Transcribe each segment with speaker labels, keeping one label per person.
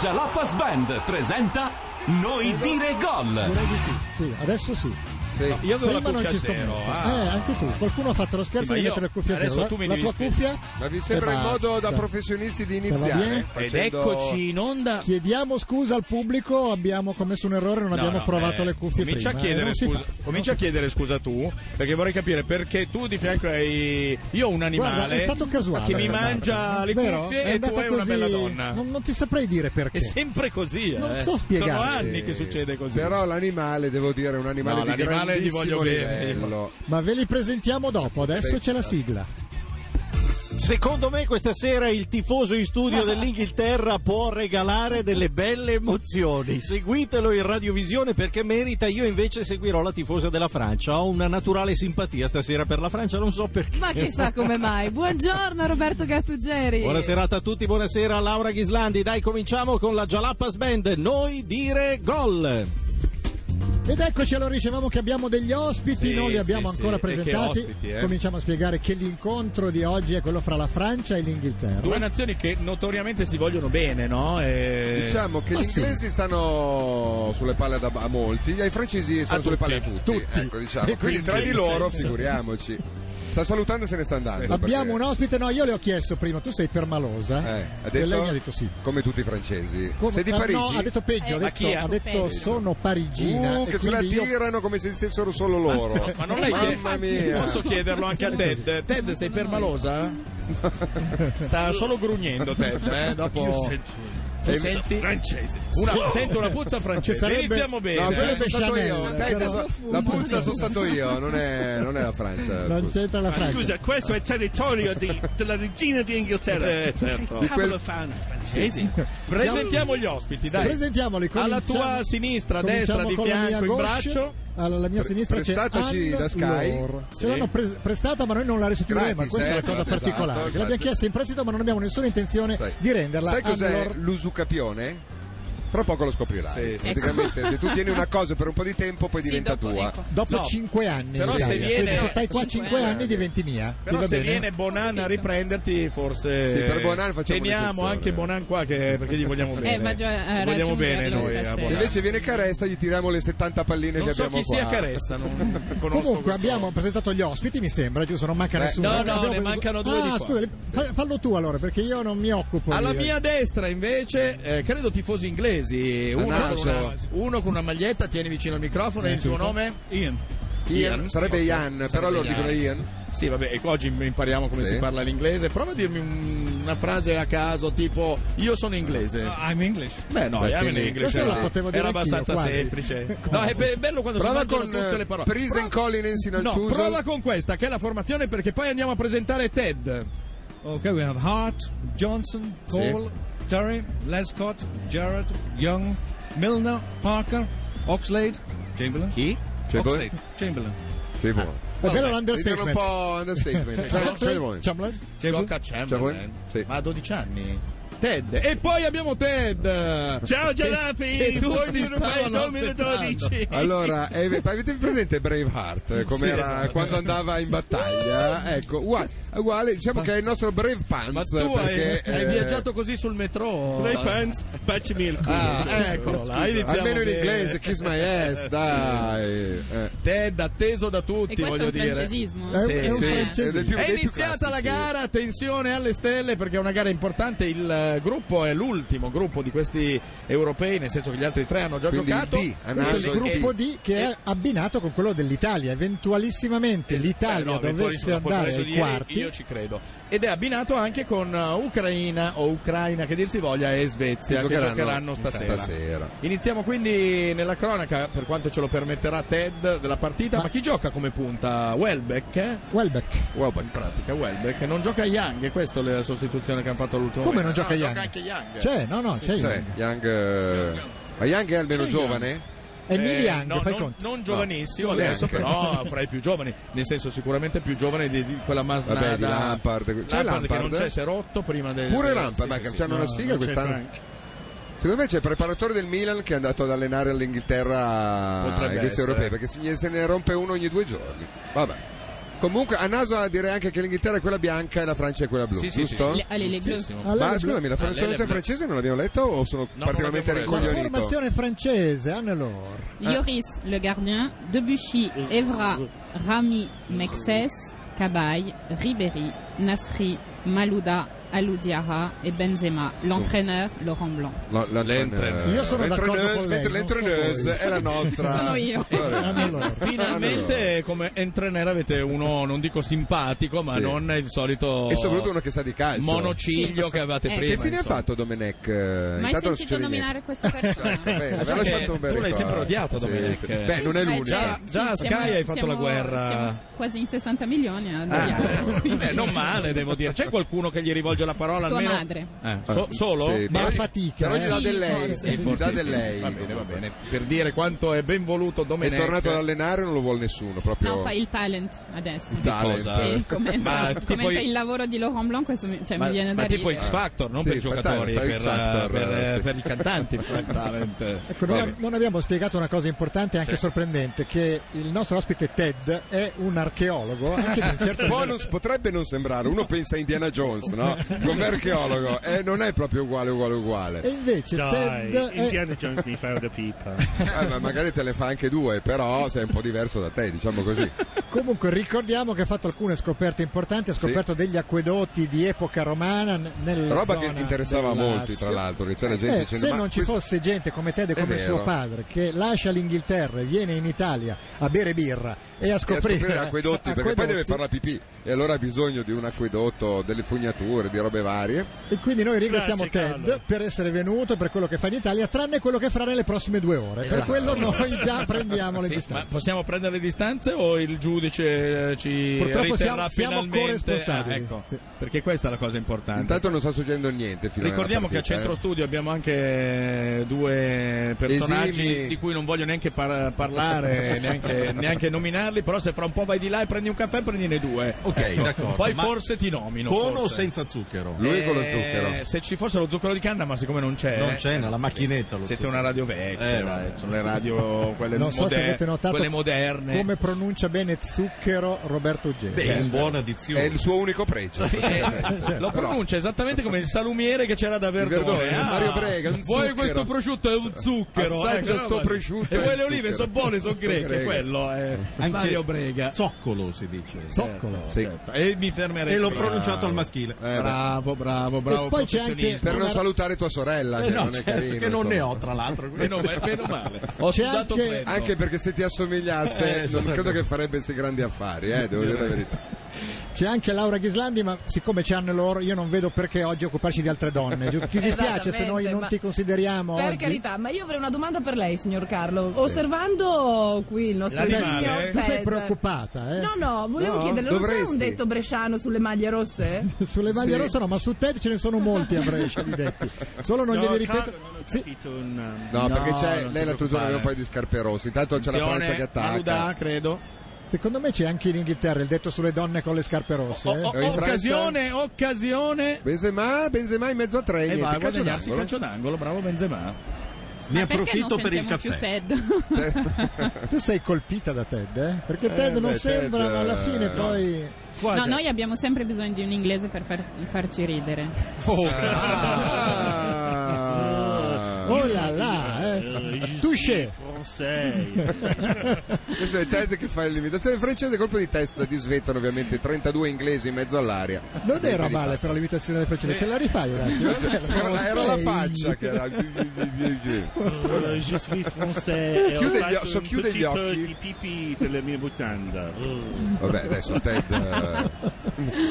Speaker 1: Jalapas Band presenta Noi dire gol.
Speaker 2: Direi di sì, sì, adesso sì.
Speaker 3: No, io avevo
Speaker 2: Prima
Speaker 3: la
Speaker 2: non
Speaker 3: cuffia
Speaker 2: ci
Speaker 3: a
Speaker 2: sto
Speaker 3: zero.
Speaker 2: molto.
Speaker 3: Ah.
Speaker 2: Eh, anche tu. Qualcuno ha fatto lo scherzo
Speaker 3: Sì, ma
Speaker 2: di
Speaker 3: io-
Speaker 2: mettere la cuffia a
Speaker 3: adesso
Speaker 2: zero. eh?
Speaker 3: tu mi
Speaker 2: la
Speaker 3: devi
Speaker 2: tua
Speaker 3: spiegare.
Speaker 2: cuffia?
Speaker 4: Ma vi
Speaker 2: E
Speaker 4: sembra il
Speaker 2: basta.
Speaker 4: modo da professionisti
Speaker 2: Se
Speaker 4: di
Speaker 2: va
Speaker 4: iniziare? Eh,
Speaker 2: bene?
Speaker 3: Ed
Speaker 4: Facendo-
Speaker 3: eccoci in onda.
Speaker 2: Chiediamo scusa al pubblico, abbiamo commesso un errore, non
Speaker 3: No,
Speaker 2: abbiamo
Speaker 3: no,
Speaker 2: provato
Speaker 3: eh,
Speaker 2: le cuffie
Speaker 3: comincia
Speaker 2: prima.
Speaker 3: A chiedere,
Speaker 2: eh, non si
Speaker 3: scusa,
Speaker 2: fa.
Speaker 3: comincia a
Speaker 2: Non si
Speaker 3: chiedere scusa tu, perché vorrei capire perché tu di fianco hai. Io ho un animale
Speaker 2: Guarda, è stato casuale.
Speaker 3: che mi
Speaker 2: guarda.
Speaker 3: mangia le
Speaker 2: Vero?
Speaker 3: cuffie
Speaker 2: È
Speaker 3: e tu
Speaker 2: andata
Speaker 3: hai una
Speaker 2: così.
Speaker 3: bella donna.
Speaker 2: Non, non ti saprei dire perché.
Speaker 3: È sempre così.
Speaker 2: Non
Speaker 3: eh.
Speaker 2: so spiegarti.
Speaker 3: Sono anni che succede così.
Speaker 4: Però l'animale, devo dire, è un animale
Speaker 3: No,
Speaker 4: di
Speaker 3: l'animale gli
Speaker 4: grandissimo
Speaker 3: voglio bene.
Speaker 4: livello.
Speaker 2: Ma ve li presentiamo dopo, adesso c'è la sigla.
Speaker 5: Secondo me questa sera il tifoso in studio dell'Inghilterra può regalare delle belle emozioni. Seguitelo in radiovisione perché merita, io invece seguirò la tifosa della Francia. Ho una naturale simpatia stasera per la Francia, non so perché.
Speaker 6: Ah,
Speaker 7: Ma chissà come mai. Buongiorno Roberto Gattuggeri.
Speaker 5: Buona serata a tutti, buonasera Laura Ghislandi. Dai, cominciamo con la Jalapas Band. Noi dire gol.
Speaker 3: Eh,
Speaker 2: Ed eccoci, allora dicevamo che abbiamo degli ospiti,
Speaker 3: Sì,
Speaker 2: non li abbiamo
Speaker 3: sì,
Speaker 2: ancora
Speaker 3: sì, e che
Speaker 2: presentati.
Speaker 3: ospiti, eh.
Speaker 2: Cominciamo a spiegare che l'incontro di oggi è quello fra la Francia e l'Inghilterra.
Speaker 3: Due nazioni che notoriamente si vogliono bene, no? E-
Speaker 4: Diciamo che
Speaker 2: Ma
Speaker 4: gli
Speaker 2: sì.
Speaker 4: inglesi stanno sulle palle a, a molti, i francesi stanno sulle
Speaker 3: tutti.
Speaker 4: palle a tutti.
Speaker 2: Tutti.
Speaker 4: Ecco, diciamo.
Speaker 2: E
Speaker 4: Quindi
Speaker 2: quindi
Speaker 4: tra di
Speaker 2: in
Speaker 4: loro,
Speaker 2: senso-
Speaker 4: figuriamoci. Sta salutando e se ne sta andando.
Speaker 2: Abbiamo un
Speaker 4: perché-
Speaker 2: ospite, no, io le ho chiesto prima, tu sei permalosa?
Speaker 4: Eh, ha
Speaker 2: E
Speaker 4: detto...
Speaker 2: lei mi ha detto sì.
Speaker 4: Come tutti i francesi.
Speaker 2: Come-
Speaker 4: Sei di
Speaker 2: ah,
Speaker 4: Parigi?
Speaker 2: No, ha detto peggio,
Speaker 7: Eh,
Speaker 2: ha
Speaker 7: ma
Speaker 2: detto,
Speaker 7: chi ha
Speaker 2: ha
Speaker 7: detto
Speaker 2: detto
Speaker 7: peggio?
Speaker 2: sono parigina.
Speaker 4: Uh,
Speaker 2: e
Speaker 4: che ce la
Speaker 2: quindi io-
Speaker 4: tirano come se esistessero solo loro.
Speaker 3: Ma non l'hai
Speaker 7: Ma
Speaker 3: chiesto?
Speaker 4: Mamma mia.
Speaker 3: Posso chiederlo anche a Ted? Ted, sei permalosa? Sta solo grugnendo Ted, eh? Dopo... E senti una, sento una puzza francese.
Speaker 2: Che sarebbe-
Speaker 3: Iniziamo
Speaker 4: No,
Speaker 3: bene. eh.
Speaker 4: quello
Speaker 2: Sarebbe
Speaker 4: sono stato
Speaker 2: Chanel,
Speaker 4: io.
Speaker 2: però-
Speaker 4: Dai, adesso- la puzza sono stato io, non è, non è la Francia.
Speaker 2: Non c'entra la
Speaker 8: Ma
Speaker 2: Francia.
Speaker 8: scusa, questo è territorio di- della regina di Inghilterra.
Speaker 3: Eh, certo.
Speaker 8: Che cavolo
Speaker 4: quel-
Speaker 8: fanno i francesi?
Speaker 3: Presentiamo gli ospiti, dai.
Speaker 2: Presentiamoli
Speaker 3: Alla
Speaker 2: cominciamo-
Speaker 3: tua sinistra,
Speaker 2: cominciamo
Speaker 3: destra, di
Speaker 2: con la mia
Speaker 3: fianco, in
Speaker 2: gauche.
Speaker 3: braccio.
Speaker 2: Alla, alla mia sinistra c'è
Speaker 4: prestataci
Speaker 2: Anne
Speaker 4: da Sky.
Speaker 2: Lohr. Ce
Speaker 3: Sì.
Speaker 2: l'hanno pres- prestata, ma noi non la restituiremo.
Speaker 4: Gratis,
Speaker 2: Questa è
Speaker 4: eh,
Speaker 2: la cosa
Speaker 4: esatto,
Speaker 2: particolare.
Speaker 4: esatto.
Speaker 2: L'abbiamo chiesta in prestito, ma non abbiamo nessuna intenzione
Speaker 4: Sai-
Speaker 2: di renderla.
Speaker 4: Sai cos'è
Speaker 2: Anne Lohr.
Speaker 4: l'usucapione? Fra poco lo scoprirai.
Speaker 3: Sì, sì.
Speaker 4: Praticamente, se tu tieni una cosa per un po' di tempo, poi
Speaker 7: Sì,
Speaker 4: diventa
Speaker 7: dopo,
Speaker 4: tua.
Speaker 7: ecco.
Speaker 2: Dopo
Speaker 3: No,
Speaker 2: 5 anni.
Speaker 3: però
Speaker 2: in
Speaker 3: se
Speaker 2: Italia.
Speaker 3: viene-
Speaker 2: Quindi se stai qua
Speaker 7: Cinque
Speaker 2: 5 anni
Speaker 4: anni.
Speaker 2: diventi mia.
Speaker 3: Però
Speaker 2: Ti va
Speaker 3: se
Speaker 2: bene?
Speaker 3: viene Bonan a riprenderti, forse.
Speaker 4: Sì, per Bonan facciamo
Speaker 3: Teniamo
Speaker 4: un'eccezione.
Speaker 3: anche Bonan qua, che- perché gli vogliamo bene.
Speaker 7: ma gio- eh,
Speaker 3: Gli vogliamo bene
Speaker 7: raggiungerlo
Speaker 3: noi. a
Speaker 7: stasera.
Speaker 4: Se
Speaker 3: Bonan.
Speaker 4: invece viene Caressa, gli tiriamo le 70 palline che
Speaker 3: non so
Speaker 4: abbiamo
Speaker 3: chi
Speaker 4: qua.
Speaker 3: sia Caressa, non conosco.
Speaker 2: Comunque
Speaker 3: questo- Eh,
Speaker 2: abbiamo presentato gli ospiti, mi sembra, giusto? Non manca
Speaker 4: Beh,
Speaker 2: nessuno.
Speaker 3: no, no,
Speaker 2: Abbiamo
Speaker 3: ne
Speaker 2: preso-
Speaker 3: mancano due
Speaker 2: Ah,
Speaker 3: di qua.
Speaker 2: scusa, li- fa- fallo tu allora, perché io non mi occupo.
Speaker 3: Alla
Speaker 2: di-
Speaker 3: mia destra invece, eh, credo tifosi inglesi, uno con,
Speaker 4: Anaso.
Speaker 3: una, uno con una maglietta, tieni vicino al microfono, e il suo nome?
Speaker 8: Ian.
Speaker 4: Ian. Sarebbe Ian, però loro
Speaker 3: Ian.
Speaker 4: dicono Ian.
Speaker 3: Sì, vabbè, ecco, oggi impariamo come
Speaker 4: Sì.
Speaker 3: si parla l'inglese. Prova a dirmi un- una frase a caso, tipo io sono inglese.
Speaker 8: Ah, I'm English.
Speaker 3: Beh, no, eh,
Speaker 4: Beh,
Speaker 3: I'm in
Speaker 4: quindi-
Speaker 3: English.
Speaker 2: Questa la
Speaker 3: era-
Speaker 2: potevo dire
Speaker 3: era
Speaker 2: anch'io,
Speaker 3: abbastanza
Speaker 2: quasi.
Speaker 3: semplice. no, è be- bello quando
Speaker 4: Prova
Speaker 3: si mangiano
Speaker 4: con eh,
Speaker 3: tutte le parole.
Speaker 4: Prison
Speaker 3: Prova-
Speaker 4: Collins in
Speaker 3: No,
Speaker 4: Alciuso.
Speaker 3: prova con questa, che è la formazione, perché poi andiamo a presentare Ted.
Speaker 8: Okay, we have Hart, Johnson, Cole, Terry, Lescott, Jarrett, Young, Milner, Parker, Oxlade, Chamberlain.
Speaker 3: Chi?
Speaker 4: Cioè, poi-
Speaker 8: Oxlade, Chamberlain.
Speaker 4: Sì, buono.
Speaker 2: È bello
Speaker 4: Ditelo un
Speaker 2: l'understatement.
Speaker 4: po' understatement. Cioè, cioè, buono.
Speaker 2: Chamberlain?
Speaker 8: Chamberlain.
Speaker 3: Gioca a Chamberlain.
Speaker 4: Chamberlain? Sì.
Speaker 3: Ma a 12 eh. anni. Ted. E poi abbiamo Ted.
Speaker 8: Ciao Gelapi,
Speaker 3: Gelapi, buoni ormai 2012.
Speaker 8: 2012.
Speaker 4: Allora, eh, beh, avete presente Braveheart? eh, Come
Speaker 3: Sì,
Speaker 4: era
Speaker 3: esatto.
Speaker 4: quando andava in battaglia? Ecco, uguale, uguale, diciamo che è il nostro Brave Pants.
Speaker 3: Ma tu
Speaker 4: perché,
Speaker 3: hai, hai
Speaker 4: eh,
Speaker 3: viaggiato così sul metro?
Speaker 8: Play fans, baciami il culo.
Speaker 3: Ah, eccolo là, iniziamo
Speaker 4: Almeno in
Speaker 3: bene.
Speaker 4: inglese, kiss my ass, dai. Eh.
Speaker 3: Ted, atteso da tutti,
Speaker 7: E questo è
Speaker 3: voglio
Speaker 7: un
Speaker 3: dire. eh?
Speaker 7: francesismo?
Speaker 2: È,
Speaker 3: Sì,
Speaker 2: è un
Speaker 3: sì.
Speaker 4: Ed
Speaker 2: francese.
Speaker 4: è più-
Speaker 3: È
Speaker 4: dei più
Speaker 3: iniziata la
Speaker 4: classici.
Speaker 3: gara, attenzione alle stelle perché è una gara importante, il eh, gruppo è l'ultimo gruppo di questi europei, nel senso che gli altri tre hanno già
Speaker 4: Quindi il
Speaker 3: giocato.
Speaker 4: D, a
Speaker 2: Questo è
Speaker 4: naso,
Speaker 2: il gruppo
Speaker 3: eh,
Speaker 4: e-
Speaker 2: D che è abbinato con quello dell'Italia. Eventualissimamente
Speaker 3: Eh, no,
Speaker 2: l'Italia
Speaker 3: eventuali
Speaker 2: dovesse
Speaker 3: sulla
Speaker 2: andare
Speaker 3: forzatura
Speaker 2: ai
Speaker 3: di ieri,
Speaker 2: quarti.
Speaker 3: Io ci credo. Ed è abbinato anche con eh, Ucraina o Ucraina che dir si voglia e Svezia che giocheranno stasera.
Speaker 4: stasera.
Speaker 3: Iniziamo quindi nella cronaca, per quanto ce lo permetterà Ted, della partita. Ma,
Speaker 2: Ma-
Speaker 3: chi gioca come punta? Welbeck? eh?
Speaker 2: Welbeck.
Speaker 3: In pratica Welbeck. Non gioca Young, e questa è la sostituzione che hanno fatto all'ultimo
Speaker 2: Come non
Speaker 3: momento.
Speaker 2: gioca
Speaker 3: No,
Speaker 2: Young?
Speaker 3: anche Young.
Speaker 2: C'è, no, no, c'è.
Speaker 4: Cioè, Young, eh, ma Young è almeno
Speaker 3: C'è
Speaker 4: giovane?
Speaker 2: È Neil
Speaker 3: Eh,
Speaker 2: Young,
Speaker 3: no,
Speaker 2: fai
Speaker 3: non,
Speaker 2: conto.
Speaker 3: non giovanissimo
Speaker 4: No,
Speaker 3: adesso,
Speaker 4: neanche.
Speaker 3: però fra i più giovani, nel senso sicuramente più giovane di, di quella masnada
Speaker 4: Vabbè, di Lampard. C'è
Speaker 3: che non
Speaker 4: Lampard?
Speaker 3: c'è, si è rotto prima del
Speaker 4: Pure
Speaker 9: Eh,
Speaker 3: del-
Speaker 4: Lampard,
Speaker 3: sì,
Speaker 4: ma
Speaker 3: sì,
Speaker 4: che c'hanno una sfiga quest'anno.
Speaker 8: Frank.
Speaker 4: Secondo me c'è il preparatore del Milan che è andato ad allenare all'Inghilterra
Speaker 3: Potrebbe
Speaker 4: in questi
Speaker 3: essere.
Speaker 4: europei perché se ne- se ne rompe uno ogni due giorni. Vabbè.
Speaker 3: sì.
Speaker 4: Comunque a naso direi anche che l'Inghilterra è quella bianca e la Francia è quella blu,
Speaker 9: Sì, sì,
Speaker 4: giusto?
Speaker 9: sì, sì.
Speaker 6: Alle le blu.
Speaker 9: Giustissimo.
Speaker 2: Allora,
Speaker 4: Ma scusami, la
Speaker 9: Ah, lei
Speaker 4: Francia
Speaker 9: è
Speaker 4: e
Speaker 9: blu.
Speaker 4: francese non l'abbiamo letto o sono
Speaker 9: non
Speaker 4: particolarmente
Speaker 9: l'abbiamo
Speaker 2: la
Speaker 9: letto.
Speaker 4: rincoglionito?
Speaker 2: formazione francese, hanno loro.
Speaker 6: Lloris, Le Gardien, Debuchy, Evra, Rami, Mexes, Cabaye, Ribéry, Nasri, Malouda, Aloudiara e Benzema. L'entraîneur, Laurent Blanc.
Speaker 4: La- la-
Speaker 9: L'entraîneur.
Speaker 2: Io sono d'accordo
Speaker 4: l'entraîneuse,
Speaker 2: con lei,
Speaker 4: mentre
Speaker 2: non so
Speaker 4: l'entraîneuse
Speaker 2: voi.
Speaker 4: è la nostra.
Speaker 6: Sono io.
Speaker 3: Eh.
Speaker 4: Allora,
Speaker 2: Hanno loro.
Speaker 3: Finalmente come entrainer avete uno, non dico simpatico, ma
Speaker 4: Sì.
Speaker 3: non il solito
Speaker 4: E soprattutto uno che sa di calcio.
Speaker 3: monociglio
Speaker 6: Sì.
Speaker 3: che avevate
Speaker 6: Eh.
Speaker 3: prima.
Speaker 4: che fine ha
Speaker 3: insomma.
Speaker 4: fatto Domenech? eh,
Speaker 6: Mai
Speaker 4: Intanto non
Speaker 6: sentito
Speaker 4: succede
Speaker 6: nominare
Speaker 4: niente.
Speaker 6: questa persona?
Speaker 4: Beh, aveva
Speaker 3: Perché
Speaker 4: lasciato un bel
Speaker 3: Eh, cioè, tu l'hai
Speaker 4: ricordo.
Speaker 3: sempre odiato,
Speaker 4: Sì,
Speaker 3: Domenech.
Speaker 4: sì. Beh, non è eh.
Speaker 6: Sì, ma
Speaker 4: l'unico.
Speaker 3: Già-
Speaker 6: sì,
Speaker 3: già a
Speaker 6: Eh, siamo-
Speaker 3: Sky hai fatto
Speaker 6: siamo-
Speaker 3: la guerra.
Speaker 6: siamo quasi in 60 milioni a
Speaker 3: Ah,
Speaker 6: Dogliano.
Speaker 3: eh, non male, devo dire. C'è qualcuno che gli rivolge la parola
Speaker 6: Tua
Speaker 3: almeno?
Speaker 6: madre.
Speaker 3: Eh, so- solo?
Speaker 4: Sì,
Speaker 2: Ma
Speaker 4: però-
Speaker 2: fatica,
Speaker 4: Però gli dà
Speaker 2: eh.
Speaker 4: del lei.
Speaker 6: Sì,
Speaker 4: Gli dà
Speaker 3: Forse
Speaker 4: del
Speaker 3: sì.
Speaker 4: lei.
Speaker 3: Va bene, va bene. Per dire quanto è ben voluto
Speaker 4: È
Speaker 3: Domenech.
Speaker 4: tornato ad allenare non lo vuole nessuno. Proprio
Speaker 6: No, fa il talent adesso.
Speaker 4: il talent.
Speaker 3: cosa?
Speaker 6: Sì, commenta,
Speaker 3: Ah. Ma tipo
Speaker 6: commenta
Speaker 3: i-
Speaker 6: il lavoro di Laurent Blanc, questo mi, cioè,
Speaker 3: ma,
Speaker 6: mi viene
Speaker 3: ma
Speaker 6: da
Speaker 3: tipo
Speaker 6: ridere.
Speaker 3: X Factor, non
Speaker 4: Sì,
Speaker 3: per i
Speaker 4: fa talent,
Speaker 3: giocatori,
Speaker 4: fa
Speaker 3: per, eh,
Speaker 4: X Factor,
Speaker 3: per, eh,
Speaker 4: sì.
Speaker 3: per i cantanti. fa talent.
Speaker 2: Ecco,
Speaker 3: Va
Speaker 2: non,
Speaker 3: bene.
Speaker 2: non abbiamo spiegato una cosa importante e anche
Speaker 9: Sì.
Speaker 2: sorprendente, che il nostro ospite Ted è un archeologo, anche di un certo
Speaker 4: Bonus potrebbe Eh, non sembrare, uno pensa a Indiana Jones, no? Come archeologo, e non è proprio uguale, uguale, uguale.
Speaker 2: E invece
Speaker 10: Dai,
Speaker 2: Ted è...
Speaker 10: Indiana Jones mi fa una pipa.
Speaker 4: Eh, ma magari te le fa anche due, però sei un po' diverso da te, diciamo così.
Speaker 2: Comunque ricordiamo che ha fatto alcune scoperte importanti, ha scoperto degli acquedotti di epoca romana n- nella
Speaker 4: Roba
Speaker 2: zona
Speaker 4: che interessava
Speaker 2: del
Speaker 4: molti, tra
Speaker 2: Lazio.
Speaker 4: l'altro, che c'era gente
Speaker 2: Eh,
Speaker 4: dicendo,
Speaker 2: se
Speaker 4: "Ma
Speaker 2: non ci
Speaker 4: questo-
Speaker 2: fosse gente come Ted e
Speaker 4: È
Speaker 2: come
Speaker 4: vero.
Speaker 2: suo padre che lascia l'Inghilterra e viene in Italia a bere birra e a
Speaker 4: e a
Speaker 2: scoprire,
Speaker 4: scoprire acquedotti, perché poi deve
Speaker 2: acquedotti,
Speaker 4: fare la pipì e allora ha bisogno di un acquedotto, delle fognature, di robe varie.
Speaker 2: E quindi noi ringraziamo
Speaker 10: Grazie,
Speaker 2: Ted
Speaker 10: Carlo.
Speaker 2: per essere venuto, per quello che fa in Italia, tranne quello che farà nelle prossime due ore. Per quello noi già prendiamo le
Speaker 3: Esatto. Sì, ma
Speaker 2: distanze.
Speaker 3: possiamo prendere le distanze o il giudice eh, ci
Speaker 2: Purtroppo siamo-
Speaker 3: riterrà
Speaker 2: siamo
Speaker 3: finalmente
Speaker 2: corresponsabili.
Speaker 3: Ah, ecco,
Speaker 2: Sì.
Speaker 3: perché questa è la cosa importante.
Speaker 4: Intanto non sta succedendo niente fino alla
Speaker 3: Ricordiamo che a
Speaker 4: partita,
Speaker 3: centro
Speaker 4: eh.
Speaker 3: studio abbiamo anche due personaggi
Speaker 4: Esimi.
Speaker 3: di cui non voglio neanche par- parlare, neanche, neanche nominarli, però se fra un po' vai di là e prendi un caffè prendine due. Ecco.
Speaker 4: Ok, d'accordo,
Speaker 3: Poi
Speaker 5: ma-
Speaker 3: forse ti nomino.
Speaker 5: Con o
Speaker 3: forse.
Speaker 5: senza zucchero?
Speaker 4: Lui con lo
Speaker 3: Eh,
Speaker 4: zucchero.
Speaker 3: Se ci fosse lo zucchero di canna, ma siccome non c'è...
Speaker 5: Non c'è nella macchinetta. Lo
Speaker 3: Siete
Speaker 5: zucchero.
Speaker 3: una radio vecchia,
Speaker 5: Eh,
Speaker 3: dai,
Speaker 5: vabbè.
Speaker 3: sono le radio quelle,
Speaker 2: Non so se
Speaker 3: moder-
Speaker 2: avete notato
Speaker 3: quelle moderne.
Speaker 2: come pronuncia bene zucchero Roberto Uggeri.
Speaker 5: È in buona dizione.
Speaker 4: È il suo unico pregio.
Speaker 3: Eh, lo
Speaker 4: Però-
Speaker 3: pronuncia esattamente come il salumiere che c'era da Verdone,
Speaker 4: Verdone,
Speaker 3: Ah,
Speaker 4: Mario Brega, un
Speaker 3: vuoi
Speaker 4: zucchero. Eh,
Speaker 3: questo prosciutto è un zucchero
Speaker 4: Assaggia
Speaker 3: ecco,
Speaker 4: sto
Speaker 3: guarda.
Speaker 4: prosciutto,
Speaker 3: e
Speaker 4: è
Speaker 3: vuoi
Speaker 4: un
Speaker 3: le
Speaker 4: zucchero.
Speaker 3: olive
Speaker 4: Eh,
Speaker 3: sono buone sono greche
Speaker 4: greche.
Speaker 3: quello eh. è
Speaker 5: Anche
Speaker 3: Mario Brega
Speaker 5: Zoccolo si dice.
Speaker 2: Zoccolo.
Speaker 4: Sì.
Speaker 3: e mi fermerei
Speaker 5: E l'ho
Speaker 3: qui.
Speaker 5: pronunciato al maschile.
Speaker 4: Eh, beh,
Speaker 3: bravo bravo bravo
Speaker 2: E poi c'è
Speaker 3: professionista.
Speaker 4: per non
Speaker 2: Guarda-
Speaker 4: salutare tua sorella,
Speaker 5: Eh
Speaker 4: che
Speaker 5: no,
Speaker 4: non è
Speaker 5: certo,
Speaker 4: carino,
Speaker 5: che non
Speaker 4: insomma.
Speaker 5: ne ho tra l'altro.
Speaker 3: meno, male- meno male ho
Speaker 2: C'è
Speaker 3: sudato
Speaker 2: anche-
Speaker 3: freddo.
Speaker 4: Anche perché se ti
Speaker 5: Eh,
Speaker 4: assomigliasse, non
Speaker 5: esatto.
Speaker 4: credo che farebbe questi grandi affari, eh, devo dire la verità.
Speaker 2: C'è anche Laura Ghislandi, ma siccome ci hanno loro, io non vedo perché oggi occuparci di altre donne. Giu- Ti dispiace se noi
Speaker 7: Esattamente,
Speaker 2: non
Speaker 7: ma-
Speaker 2: ti consideriamo
Speaker 7: Per
Speaker 2: oggi?
Speaker 7: carità, ma io avrei una domanda per lei, signor Carlo. Osservando qui il nostro
Speaker 3: L'animale,
Speaker 7: signor
Speaker 3: eh?
Speaker 2: Tu sei
Speaker 7: Ted.
Speaker 2: preoccupata, eh?
Speaker 7: No, no, volevo
Speaker 4: No,
Speaker 7: chiederle, non c'è
Speaker 4: dovresti.
Speaker 7: un detto bresciano sulle maglie rosse?
Speaker 2: Sulle maglie
Speaker 4: Sì.
Speaker 2: rosse no, ma su Ted ce ne sono molti a Brescia di detti. Solo non
Speaker 10: No,
Speaker 2: glieli
Speaker 10: Carlo,
Speaker 2: ripeto.
Speaker 10: non ho
Speaker 2: Sì,
Speaker 10: capito un... um,
Speaker 4: No,
Speaker 3: No,
Speaker 4: perché
Speaker 3: non
Speaker 4: c'è
Speaker 3: ti
Speaker 4: lei l'altro giorno
Speaker 3: preoccupare.
Speaker 4: aveva un paio di scarpe rosse. Intanto c'è la Francia che attacca.
Speaker 3: Malouda, credo
Speaker 2: secondo me c'è anche in Inghilterra il detto sulle donne con le scarpe rosse.
Speaker 3: O-
Speaker 2: eh.
Speaker 3: o-
Speaker 4: Eh, in Francia-
Speaker 3: occasione occasione
Speaker 4: Benzema, Benzema in mezzo a
Speaker 5: Eh,
Speaker 4: tre,
Speaker 3: e
Speaker 4: niente,
Speaker 3: va a
Speaker 4: calcio
Speaker 3: guadagnarsi
Speaker 4: d'angolo.
Speaker 3: calcio d'angolo bravo Benzema
Speaker 5: Ne
Speaker 6: Ma perché
Speaker 5: approfitto
Speaker 6: non
Speaker 5: per il
Speaker 6: sentiamo
Speaker 5: caffè.
Speaker 6: più Ted?
Speaker 2: Tu sei colpita da Ted, eh? Perché Ted
Speaker 4: Eh,
Speaker 2: non
Speaker 4: beh,
Speaker 2: sembra,
Speaker 4: Ted,
Speaker 2: ma alla
Speaker 4: eh,
Speaker 2: fine
Speaker 4: no.
Speaker 2: poi.
Speaker 6: no,
Speaker 3: cioè-
Speaker 6: noi abbiamo sempre bisogno di un inglese per far- farci ridere.
Speaker 4: Ah.
Speaker 2: Oh là là, eh? Touché!
Speaker 4: Questo è Ted che fa l'imitazione francese, colpo di testa di Svetan ovviamente 32 inglesi in mezzo all'aria.
Speaker 2: Non
Speaker 4: Niente
Speaker 2: era
Speaker 4: di
Speaker 2: male
Speaker 4: fatto.
Speaker 2: per la limitazione del precedente, ce la rifai un attimo? eh?
Speaker 4: Era la, era la
Speaker 2: Sei-
Speaker 4: faccia che era.
Speaker 10: Euh, je suis français.
Speaker 4: Chiude
Speaker 10: Chiude
Speaker 4: gli o- so- chiude gli occhi.
Speaker 10: Di pipì per le mie mutande.
Speaker 5: Mm.
Speaker 4: Vabbè, adesso Ted. eh,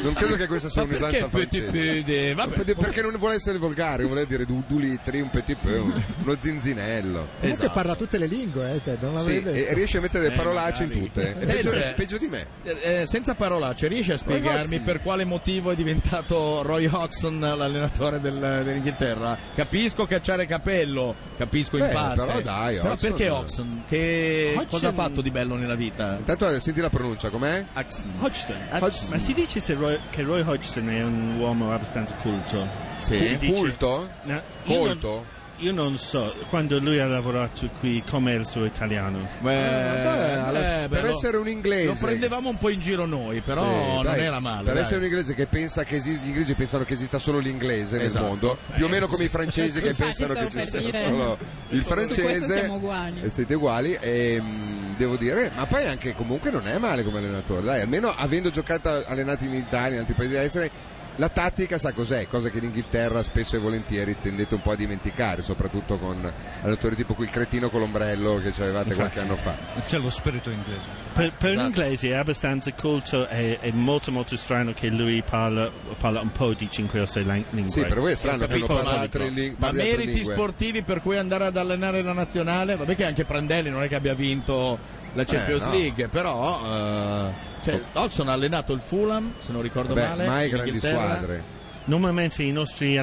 Speaker 4: Non credo che questa sia un'usanza francese.
Speaker 3: vede? Vabbè,
Speaker 4: Perché- Perché non vuole essere volgare, vuole dire du, due litri, un petit peu, un- uno zinzinello.
Speaker 2: Comunque parla tutte le lingue, eh, Ted, non
Speaker 4: Sì,
Speaker 2: l'avevi
Speaker 4: e
Speaker 2: detto.
Speaker 4: riesce a mettere le
Speaker 10: Eh,
Speaker 4: parolacce in
Speaker 10: magari.
Speaker 4: tutte. È peggio,
Speaker 3: Eh,
Speaker 4: peggio di me.
Speaker 3: Eh, eh, senza parolacce, riesci a spiegarmi
Speaker 4: Ragazzi.
Speaker 3: per quale motivo è diventato Roy Hodgson l'allenatore del- dell'Inghilterra? Capisco cacciare capello, capisco in
Speaker 4: Beh,
Speaker 3: parte.
Speaker 4: però dai,
Speaker 3: Però
Speaker 4: Hodgson-
Speaker 3: perché Hodgson? Che cosa ha fatto di bello nella vita?
Speaker 4: Intanto eh, senti la pronuncia, com'è?
Speaker 3: Hodgson.
Speaker 10: Hodgson.
Speaker 3: Hodgson.
Speaker 10: Ma si dice se Roy- che Roy Hodgson è un uomo abbastanza culto?
Speaker 3: Sì.
Speaker 10: Si dice-
Speaker 4: Culto?
Speaker 10: No, io non-
Speaker 4: Colto?
Speaker 10: io non so quando lui ha lavorato qui com'è il suo italiano.
Speaker 3: Beh,
Speaker 4: Eh, alla-
Speaker 3: eh, beh,
Speaker 4: per
Speaker 3: lo-
Speaker 4: essere un inglese
Speaker 3: Lo prendevamo un po' in giro noi, però
Speaker 4: Sì,
Speaker 3: non
Speaker 4: dai,
Speaker 3: era male.
Speaker 4: Per
Speaker 3: dai.
Speaker 4: essere un inglese che pensa che esi- gli inglesi pensano che esista solo l'inglese
Speaker 3: Esatto.
Speaker 4: nel mondo, più o meno come i francesi che
Speaker 6: Infatti,
Speaker 4: pensano che
Speaker 6: stavo
Speaker 4: ci
Speaker 6: per
Speaker 4: sia
Speaker 6: dire,
Speaker 4: solo il
Speaker 6: su questo
Speaker 4: francese.
Speaker 6: siamo uguali.
Speaker 4: E siete uguali e mh, devo dire, ma poi anche comunque non è male come allenatore, dai, almeno avendo giocato allenati in Italia, in altri paesi dell'estero, la tattica sa cos'è, cosa che in Inghilterra spesso e volentieri tendete un po' a dimenticare, soprattutto con allenatori tipo quel cretino con l'ombrello che ci avevate qualche anno fa.
Speaker 8: C'è lo spirito inglese.
Speaker 10: Per, per un
Speaker 4: Esatto.
Speaker 10: inglese è abbastanza colto e è molto molto strano che lui parla, parla un po' di 5 o 6 lingue.
Speaker 4: Sì, per voi è strano che non
Speaker 3: Capito,
Speaker 4: parla
Speaker 3: ma-
Speaker 4: altre lin-
Speaker 3: Ma
Speaker 4: parli altre lingue.
Speaker 3: meriti sportivi per cui andare ad allenare la nazionale? Vabbè che anche Prandelli non è che abbia vinto la Champions
Speaker 4: Eh, no. Oh.
Speaker 3: League, però eh, cioè, Hodgson ha allenato il Fulham, se non ricordo
Speaker 4: Beh,
Speaker 3: male.
Speaker 4: mai
Speaker 3: in
Speaker 4: grandi
Speaker 3: Inghilterra.
Speaker 4: squadre.
Speaker 10: Normalmente i nostri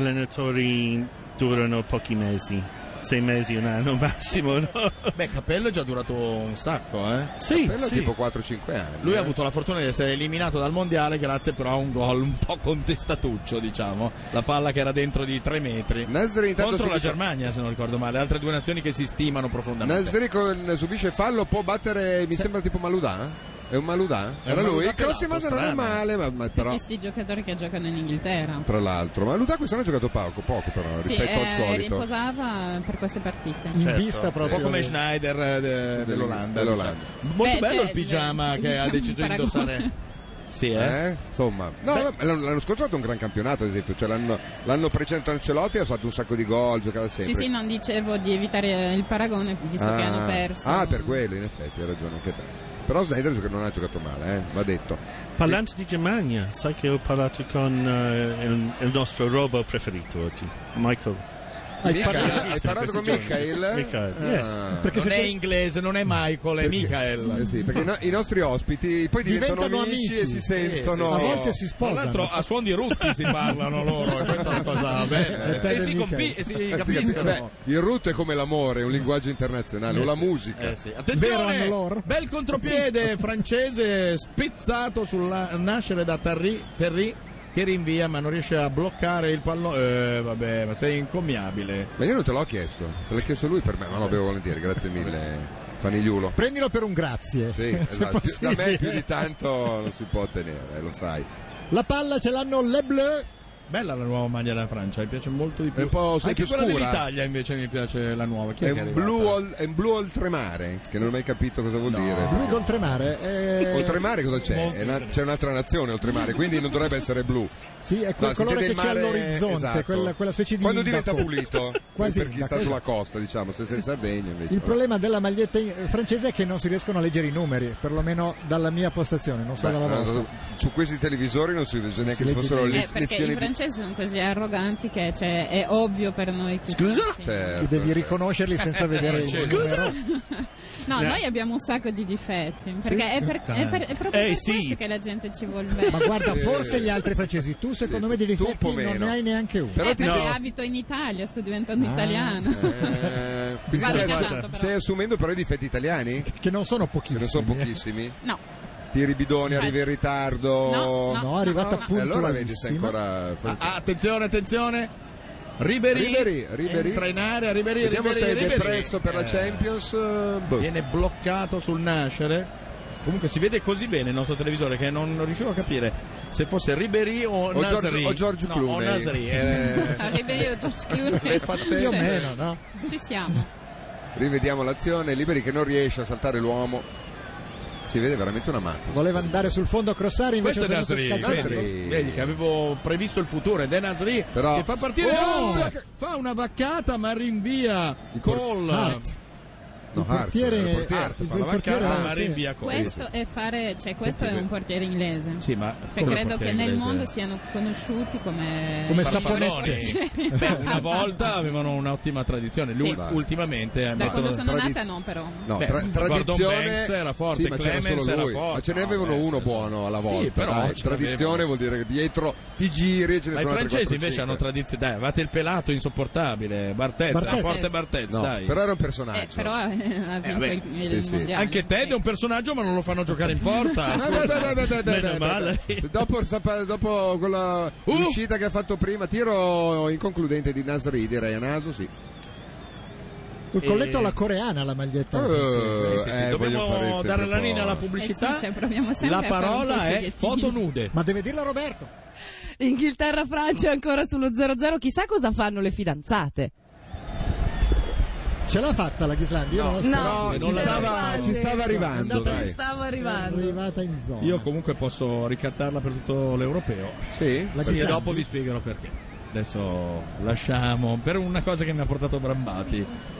Speaker 10: allenatori durano pochi mesi, 6 mesi, un anno massimo. No?
Speaker 3: Beh, Capello è già durato un sacco, eh.
Speaker 10: Sì,
Speaker 4: Quello
Speaker 10: sì.
Speaker 4: tipo 4-5 anni.
Speaker 3: Lui
Speaker 4: eh.
Speaker 3: ha avuto la fortuna di essere eliminato dal mondiale grazie però a un gol un po' contestatuccio, diciamo. La palla che era dentro di 3 metri.
Speaker 4: Nasri intanto
Speaker 3: Contro la
Speaker 4: subito-
Speaker 3: Germania, se non ricordo male, altre due nazioni che si stimano profondamente.
Speaker 4: Nasri con- subisce fallo, può battere, mi sembra tipo Maludà. È un Maludà?
Speaker 3: È un
Speaker 4: Era lui?
Speaker 3: Maludà
Speaker 4: Il prossimo
Speaker 3: pelato,
Speaker 4: non è
Speaker 3: strano.
Speaker 4: male, ma, ma però...
Speaker 6: Tutti questi giocatori che giocano in Inghilterra.
Speaker 4: Tra l'altro, Maludà quest'anno ha giocato poco, poco però,
Speaker 6: Sì,
Speaker 4: rispetto al
Speaker 6: eh,
Speaker 4: solito.
Speaker 6: riposava per queste partite.
Speaker 2: in vista
Speaker 4: certo, sì.
Speaker 3: un
Speaker 2: proprio
Speaker 3: po' come Schneider eh, de- dell'Olanda.
Speaker 4: dell'Olanda.
Speaker 3: diciamo. Molto
Speaker 6: Beh,
Speaker 3: bello
Speaker 6: cioè,
Speaker 3: il pigiama
Speaker 6: le-
Speaker 3: che ha
Speaker 6: diciamo
Speaker 3: deciso di
Speaker 6: un paragone.
Speaker 3: indossare. Sì, eh.
Speaker 4: Eh? Insomma, no, vabbè, l'anno, l'anno scorso ha fatto un gran campionato, ad esempio. Cioè, l'anno, l'anno precedente Ancelotti ha fatto un sacco di gol, giocava sempre.
Speaker 6: Sì, sì, non dicevo di evitare il paragone, visto che hanno perso.
Speaker 4: Ah, per quello, in effetti, hai ragione, anche te. Però Snyder gioca- non ha giocato male, eh, va detto.
Speaker 10: Parlando di Germania, sai che ho parlato con eh, il, il nostro robo preferito oggi, Michael.
Speaker 2: Hai
Speaker 4: Michael,
Speaker 2: parlato-
Speaker 4: hai parlato con
Speaker 10: questi giorni.
Speaker 4: Michael?
Speaker 10: Michael,
Speaker 4: Ah.
Speaker 10: yes.
Speaker 2: perché
Speaker 3: non
Speaker 2: se
Speaker 3: è
Speaker 2: te-
Speaker 3: inglese, non è Michael, è Michael.
Speaker 4: Eh sì, perché no- i nostri ospiti poi diventano,
Speaker 2: Diventano
Speaker 4: amici,
Speaker 2: amici.
Speaker 4: e si sentono.
Speaker 2: sì, sì. A volte si sposano.
Speaker 3: Tra l'altro a suon di rutti si parlano loro, e questa è una cosa bella.
Speaker 2: Peter
Speaker 3: e si,
Speaker 2: e
Speaker 3: confi-
Speaker 2: Michael.
Speaker 3: e si
Speaker 4: Eh, sì, capisco.
Speaker 3: capiscono.
Speaker 4: Beh, il root è come l'amore, è un linguaggio internazionale, o la musica.
Speaker 3: Eh sì.
Speaker 2: Vero, allora?
Speaker 3: Attenzione! Bel contropiede francese spezzato sul nascere da Terry, Terry, che rinvia ma non riesce a bloccare il pallone. Eh, vabbè, ma sei incommiabile.
Speaker 4: Ma io non te l'ho chiesto, te l'ha chiesto lui per me, ma lo bevo volentieri, grazie mille, Fanigliulo.
Speaker 2: prendilo per un grazie
Speaker 4: Sì,
Speaker 2: se
Speaker 4: esatto. Più- Da
Speaker 2: possibile.
Speaker 4: me più di tanto non si può ottenere, eh, lo sai.
Speaker 2: la palla ce l'hanno le bleu
Speaker 3: Bella la nuova maglia della Francia, mi piace molto di più.
Speaker 4: È un po' su-
Speaker 3: Anche
Speaker 4: più
Speaker 3: quella
Speaker 4: scura.
Speaker 3: dell'Italia invece mi piace la nuova. Chi
Speaker 4: È
Speaker 3: è, che
Speaker 4: un,
Speaker 3: arrivata?
Speaker 4: blu ol- è un blu oltremare, che non ho mai capito cosa vuol dire.
Speaker 2: blu d'oltremare eh,
Speaker 4: Oltremare cosa c'è?
Speaker 8: Molto
Speaker 4: È una- c'è un'altra nazione oltremare, quindi non dovrebbe essere blu.
Speaker 2: sì, è
Speaker 4: No,
Speaker 2: quel
Speaker 4: si
Speaker 2: colore
Speaker 4: vede
Speaker 2: che
Speaker 4: il
Speaker 2: c'è
Speaker 4: mare-
Speaker 2: all'orizzonte
Speaker 4: esatto.
Speaker 2: quella, quella specie di
Speaker 4: Quando diventa
Speaker 2: indaco.
Speaker 4: pulito,
Speaker 2: Quasi
Speaker 4: per chi
Speaker 2: indaco,
Speaker 4: sta sulla
Speaker 2: esatto.
Speaker 4: costa, diciamo, se sei in Sardegna invece.
Speaker 2: il
Speaker 4: vabbè.
Speaker 2: problema della maglietta in- francese è che non si riescono a leggere i numeri perlomeno dalla mia postazione non so
Speaker 4: Beh,
Speaker 2: dalla vostra
Speaker 4: no, su questi televisori non si dice
Speaker 2: Si
Speaker 4: neanche se
Speaker 2: legge
Speaker 4: fossero
Speaker 2: bene.
Speaker 6: Eh,
Speaker 4: le
Speaker 6: perché i
Speaker 4: lezioni di
Speaker 6: francesi sono così arroganti che cioè, è ovvio per noi che Scusa?
Speaker 4: Certo,
Speaker 2: che devi
Speaker 4: certo.
Speaker 2: riconoscerli senza vedere il numero
Speaker 6: No, noi abbiamo un sacco di difetti. Perché è, per- è per- è proprio
Speaker 10: Eh,
Speaker 6: per
Speaker 10: sì.
Speaker 6: questo che la gente ci vuole bene.
Speaker 2: ma guarda forse gli altri francesi tu secondo me di
Speaker 4: Eh, tu un po'
Speaker 2: rifletti non
Speaker 4: meno.
Speaker 2: ne hai neanche uno
Speaker 4: Però
Speaker 6: Eh,
Speaker 4: ti-
Speaker 6: perché
Speaker 10: no.
Speaker 6: abito in Italia, sto diventando italiana.
Speaker 4: Eh, quindi
Speaker 6: Guarda
Speaker 4: stai,
Speaker 6: che
Speaker 4: assu-
Speaker 6: tanto, però.
Speaker 4: stai assumendo però i difetti italiani? Che
Speaker 2: che non sono pochissimi
Speaker 4: non sono
Speaker 2: eh.
Speaker 4: pochissimi.
Speaker 6: No,
Speaker 4: Tiri bidoni, arrivi in ritardo.
Speaker 6: No,
Speaker 2: no,
Speaker 6: no,
Speaker 2: è arrivata
Speaker 6: no, no.
Speaker 4: E allora vedi se
Speaker 2: puntualissima
Speaker 4: ancora.
Speaker 3: Ah, ah, attenzione, attenzione. Ribery,
Speaker 4: Ribery, Ribery.
Speaker 3: entra in area, Ribery,
Speaker 4: Vediamo
Speaker 3: Ribery,
Speaker 4: se è
Speaker 3: Ribery.
Speaker 4: depresso per la
Speaker 3: Eh,
Speaker 4: Champions. eh, boh.
Speaker 3: Viene bloccato sul nascere. Comunque si vede così bene il nostro televisore che non, non riuscivo a capire se fosse Ribery o,
Speaker 4: O Giorgio-
Speaker 3: Nasri.
Speaker 4: o Giorgio
Speaker 3: no,
Speaker 4: Clooney.
Speaker 3: O Nasri.
Speaker 4: Eh,
Speaker 6: avrebbe io George Clooney.
Speaker 4: fattezze.
Speaker 2: più o
Speaker 6: Cioè,
Speaker 2: meno no?
Speaker 6: Ci siamo.
Speaker 4: Rivediamo l'azione. Liberi che non riesce a saltare l'uomo. Si vede veramente una mazza.
Speaker 2: voleva andare sul fondo a crossare invece
Speaker 3: Questo è
Speaker 2: ha tenuto il
Speaker 3: Nasri,
Speaker 2: calcio
Speaker 4: Nasri.
Speaker 2: d'angolo.
Speaker 3: vedi, vedi che avevo previsto il futuro ed è Nasri
Speaker 4: Però-
Speaker 3: che fa partire
Speaker 4: Oh!
Speaker 3: l'onda, fa una vaccata ma rinvia gol.
Speaker 2: Hart.
Speaker 4: No,
Speaker 2: il
Speaker 4: Hart,
Speaker 2: portiere-
Speaker 4: il eh, portiere
Speaker 2: Hart,
Speaker 4: fa
Speaker 3: Ah,
Speaker 2: il
Speaker 4: la
Speaker 2: portiere
Speaker 4: vaccata,
Speaker 2: era-
Speaker 4: ma
Speaker 2: sì.
Speaker 4: rinvia
Speaker 3: cosa.
Speaker 6: Questo è fare, cioè, questo è un portiere inglese.
Speaker 3: Sì, ma
Speaker 6: Cioè,
Speaker 3: come
Speaker 6: credo
Speaker 3: portiere
Speaker 6: che nel
Speaker 3: inglese?
Speaker 6: mondo siano conosciuti come,
Speaker 2: Come
Speaker 6: i-
Speaker 2: saponetti.
Speaker 3: Beh, una volta avevano un'ottima tradizione,
Speaker 6: Sì.
Speaker 3: l'ul- ultimamente è
Speaker 6: Da
Speaker 3: andato.
Speaker 6: quando sono
Speaker 4: tradiz-
Speaker 6: nata no, però.
Speaker 4: No,
Speaker 3: Beh,
Speaker 4: tra-
Speaker 3: Gordon
Speaker 4: tradizione
Speaker 3: Banks era forte,
Speaker 4: sì, ma c'era
Speaker 3: Clemens
Speaker 4: solo
Speaker 3: era
Speaker 4: lui.
Speaker 3: forte.
Speaker 4: Ma ce ne
Speaker 3: No,
Speaker 4: avevano
Speaker 3: beh,
Speaker 4: uno
Speaker 3: insomma.
Speaker 4: buono alla
Speaker 3: Sì,
Speaker 4: volta.
Speaker 3: però
Speaker 4: dai.
Speaker 3: ce
Speaker 4: tradizione
Speaker 3: l'avevano.
Speaker 4: vuol dire che dietro ti giri e ce ne
Speaker 3: Ma i
Speaker 4: sono altri
Speaker 3: francesi
Speaker 4: 4-5.
Speaker 3: invece hanno tradizione. Dai, avevate il pelato insopportabile, Bartez,
Speaker 2: Barthez.
Speaker 3: la forte Bartez,
Speaker 4: No,
Speaker 3: dai.
Speaker 4: però era un
Speaker 6: Eh,
Speaker 4: personaggio.
Speaker 6: però eh, ha vinto
Speaker 3: vabbè,
Speaker 6: il, il
Speaker 4: sì, sì.
Speaker 6: mondiale. Eh,
Speaker 3: Anche Ted è un personaggio, ma non lo fanno giocare in porta.
Speaker 4: Ah, beh, beh, beh, beh, beh, beh,
Speaker 10: Meno
Speaker 4: beh,
Speaker 10: male.
Speaker 4: beh. Dopo, il zap- dopo quella
Speaker 3: Uh!
Speaker 4: uscita che ha fatto prima, tiro inconcludente di Nasri, direi a naso, sì.
Speaker 2: Col colletto
Speaker 10: E-
Speaker 2: alla coreana la maglietta.
Speaker 4: Eh, eh,
Speaker 3: Sì, sì,
Speaker 4: voglio fare
Speaker 3: Dobbiamo
Speaker 4: sempre
Speaker 3: dare la
Speaker 4: un po'.
Speaker 3: linea alla
Speaker 6: Eh
Speaker 3: pubblicità.
Speaker 6: sì, cioè, proviamo sempre
Speaker 3: la
Speaker 6: a fare un
Speaker 3: parola è
Speaker 6: pochettino.
Speaker 3: foto nude.
Speaker 2: Ma deve dirla Roberto.
Speaker 7: Inghilterra, Francia ancora sullo 0-0. Chissà cosa fanno le fidanzate.
Speaker 2: Ce l'ha fatta la Ghislandi? Io non lo so.
Speaker 7: No,
Speaker 4: No,
Speaker 7: ci
Speaker 4: ci
Speaker 7: siamo
Speaker 4: stava,
Speaker 7: arrivati.
Speaker 4: ci stava
Speaker 3: Eh,
Speaker 4: arrivando,
Speaker 2: Andate-
Speaker 7: Ci
Speaker 4: dai.
Speaker 7: stavo
Speaker 2: È
Speaker 7: arrivando.
Speaker 2: arrivata in zona.
Speaker 3: Io comunque posso ricattarla per tutto l'europeo.
Speaker 4: Sì?
Speaker 2: La
Speaker 3: Perché
Speaker 2: Ghislandi?
Speaker 3: dopo vi spiegano perché. Adesso lasciamo per una cosa che mi ha portato Brambati.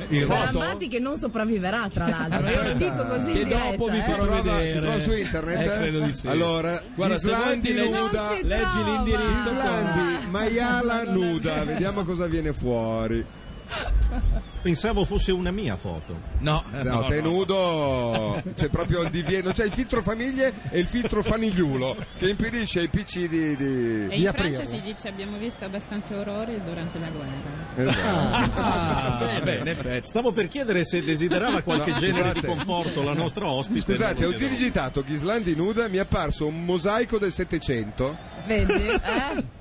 Speaker 8: Il
Speaker 7: Sarà
Speaker 3: Eh, Foto? Eh,
Speaker 7: Matti che non sopravviverà, tra l'altro. eh, Io lo dico così
Speaker 3: Che
Speaker 7: in diretta.
Speaker 3: dopo vi
Speaker 7: eh.
Speaker 4: Si
Speaker 3: farò
Speaker 4: trova,
Speaker 3: vedere.
Speaker 4: si trova su internet?
Speaker 3: Eh, credo di sì.
Speaker 4: Allora,
Speaker 3: Guarda, se vuoi
Speaker 4: Islandi
Speaker 3: ti leggi-
Speaker 4: nuda.
Speaker 7: Non si
Speaker 3: Leggi
Speaker 7: trova. Cioè,
Speaker 3: l'indirizzo.
Speaker 4: Islandi, maiala nuda, vediamo cosa viene fuori.
Speaker 5: Pensavo fosse una mia foto.
Speaker 3: No, eh,
Speaker 4: No,
Speaker 3: no,
Speaker 4: te
Speaker 3: no.
Speaker 4: nudo c'è proprio il divieto, c'è il filtro famiglie e il filtro fanigliulo che impedisce ai PC di. di-
Speaker 6: E
Speaker 2: Di
Speaker 6: in Francia
Speaker 2: aprirlo.
Speaker 6: si dice abbiamo visto abbastanza orrore durante la guerra.
Speaker 4: Esatto.
Speaker 3: Ah, beh, in effetti.
Speaker 5: Stavo per chiedere se desiderava qualche
Speaker 4: No,
Speaker 5: genere di
Speaker 4: scusate.
Speaker 5: conforto la nostra ospite.
Speaker 4: Scusate,
Speaker 5: Non
Speaker 4: ho
Speaker 5: lo chiedo.
Speaker 4: digitato Ghislandi nuda, mi è apparso un mosaico del Settecento.
Speaker 7: Vedi?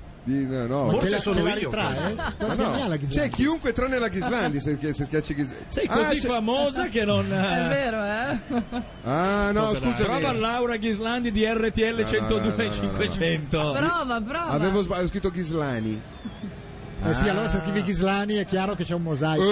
Speaker 7: Eh?
Speaker 4: Di- no, no,
Speaker 5: Forse
Speaker 2: Te la-
Speaker 5: sono
Speaker 2: te la
Speaker 5: io,
Speaker 2: ritrae?
Speaker 4: Ma
Speaker 2: Quanti
Speaker 4: Ah, no,
Speaker 2: anni ha la
Speaker 4: c'è
Speaker 2: Ghislandi?
Speaker 4: chiunque tranne la Ghislandi se, se schiacci Ghislandi.
Speaker 3: Sei così
Speaker 4: ah, c'è-
Speaker 3: famosa che non.
Speaker 7: È
Speaker 3: eh,
Speaker 7: vero, eh?
Speaker 4: ah, no, scusa.
Speaker 3: Prova Laura Ghislandi di RTL
Speaker 4: no,
Speaker 3: 102
Speaker 4: no, no,
Speaker 3: 500.
Speaker 7: Prova, prova.
Speaker 4: Avevo sba- ho scritto Ghislani.
Speaker 2: Eh sì, allora
Speaker 4: Ah.
Speaker 2: se scrivi Ghislani è chiaro che c'è un
Speaker 4: Uh.
Speaker 2: mosaico.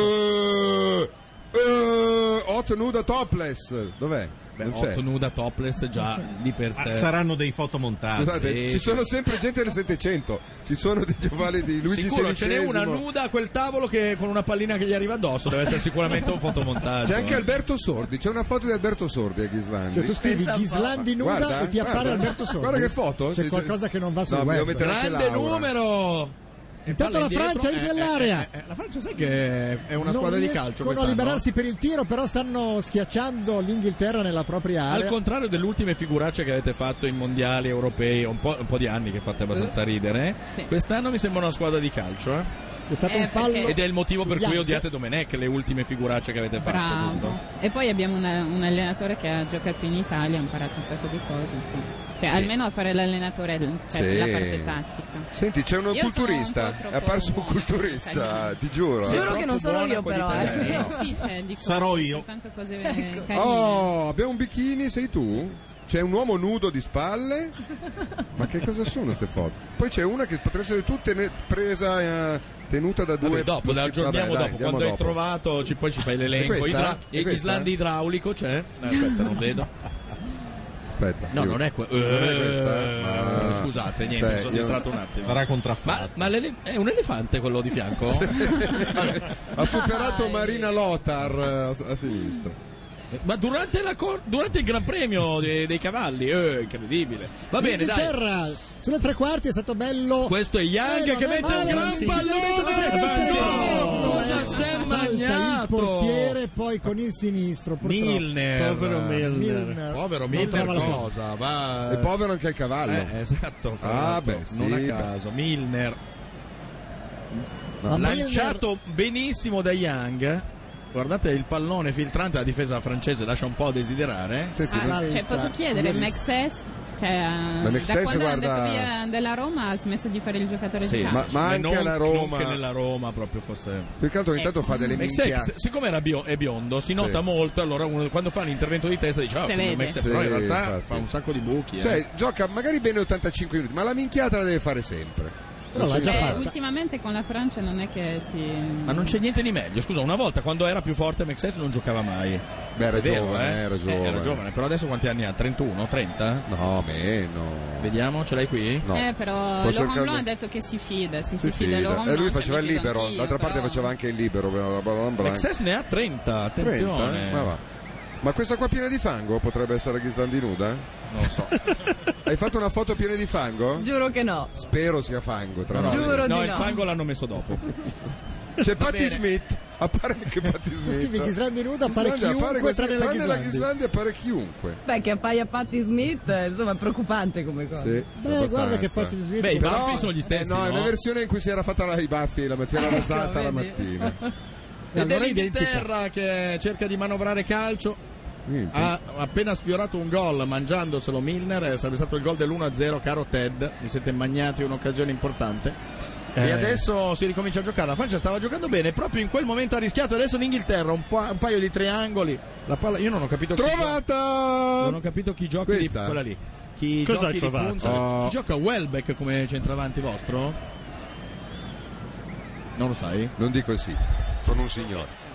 Speaker 4: Eh, eh, hot nuda topless. Dov'è?
Speaker 3: Beh,
Speaker 4: non c'è.
Speaker 3: hot Cioè, nuda topless già di per
Speaker 5: Ah,
Speaker 3: sé.
Speaker 5: saranno dei fotomontaggi.
Speaker 4: Eh. Scusate,
Speaker 3: Ah, sì,
Speaker 4: ci
Speaker 3: sì.
Speaker 4: sono sempre gente del Settecento. Ci sono degli ovali di Luigi
Speaker 3: Sicuro, ce n'è
Speaker 4: XVI.
Speaker 3: una nuda a quel tavolo che con una pallina che gli arriva addosso. Deve essere sicuramente un fotomontaggio.
Speaker 4: C'è anche
Speaker 3: eh.
Speaker 4: Alberto Sordi, c'è una foto di Alberto Sordi a Ghislandi.
Speaker 2: Cioè tu scrivi
Speaker 7: Pensa un po'.
Speaker 2: Ghislandi nuda
Speaker 4: Guarda,
Speaker 2: e ti appare
Speaker 4: guarda.
Speaker 2: Alberto Sordi.
Speaker 4: Guarda che foto,
Speaker 2: C'è
Speaker 4: sì,
Speaker 2: qualcosa
Speaker 4: sì.
Speaker 2: che non va sul
Speaker 4: No,
Speaker 2: web.
Speaker 4: devo mettere-
Speaker 3: Grande
Speaker 4: Laura.
Speaker 3: numero! E
Speaker 2: Intanto
Speaker 3: palla
Speaker 2: la
Speaker 3: indietro.
Speaker 2: Francia entra
Speaker 3: Eh, eh,
Speaker 2: nell'area.
Speaker 3: eh, eh, la Francia sai che è una
Speaker 2: Non
Speaker 3: squadra di
Speaker 2: riescono
Speaker 3: calcio.
Speaker 2: a
Speaker 3: quest'anno? eh.
Speaker 2: liberarsi per il tiro, però stanno schiacciando l'Inghilterra nella propria
Speaker 3: Al
Speaker 2: area.
Speaker 3: contrario delle ultime figuracce che avete fatto in mondiali europei, un po', un po' di anni che fate abbastanza ridere, eh,
Speaker 6: Sì.
Speaker 3: quest'anno mi sembra una squadra di calcio. eh.
Speaker 2: È stato
Speaker 7: Eh,
Speaker 2: un fallo.
Speaker 7: perché-
Speaker 3: Ed è il motivo per
Speaker 2: sugli
Speaker 3: cui
Speaker 2: altri.
Speaker 3: odiate Domenech, le ultime figuracce che avete fatto,
Speaker 6: Bravo.
Speaker 3: giusto?
Speaker 6: E poi abbiamo una- un allenatore che ha giocato in Italia, ha imparato un sacco di cose. Cioè, almeno a fare l'allenatore, cioè
Speaker 4: Sì.
Speaker 6: la parte tattica.
Speaker 4: Senti, c'è uno
Speaker 6: Io sono
Speaker 4: culturista.
Speaker 6: un po' troppo
Speaker 4: è apparso un
Speaker 6: buona,
Speaker 4: culturista,
Speaker 6: italiana.
Speaker 4: ti giuro.
Speaker 3: Sì.
Speaker 4: eh.
Speaker 7: Giuro che non sono
Speaker 3: buona
Speaker 7: io,
Speaker 3: con i
Speaker 7: però.
Speaker 3: italiani.
Speaker 7: eh.
Speaker 6: Eh, sì, cioè, dico,
Speaker 5: Sarò io.
Speaker 6: Soltanto cose eh, carine.
Speaker 4: Oh, abbiamo un bikini, sei tu? C'è un uomo nudo di spalle? Ma che cosa sono queste foto? Poi c'è una che potrebbe essere tutta ne- presa, eh, tenuta da due...
Speaker 3: Vabbè, dopo, la aggiorniamo
Speaker 4: Vabbè, dai,
Speaker 3: dopo.
Speaker 4: andiamo
Speaker 3: Quando hai
Speaker 4: dopo.
Speaker 3: trovato, ci- poi ci fai l'elenco.
Speaker 4: E questa?
Speaker 3: Idra-
Speaker 4: E
Speaker 3: e
Speaker 4: questa?
Speaker 3: Islandi idraulico c'è? Eh, aspetta, non vedo.
Speaker 4: Aspetta.
Speaker 3: No,
Speaker 4: io-
Speaker 3: non è, que-
Speaker 4: non è questa.
Speaker 3: Eh,
Speaker 4: Ma-
Speaker 3: Scusate, niente,
Speaker 4: Cioè,
Speaker 3: mi sono
Speaker 4: io-
Speaker 3: distratto un attimo.
Speaker 5: Sarà
Speaker 3: Ma,
Speaker 5: contraffatto.
Speaker 3: ma l'ele- è un elefante quello di fianco?
Speaker 4: Ha superato Marina Lothar eh, a, a sinistra.
Speaker 3: ma durante, la cor- durante il Gran Premio dei, dei cavalli, eh, incredibile. Va bene, dai.
Speaker 2: L'Inghilterra sulle tre quarti è stato bello.
Speaker 3: Questo è Yang
Speaker 2: Eh,
Speaker 3: che
Speaker 2: non è
Speaker 3: mette un
Speaker 2: male,
Speaker 3: gran
Speaker 2: sì,
Speaker 3: pallone.
Speaker 2: sì,
Speaker 3: No,
Speaker 2: sì,
Speaker 3: cosa
Speaker 2: sì,
Speaker 3: si è
Speaker 2: salta Il
Speaker 3: magnato?
Speaker 2: portiere poi con il sinistro. purtroppo.
Speaker 3: Milner.
Speaker 10: Povero Milner.
Speaker 2: Milner.
Speaker 3: Povero
Speaker 2: Non
Speaker 3: Milner
Speaker 2: trova la palla.
Speaker 3: cosa? Va...
Speaker 4: E povero anche il cavallo.
Speaker 3: Eh, esatto, fra
Speaker 4: Ah,
Speaker 3: l'altro,
Speaker 4: beh, sì,
Speaker 3: non
Speaker 4: beh.
Speaker 3: a caso. Milner
Speaker 2: Ma Milner-
Speaker 3: lanciato benissimo da Young. Guardate il pallone filtrante, la difesa francese lascia un po' a desiderare.
Speaker 4: Senti,
Speaker 6: Ah,
Speaker 2: Salta,
Speaker 6: cioè, posso chiedere,
Speaker 2: Willis.
Speaker 6: Mexes, cioè,
Speaker 4: Ma
Speaker 6: da
Speaker 4: Maxes,
Speaker 6: quando è
Speaker 4: guarda-
Speaker 6: andato via dalla Roma ha smesso di fare il giocatore
Speaker 3: Sì,
Speaker 6: di calcio.
Speaker 4: ma- ma anche
Speaker 3: non,
Speaker 4: alla Roma-
Speaker 3: Non che nella Roma proprio fosse...
Speaker 4: Più che altro ogni tanto fa delle
Speaker 3: Max
Speaker 4: minchia.
Speaker 3: Eh, Sex, siccome era bio- è biondo, si nota molto, allora uno, quando fa l'intervento di testa dice, ah,
Speaker 6: Se
Speaker 3: come
Speaker 6: vede.
Speaker 3: Max Sex",
Speaker 4: Sì,
Speaker 3: però in realtà
Speaker 4: infatti.
Speaker 3: fa un sacco di buchi. eh.
Speaker 4: Cioè, gioca magari bene 85 minuti, ma la minchiata la deve fare sempre.
Speaker 2: Però l'ha
Speaker 6: Cioè,
Speaker 2: già fatta.
Speaker 6: ultimamente con la Francia non è che si...
Speaker 3: ma non c'è niente di meglio. Scusa, una volta quando era più forte Max Sex non giocava mai.
Speaker 4: Beh, era
Speaker 3: È vero,
Speaker 4: giovane,
Speaker 3: eh?
Speaker 4: era
Speaker 3: Eh,
Speaker 4: giovane.
Speaker 3: però adesso quanti anni ha? 31, 30?
Speaker 4: No, meno.
Speaker 3: Vediamo, ce l'hai qui?
Speaker 4: No.
Speaker 6: Eh, però
Speaker 4: Sto
Speaker 6: Laurent
Speaker 4: cercando-
Speaker 6: Blanc ha detto che si fida, si, si,
Speaker 4: Si
Speaker 6: fida.
Speaker 4: fida.
Speaker 6: Laurent
Speaker 4: E eh, lui
Speaker 6: Blanc,
Speaker 4: faceva il
Speaker 6: mi fido
Speaker 4: libero,
Speaker 6: anch'io,
Speaker 4: d'altra parte
Speaker 6: però- Eh,
Speaker 4: faceva anche il libero. però la Ballon Blanc.
Speaker 3: Max Sex ne ha 30,
Speaker 4: 30,
Speaker 3: attenzione.
Speaker 4: eh? ma va. Ma questa qua piena di fango potrebbe essere Ghislandi nuda?
Speaker 3: Non lo so.
Speaker 4: Hai fatto una foto piena di fango?
Speaker 7: Giuro che no.
Speaker 4: Spero sia fango, tra
Speaker 3: No,
Speaker 4: l'altro.
Speaker 7: Giuro
Speaker 3: no,
Speaker 7: di
Speaker 3: il
Speaker 7: no.
Speaker 3: fango l'hanno messo dopo.
Speaker 4: C'è Patti
Speaker 3: bene.
Speaker 4: Smith, appare anche Patti
Speaker 2: Tu
Speaker 4: Smith.
Speaker 2: scrivi Ghislandi nuda, appare
Speaker 4: Ghislandi appare
Speaker 2: chiunque
Speaker 4: così,
Speaker 2: tranne la
Speaker 4: tranne la
Speaker 2: Ghislandi.
Speaker 4: Ghislandi appare chiunque.
Speaker 7: Beh, che appaia Patti Smith, eh, insomma, è preoccupante come cosa.
Speaker 4: Sì,
Speaker 2: Beh, guarda che
Speaker 4: abbastanza.
Speaker 2: fatto il
Speaker 3: Beh, i
Speaker 2: video.
Speaker 3: baffi sono gli stessi.
Speaker 4: eh, no, è una
Speaker 3: no?
Speaker 4: versione in cui si era fatta la- i baffi, la si era
Speaker 7: Ecco,
Speaker 4: rasata la
Speaker 7: vedi.
Speaker 4: mattina.
Speaker 3: Ed è
Speaker 2: Allora identica.
Speaker 3: l'Inghilterra che cerca di manovrare calcio.
Speaker 4: Niente.
Speaker 3: Ha appena sfiorato un gol mangiandoselo Milner, eh, sarebbe stato il gol dell'1-0, caro Ted. Vi siete magnati un'occasione importante. E
Speaker 10: Eh.
Speaker 3: adesso si ricomincia a giocare. La Francia stava giocando bene, proprio in quel momento ha rischiato. Adesso l'Inghilterra, un, pa- un paio di triangoli. La palla, io non ho capito chi gio- Non
Speaker 4: Trovata!
Speaker 3: ho capito chi giochi di
Speaker 4: Questa?
Speaker 3: quella lì. Chi
Speaker 10: Cosa hai
Speaker 3: giochi di
Speaker 10: trovato?
Speaker 3: punta?
Speaker 4: Oh.
Speaker 3: Chi gioca Welbeck come centravanti vostro? Non lo sai?
Speaker 4: Non dico il sì, sono un signore.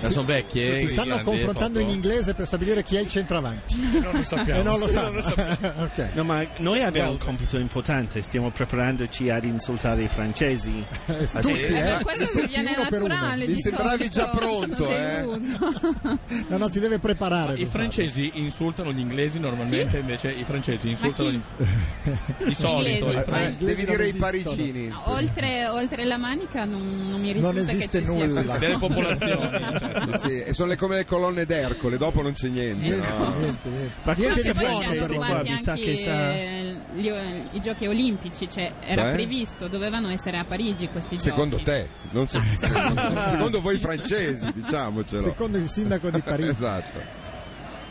Speaker 3: Ma sono vecchie.
Speaker 2: Si
Speaker 9: eh,
Speaker 2: stanno confrontando in inglese per stabilire chi è il centravanti.
Speaker 8: Non lo sappiamo.
Speaker 2: E non lo
Speaker 8: Non lo
Speaker 2: sanno.
Speaker 8: sappiamo.
Speaker 2: Ok.
Speaker 10: No, ma noi abbiamo un compito importante, stiamo preparandoci ad insultare i francesi.
Speaker 2: Tutti,
Speaker 6: Eh,
Speaker 2: eh.
Speaker 6: ma questo mi viene
Speaker 2: Uno per uno.
Speaker 6: naturale.
Speaker 4: Mi
Speaker 6: di
Speaker 4: sembravi
Speaker 6: solito
Speaker 4: già pronto,
Speaker 6: sono
Speaker 4: eh.
Speaker 6: deluso.
Speaker 2: No, no, si deve preparare.
Speaker 9: I
Speaker 2: per
Speaker 9: francesi insultano gli inglesi normalmente, invece i francesi insultano
Speaker 6: chi?
Speaker 9: gli... di solito.
Speaker 6: Inglesi.
Speaker 9: i
Speaker 4: Eh,
Speaker 9: fran-
Speaker 4: devi dire i
Speaker 2: non esistono.
Speaker 4: parigini.
Speaker 6: No, oltre, oltre la manica non, non mi risulta
Speaker 2: Non esiste
Speaker 6: che ci sia
Speaker 2: nulla.
Speaker 6: qualcosa.
Speaker 9: delle popolazioni. cioè.
Speaker 2: certo.
Speaker 4: Sì, e sono le- come le colonne d'Ercole, dopo non c'è niente.
Speaker 2: Niente,
Speaker 4: no?
Speaker 2: niente, niente.
Speaker 10: Ma
Speaker 2: Niente
Speaker 10: questi
Speaker 2: di
Speaker 6: Poi
Speaker 2: buono
Speaker 6: ci
Speaker 10: francesi
Speaker 6: hanno
Speaker 2: per
Speaker 10: qua,
Speaker 2: noi.
Speaker 6: rubati
Speaker 10: mi sa
Speaker 6: anche
Speaker 10: che sa-
Speaker 6: gli- i giochi olimpici, cioè era
Speaker 4: Cioè?
Speaker 6: previsto, dovevano essere a Parigi questi
Speaker 4: Secondo
Speaker 6: giochi.
Speaker 4: te, non so. secondo voi francesi, diciamocelo.
Speaker 2: Secondo il sindaco di Parigi.
Speaker 4: Esatto.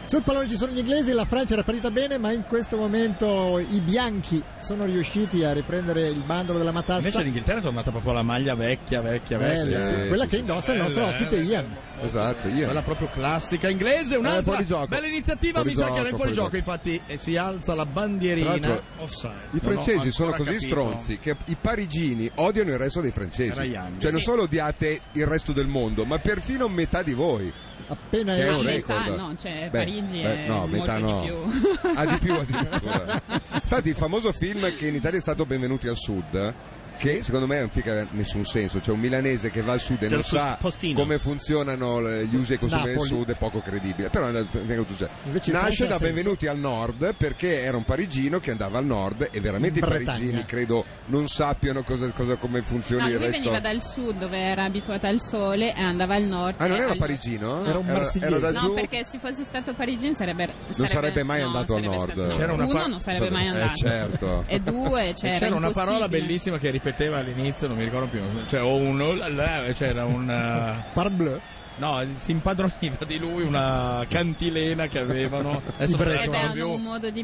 Speaker 2: Sul pallone ci sono gli inglesi, la Francia era partita bene, ma in questo momento i bianchi sono riusciti a riprendere il bandolo della matassa.
Speaker 9: Invece l'Inghilterra è tornata proprio alla maglia vecchia, vecchia, vecchia.
Speaker 2: Bella, Eh, sì.
Speaker 4: sì,
Speaker 2: quella
Speaker 4: sì, eh,
Speaker 2: che indossa il nostro ospite Ian.
Speaker 4: Esatto, io.
Speaker 3: Quella proprio classica
Speaker 9: Eh,
Speaker 3: inglese, un'altra
Speaker 4: fuori gioco.
Speaker 3: bella iniziativa,
Speaker 4: Fuori
Speaker 3: mi sa
Speaker 4: gioco,
Speaker 3: che era in
Speaker 4: fuori
Speaker 3: fuorigioco, infatti eh, si alza la
Speaker 4: Tra
Speaker 3: bandierina.
Speaker 4: l'altro,
Speaker 5: Oh,
Speaker 8: Offside.
Speaker 4: I francesi
Speaker 3: ho
Speaker 4: sono
Speaker 3: ancora
Speaker 4: così
Speaker 3: capito.
Speaker 4: stronzi che i parigini odiano il resto dei
Speaker 3: Era
Speaker 4: francesi.
Speaker 3: Young.
Speaker 4: Cioè, non
Speaker 6: Sì.
Speaker 4: solo odiate il resto del mondo, ma perfino metà di voi.
Speaker 2: Appena
Speaker 4: Che è
Speaker 6: Ah,
Speaker 4: un
Speaker 2: esce.
Speaker 6: metà,
Speaker 4: re- record.
Speaker 6: no, cioè
Speaker 4: Beh,
Speaker 6: Parigi
Speaker 4: beh,
Speaker 6: è
Speaker 4: no,
Speaker 6: molto
Speaker 4: metà
Speaker 6: di
Speaker 4: no.
Speaker 6: più.
Speaker 4: Ah, di più addirittura. Infatti, il famoso film che in Italia è stato Benvenuti al Sud. Che secondo me non fica nessun senso, cioè un milanese che va al sud e
Speaker 10: Del
Speaker 4: non sa
Speaker 10: pos- postino.
Speaker 4: come funzionano le- gli usi e costumi del
Speaker 2: Napoli.
Speaker 4: sud è poco credibile. Però è andato- venga tutto-
Speaker 2: Invece in Francia
Speaker 4: nasce
Speaker 2: ha
Speaker 4: da
Speaker 2: senso.
Speaker 4: Benvenuti al nord perché era un parigino che andava al nord e veramente
Speaker 2: In
Speaker 4: i
Speaker 2: Bretagna.
Speaker 4: parigini credo non sappiano cosa, cosa- come funziona
Speaker 6: No,
Speaker 4: il
Speaker 6: lui
Speaker 4: resto.
Speaker 6: veniva dal sud dove era abituata al sole e andava al nord.
Speaker 4: Ah, non
Speaker 6: e
Speaker 4: era
Speaker 6: al-
Speaker 4: parigino?
Speaker 2: Era un marsigliese.
Speaker 4: da
Speaker 6: No,
Speaker 4: giù.
Speaker 6: perché se fosse stato parigino sarebbe,
Speaker 4: Non sarebbe mai andato al
Speaker 6: sarebbe
Speaker 4: nord.
Speaker 6: stato- no,
Speaker 4: C'era
Speaker 3: una
Speaker 6: uno
Speaker 3: pa-
Speaker 6: non sarebbe mai
Speaker 4: Eh,
Speaker 6: andato.
Speaker 4: certo.
Speaker 6: E due,
Speaker 9: E
Speaker 6: cioè, era
Speaker 9: c'era una parola
Speaker 6: impossibile.
Speaker 9: bellissima che ripeteva all'inizio, non mi ricordo più. Cioè, o un oh là là,
Speaker 3: cioè,
Speaker 9: c'era un. eh,
Speaker 2: Parbleu.
Speaker 9: No, si impadroniva di lui una cantilena che avevano. Adesso non
Speaker 6: Sarebbe
Speaker 9: ricordo più.
Speaker 6: hanno un modo di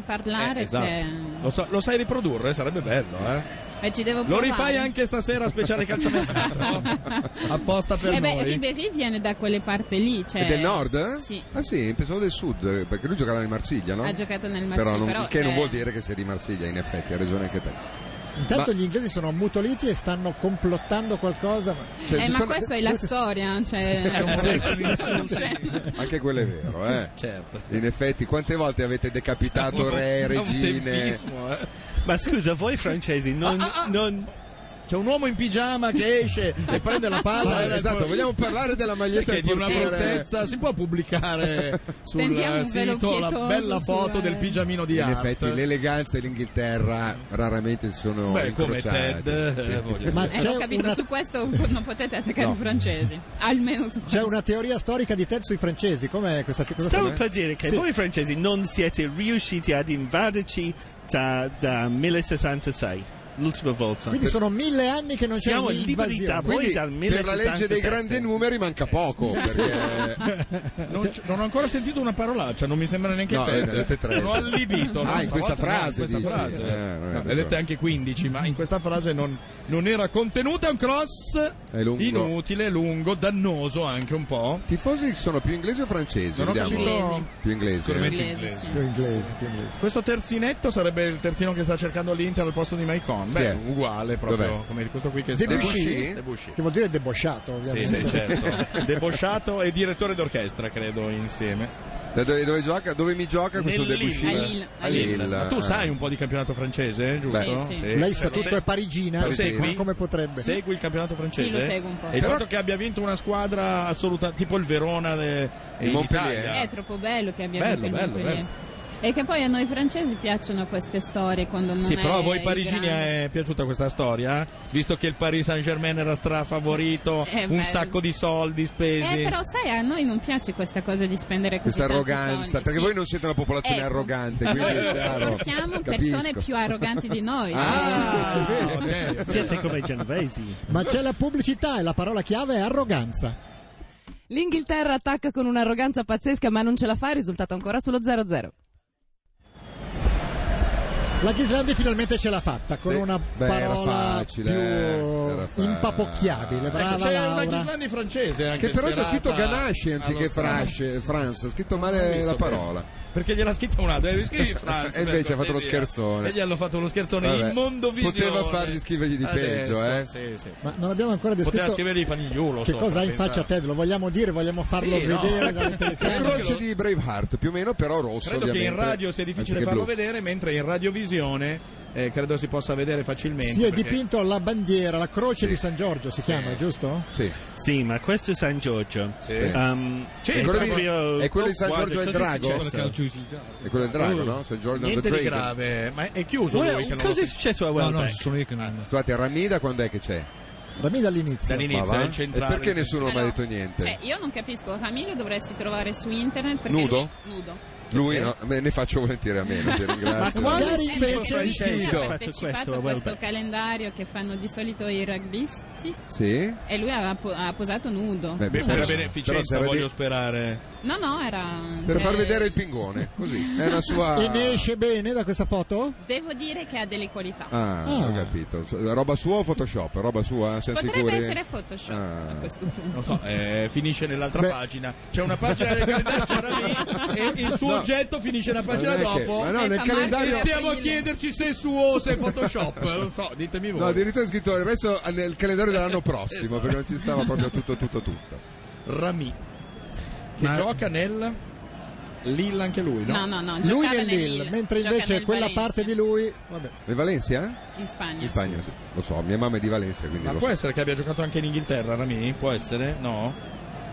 Speaker 9: oh.
Speaker 6: parlare,
Speaker 9: Eh, esatto.
Speaker 6: cioè-
Speaker 9: lo, so- lo sai riprodurre? Sarebbe bello, eh.
Speaker 6: Eh, ci devo
Speaker 9: Lo
Speaker 6: provare.
Speaker 9: rifai anche stasera speciale calciomercato apposta per
Speaker 6: Eh beh,
Speaker 9: noi.
Speaker 6: Ribéry viene da quelle parti lì, cioè...
Speaker 4: E del nord?
Speaker 6: Sì.
Speaker 4: Ah sì, pensavo del sud, perché lui giocava nel Marsiglia, no?
Speaker 6: Ha giocato nel Marsiglia,
Speaker 4: Però non-
Speaker 6: però,
Speaker 4: che non
Speaker 6: eh,
Speaker 4: vuol dire che sia di Marsiglia, in effetti, ha ragione anche te.
Speaker 2: Intanto
Speaker 4: Ma-
Speaker 2: gli inglesi sono ammutoliti e stanno complottando qualcosa. ma-
Speaker 4: Cioè,
Speaker 6: eh,
Speaker 4: ci
Speaker 6: ma
Speaker 4: sono- Eh,
Speaker 6: questo è la storia, cioè... Cioè,
Speaker 4: Anche quello è vero, eh.
Speaker 9: Certo.
Speaker 4: In effetti, quante volte avete decapitato re,
Speaker 9: È un
Speaker 4: regine?
Speaker 9: tempismo, eh.
Speaker 10: Ma scusa, voi francesi non... non-
Speaker 3: C'è un uomo in pigiama che esce e prende la palla.
Speaker 4: Ah,
Speaker 3: e la-
Speaker 4: esatto, vogliamo parlare della
Speaker 3: Sai
Speaker 4: maglietta
Speaker 3: che è di una
Speaker 4: portiere?
Speaker 3: bruttezza si può pubblicare sul
Speaker 6: Stendiamo
Speaker 3: eh,
Speaker 6: un velo
Speaker 3: sito la
Speaker 6: pietoso
Speaker 3: bella
Speaker 6: su,
Speaker 3: foto
Speaker 6: eh.
Speaker 3: del pigiamino di
Speaker 4: In
Speaker 3: Art.
Speaker 4: effetti, l'eleganza e l'Inghilterra raramente si sono
Speaker 9: Beh, come
Speaker 4: incrociate.
Speaker 9: Ted, eh, voglio
Speaker 2: Ma
Speaker 6: eh,
Speaker 2: c'è,
Speaker 6: ho capito,
Speaker 2: una,
Speaker 6: su questo non potete attaccare i francesi. Almeno su
Speaker 2: c'è
Speaker 6: questo.
Speaker 2: una teoria storica di Ted sui francesi. Com'è questa cosa?
Speaker 10: Stavo per dire che voi francesi non siete riusciti ad invaderci da, da 1066, l'ultima volta.
Speaker 2: Quindi sono mille anni che non c'è
Speaker 10: Siamo
Speaker 2: un'invasione.
Speaker 10: liberi da voi
Speaker 4: Quindi,
Speaker 10: dal
Speaker 4: per la legge dei
Speaker 10: 1067.
Speaker 4: grandi numeri manca poco, perché...
Speaker 9: Non, c- non ho ancora sentito una parolaccia, non mi sembra neanche
Speaker 4: No,
Speaker 9: Ted.
Speaker 4: eh, ne avete tre.
Speaker 9: Sono allibito. no?
Speaker 4: Ah, in questa
Speaker 9: Stavolta no,
Speaker 4: frase,
Speaker 9: in questa
Speaker 4: dici.
Speaker 9: frase.
Speaker 4: Eh, non è
Speaker 9: No, ne
Speaker 4: vero.
Speaker 9: ha dette anche 15, ma in questa frase non, non era contenuta. È un cross
Speaker 4: È lungo.
Speaker 9: inutile, lungo, dannoso anche un po'.
Speaker 4: Tifosi sono più inglesi o francesi?
Speaker 9: Non ho
Speaker 4: Vediamo.
Speaker 6: Inglesi.
Speaker 4: Più inglesi. eh?
Speaker 9: Sicuramente
Speaker 6: Inglesi,
Speaker 9: inglese.
Speaker 6: sì.
Speaker 2: Più inglese, più inglese.
Speaker 9: Questo terzinetto sarebbe il terzino che sta cercando l'Inter al posto di Maicon. Beh,
Speaker 4: Chi è?
Speaker 9: uguale proprio
Speaker 4: Dov'è?
Speaker 9: come questo qui che
Speaker 2: De
Speaker 9: sta
Speaker 2: Debussy?
Speaker 9: Debussy.
Speaker 2: Che vuol dire debosciato,
Speaker 9: Sì,
Speaker 2: ovviamente.
Speaker 9: sì, certo. Debosciato e direttore d'orchestra, credo, insieme.
Speaker 4: Da dove, dove gioca- dove mi gioca questo
Speaker 10: Nel
Speaker 4: Debussy?
Speaker 6: Lille. A Lille.
Speaker 4: A
Speaker 6: A Lille.
Speaker 4: Lille.
Speaker 9: Ma tu
Speaker 4: Ah.
Speaker 9: sai un po' di campionato francese, eh, giusto?
Speaker 6: Sì, sì.
Speaker 2: Lei
Speaker 9: Se
Speaker 2: sa
Speaker 9: lo
Speaker 2: tutto
Speaker 9: sei-
Speaker 2: è parigina,
Speaker 9: lo segui?
Speaker 2: ma come potrebbe?
Speaker 9: Segui il campionato francese?
Speaker 6: Sì, lo seguo un po'.
Speaker 9: E il
Speaker 4: Però-
Speaker 9: fatto che abbia vinto una squadra assoluta, tipo il Verona de...
Speaker 4: Il
Speaker 9: in
Speaker 4: Montpellier.
Speaker 9: Italia.
Speaker 6: È troppo bello che abbia
Speaker 9: Bello,
Speaker 6: vinto il
Speaker 9: bello,
Speaker 6: Montpellier.
Speaker 9: bello.
Speaker 6: E che poi a noi francesi piacciono queste storie quando non
Speaker 9: Sì,
Speaker 6: è
Speaker 9: però a voi
Speaker 6: il
Speaker 9: parigini
Speaker 6: grande.
Speaker 9: è piaciuta questa storia? Visto che il Paris Saint-Germain era strafavorito,
Speaker 6: Eh,
Speaker 9: un
Speaker 6: bello.
Speaker 9: sacco di soldi spesi.
Speaker 6: Eh, però sai, a noi non piace questa cosa di spendere così
Speaker 4: Questa
Speaker 6: tanti
Speaker 4: arroganza,
Speaker 6: soldi.
Speaker 4: perché
Speaker 6: Sì.
Speaker 4: voi non siete una popolazione
Speaker 6: Ecco.
Speaker 4: arrogante.
Speaker 6: Noi
Speaker 4: Quindi,
Speaker 6: non
Speaker 4: chiaro,
Speaker 6: sopportiamo persone
Speaker 4: capisco.
Speaker 6: più arroganti di noi.
Speaker 9: Ah, ok, ok.
Speaker 3: Ecco,
Speaker 10: Siete come i genovesi.
Speaker 2: Ma c'è la pubblicità e la parola chiave è arroganza.
Speaker 7: L'Inghilterra attacca con un'arroganza pazzesca, ma non ce la fa. Il risultato ancora sullo 0-0.
Speaker 2: La Ghislandi finalmente ce l'ha fatta con
Speaker 4: Sì.
Speaker 2: una
Speaker 4: Beh, era
Speaker 2: parola
Speaker 4: facile, eh, era
Speaker 2: più
Speaker 4: facile.
Speaker 2: impapocchiabile. Brava
Speaker 3: Ecco, c'è una
Speaker 2: Laura.
Speaker 3: Ghislandi francese anche
Speaker 4: Che però c'è
Speaker 3: sperata
Speaker 4: scritto Ganache anziché
Speaker 3: allo strano.
Speaker 4: France, France, ha scritto
Speaker 3: Hai
Speaker 4: male
Speaker 3: visto
Speaker 4: la
Speaker 3: bene?
Speaker 4: parola.
Speaker 3: Perché gliel'ha scritta un altro, eh, scrivi Franz,
Speaker 4: E invece ha
Speaker 3: per
Speaker 4: fatto lo
Speaker 3: cortesia.
Speaker 4: scherzone.
Speaker 3: eh. E gli hanno fatto lo scherzone
Speaker 4: Vabbè,
Speaker 3: in mondo visione.
Speaker 4: poteva fargli scrivergli di peggio, eh.
Speaker 3: Sì, sì, sì.
Speaker 2: Ma non abbiamo ancora
Speaker 3: Poteva
Speaker 2: descritto
Speaker 3: scrivergli fanigliulo.
Speaker 2: che cosa ha in faccia Ted, lo vogliamo dire, vogliamo farlo
Speaker 3: Sì, no.
Speaker 2: vedere dalle
Speaker 4: La
Speaker 2: telecamere.
Speaker 4: croce di Braveheart, più o meno, però rosso
Speaker 3: Credo che
Speaker 4: ovviamente.
Speaker 3: in radio sia difficile
Speaker 4: anziché
Speaker 3: farlo
Speaker 4: blu.
Speaker 3: vedere, mentre in radiovisione eh, credo si possa vedere facilmente.
Speaker 2: Si è
Speaker 3: perché-
Speaker 2: dipinto la bandiera, la croce di San Giorgio si chiama, giusto?
Speaker 4: Sì.
Speaker 10: Sì, ma questo è San Giorgio.
Speaker 4: Sì.
Speaker 10: Um,
Speaker 4: È quello, di,
Speaker 10: proprio-
Speaker 4: è quello di San
Speaker 10: oh, guarda,
Speaker 4: Giorgio e il
Speaker 10: cosa è
Speaker 4: Drago?
Speaker 10: successo?
Speaker 4: È quello del Drago, no? San Giorgio and the
Speaker 3: Niente di
Speaker 4: Dragon.
Speaker 3: grave, ma è chiuso
Speaker 10: Well,
Speaker 3: lui che non lo
Speaker 10: cosa è
Speaker 3: sa.
Speaker 10: successo a
Speaker 8: No, no,
Speaker 10: Welbeck?
Speaker 8: ci sono io che non.
Speaker 4: Scusate, a Ramida quando è che c'è?
Speaker 2: Da me dall'inizio.
Speaker 4: Ma
Speaker 3: Dall'inizio
Speaker 4: va?
Speaker 3: del centrale.
Speaker 4: E perché nessuno mi ha
Speaker 6: Allora,
Speaker 4: detto niente?
Speaker 6: Cioè, io non capisco, Camillo dovresti trovare su internet perché
Speaker 4: Nudo?
Speaker 6: lui- nudo.
Speaker 4: Lui no, me ne faccio volentieri a meno, ti ringrazio.
Speaker 2: Ma Magari
Speaker 6: Eh,
Speaker 2: invece
Speaker 6: perché
Speaker 2: mi
Speaker 6: lui
Speaker 10: fido.
Speaker 6: ha
Speaker 10: Fatto questo,
Speaker 6: partecipato a questo
Speaker 10: Welbeck.
Speaker 6: calendario che fanno di solito i rugbyisti
Speaker 4: Sì?
Speaker 6: e lui aveva po- ha posato nudo.
Speaker 9: Beh,
Speaker 4: Beh, bisogna-
Speaker 9: per la
Speaker 4: però
Speaker 9: beneficenza
Speaker 4: c'era di-
Speaker 9: voglio sperare.
Speaker 6: No, no, era...
Speaker 4: Per
Speaker 6: cioè,
Speaker 4: far vedere il pingone, così. È una sua...
Speaker 2: E ne esce bene da questa foto?
Speaker 6: Devo dire che ha delle qualità.
Speaker 4: Ah, ho
Speaker 2: Ah.
Speaker 4: capito. So- Roba sua o Photoshop? Roba sua, siamo
Speaker 6: Potrebbe
Speaker 4: sicuri?
Speaker 6: essere Photoshop
Speaker 4: Ah.
Speaker 6: a questo punto.
Speaker 9: Non so, eh, finisce nell'altra
Speaker 2: Beh.
Speaker 9: pagina.
Speaker 3: C'è una pagina del calendario c'era lì e il suo
Speaker 4: No.
Speaker 3: oggetto finisce una pagina
Speaker 4: Non è che-
Speaker 3: dopo.
Speaker 4: ma no,
Speaker 6: Eh,
Speaker 4: nel
Speaker 6: fa
Speaker 4: calendario...
Speaker 6: marzo e
Speaker 3: Stiamo a
Speaker 6: aprile.
Speaker 3: chiederci se è suo o se è Photoshop. Non so, ditemi voi.
Speaker 4: No, addirittura è scritto adesso nel calendario dell'anno prossimo, perché non ci stava proprio tutto, tutto, tutto.
Speaker 3: Rami che
Speaker 8: Ma-
Speaker 3: gioca nel Lille anche lui, no?
Speaker 6: No, no, no.
Speaker 2: Lui
Speaker 6: giocava
Speaker 2: nel
Speaker 6: nel
Speaker 2: Lille,
Speaker 6: Lille,
Speaker 2: mentre
Speaker 6: gioca
Speaker 2: invece
Speaker 6: nel
Speaker 2: quella
Speaker 6: Valencia,
Speaker 2: parte di lui... Vabbè.
Speaker 4: E Valencia?
Speaker 6: In Spagna.
Speaker 4: In Spagna, sì. Lo so, mia mamma è di Valencia, quindi
Speaker 3: Ma
Speaker 4: lo
Speaker 3: può
Speaker 4: so.
Speaker 3: essere che abbia giocato anche in Inghilterra, Rami? Può essere? No.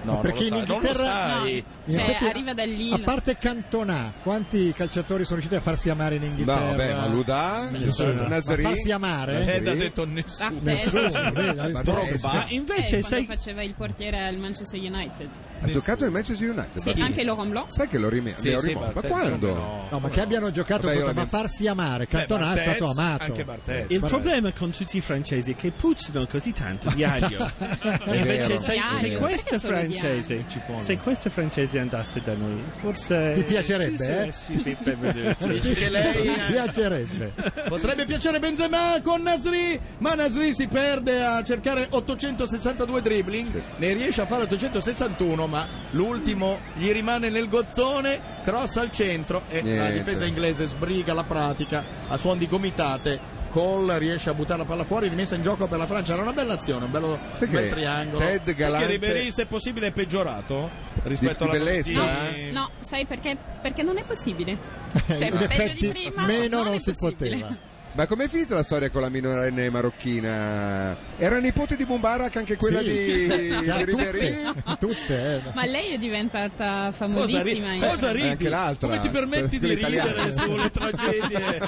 Speaker 3: No,
Speaker 2: perché
Speaker 3: non
Speaker 2: in
Speaker 3: lo sai,
Speaker 2: Inghilterra-
Speaker 3: non
Speaker 6: No,
Speaker 3: lo sai.
Speaker 2: In
Speaker 6: cioè,
Speaker 2: effetti-
Speaker 6: arriva dal
Speaker 2: A
Speaker 6: Lille.
Speaker 2: parte Cantona, quanti calciatori sono riusciti a farsi amare in
Speaker 4: No,
Speaker 2: Inghilterra?
Speaker 4: vabbè, ma Ludà,
Speaker 2: Nessuno.
Speaker 4: Nazarì...
Speaker 2: Ma farsi amare?
Speaker 4: Nasri.
Speaker 3: Ted Eh, ha detto nessuno.
Speaker 6: Barthez.
Speaker 2: Nessuno, vedi, la
Speaker 4: Ma
Speaker 2: risposta.
Speaker 4: Drogba.
Speaker 10: Ma
Speaker 6: Eh,
Speaker 10: invece
Speaker 6: quando
Speaker 10: sai
Speaker 6: faceva il portiere al Manchester United.
Speaker 4: Ha giocato nel Manchester United?
Speaker 6: Sì,
Speaker 4: Barthez.
Speaker 6: anche Laurent Blanc.
Speaker 4: Sai che lo rim-
Speaker 3: Sì,
Speaker 4: lo
Speaker 3: sì,
Speaker 4: rimorchio?
Speaker 3: Barthez,
Speaker 4: Ma quando?
Speaker 3: no.
Speaker 2: No, ma che abbiano giocato
Speaker 4: Vabbè, io
Speaker 2: contro- ma
Speaker 4: la mia-
Speaker 2: farsi amare.
Speaker 3: Beh,
Speaker 2: Cantona è
Speaker 3: Barthez,
Speaker 2: stato amato.
Speaker 3: Anche Barthez.
Speaker 10: il problema con tutti i francesi è che puzzano così tanto di aglio.
Speaker 4: È vero.
Speaker 6: Di
Speaker 10: Invece se, se
Speaker 6: aglio?
Speaker 10: questo
Speaker 6: Perché solo di
Speaker 4: Eh,
Speaker 10: francese se questo francese andasse da noi, forse
Speaker 2: Ti piacerebbe,
Speaker 10: Sì,
Speaker 2: eh?
Speaker 10: sì, sì, per vedere, sì.
Speaker 3: Che lei
Speaker 2: Mi
Speaker 3: eh,
Speaker 2: piacerebbe.
Speaker 3: potrebbe piacere Benzema con Nasri, ma Nasri si perde a cercare 862 dribbling, ne riesce a fare 861, ma l'ultimo gli rimane nel gozzone, cross al centro e la
Speaker 4: Niente.
Speaker 3: difesa inglese sbriga la pratica a suon di gomitate. Cole riesce a buttare la palla fuori, rimessa in gioco per la Francia. Era una bella azione, un, bello,
Speaker 4: Sai
Speaker 3: un bel
Speaker 4: che
Speaker 3: triangolo.
Speaker 4: Ted Galante-
Speaker 3: Sai che Ribéry, se è possibile, è peggiorato rispetto
Speaker 4: Di- di
Speaker 3: alla
Speaker 4: bellezza?
Speaker 6: No,
Speaker 3: partita?
Speaker 4: Eh.
Speaker 6: no, sai perché? Perché non è possibile. Cioè,
Speaker 2: in
Speaker 6: peggio
Speaker 2: effetti,
Speaker 6: di prima,
Speaker 2: meno non,
Speaker 6: è
Speaker 2: si
Speaker 6: possibile.
Speaker 2: poteva.
Speaker 4: Ma com'è finita la storia con la minorenne marocchina? Era nipote di Mubarak anche quella
Speaker 2: Sì.
Speaker 4: di, di
Speaker 2: Tutte,
Speaker 4: Ribéry?
Speaker 2: tutte, eh.
Speaker 6: Ma lei è diventata
Speaker 3: Cosa, ri-
Speaker 6: famosissima. in-
Speaker 3: cosa
Speaker 4: E
Speaker 3: ridi?
Speaker 4: anche l'altra.
Speaker 3: Come ti permetti di
Speaker 4: Quella italiana.
Speaker 3: ridere sulle tragedie?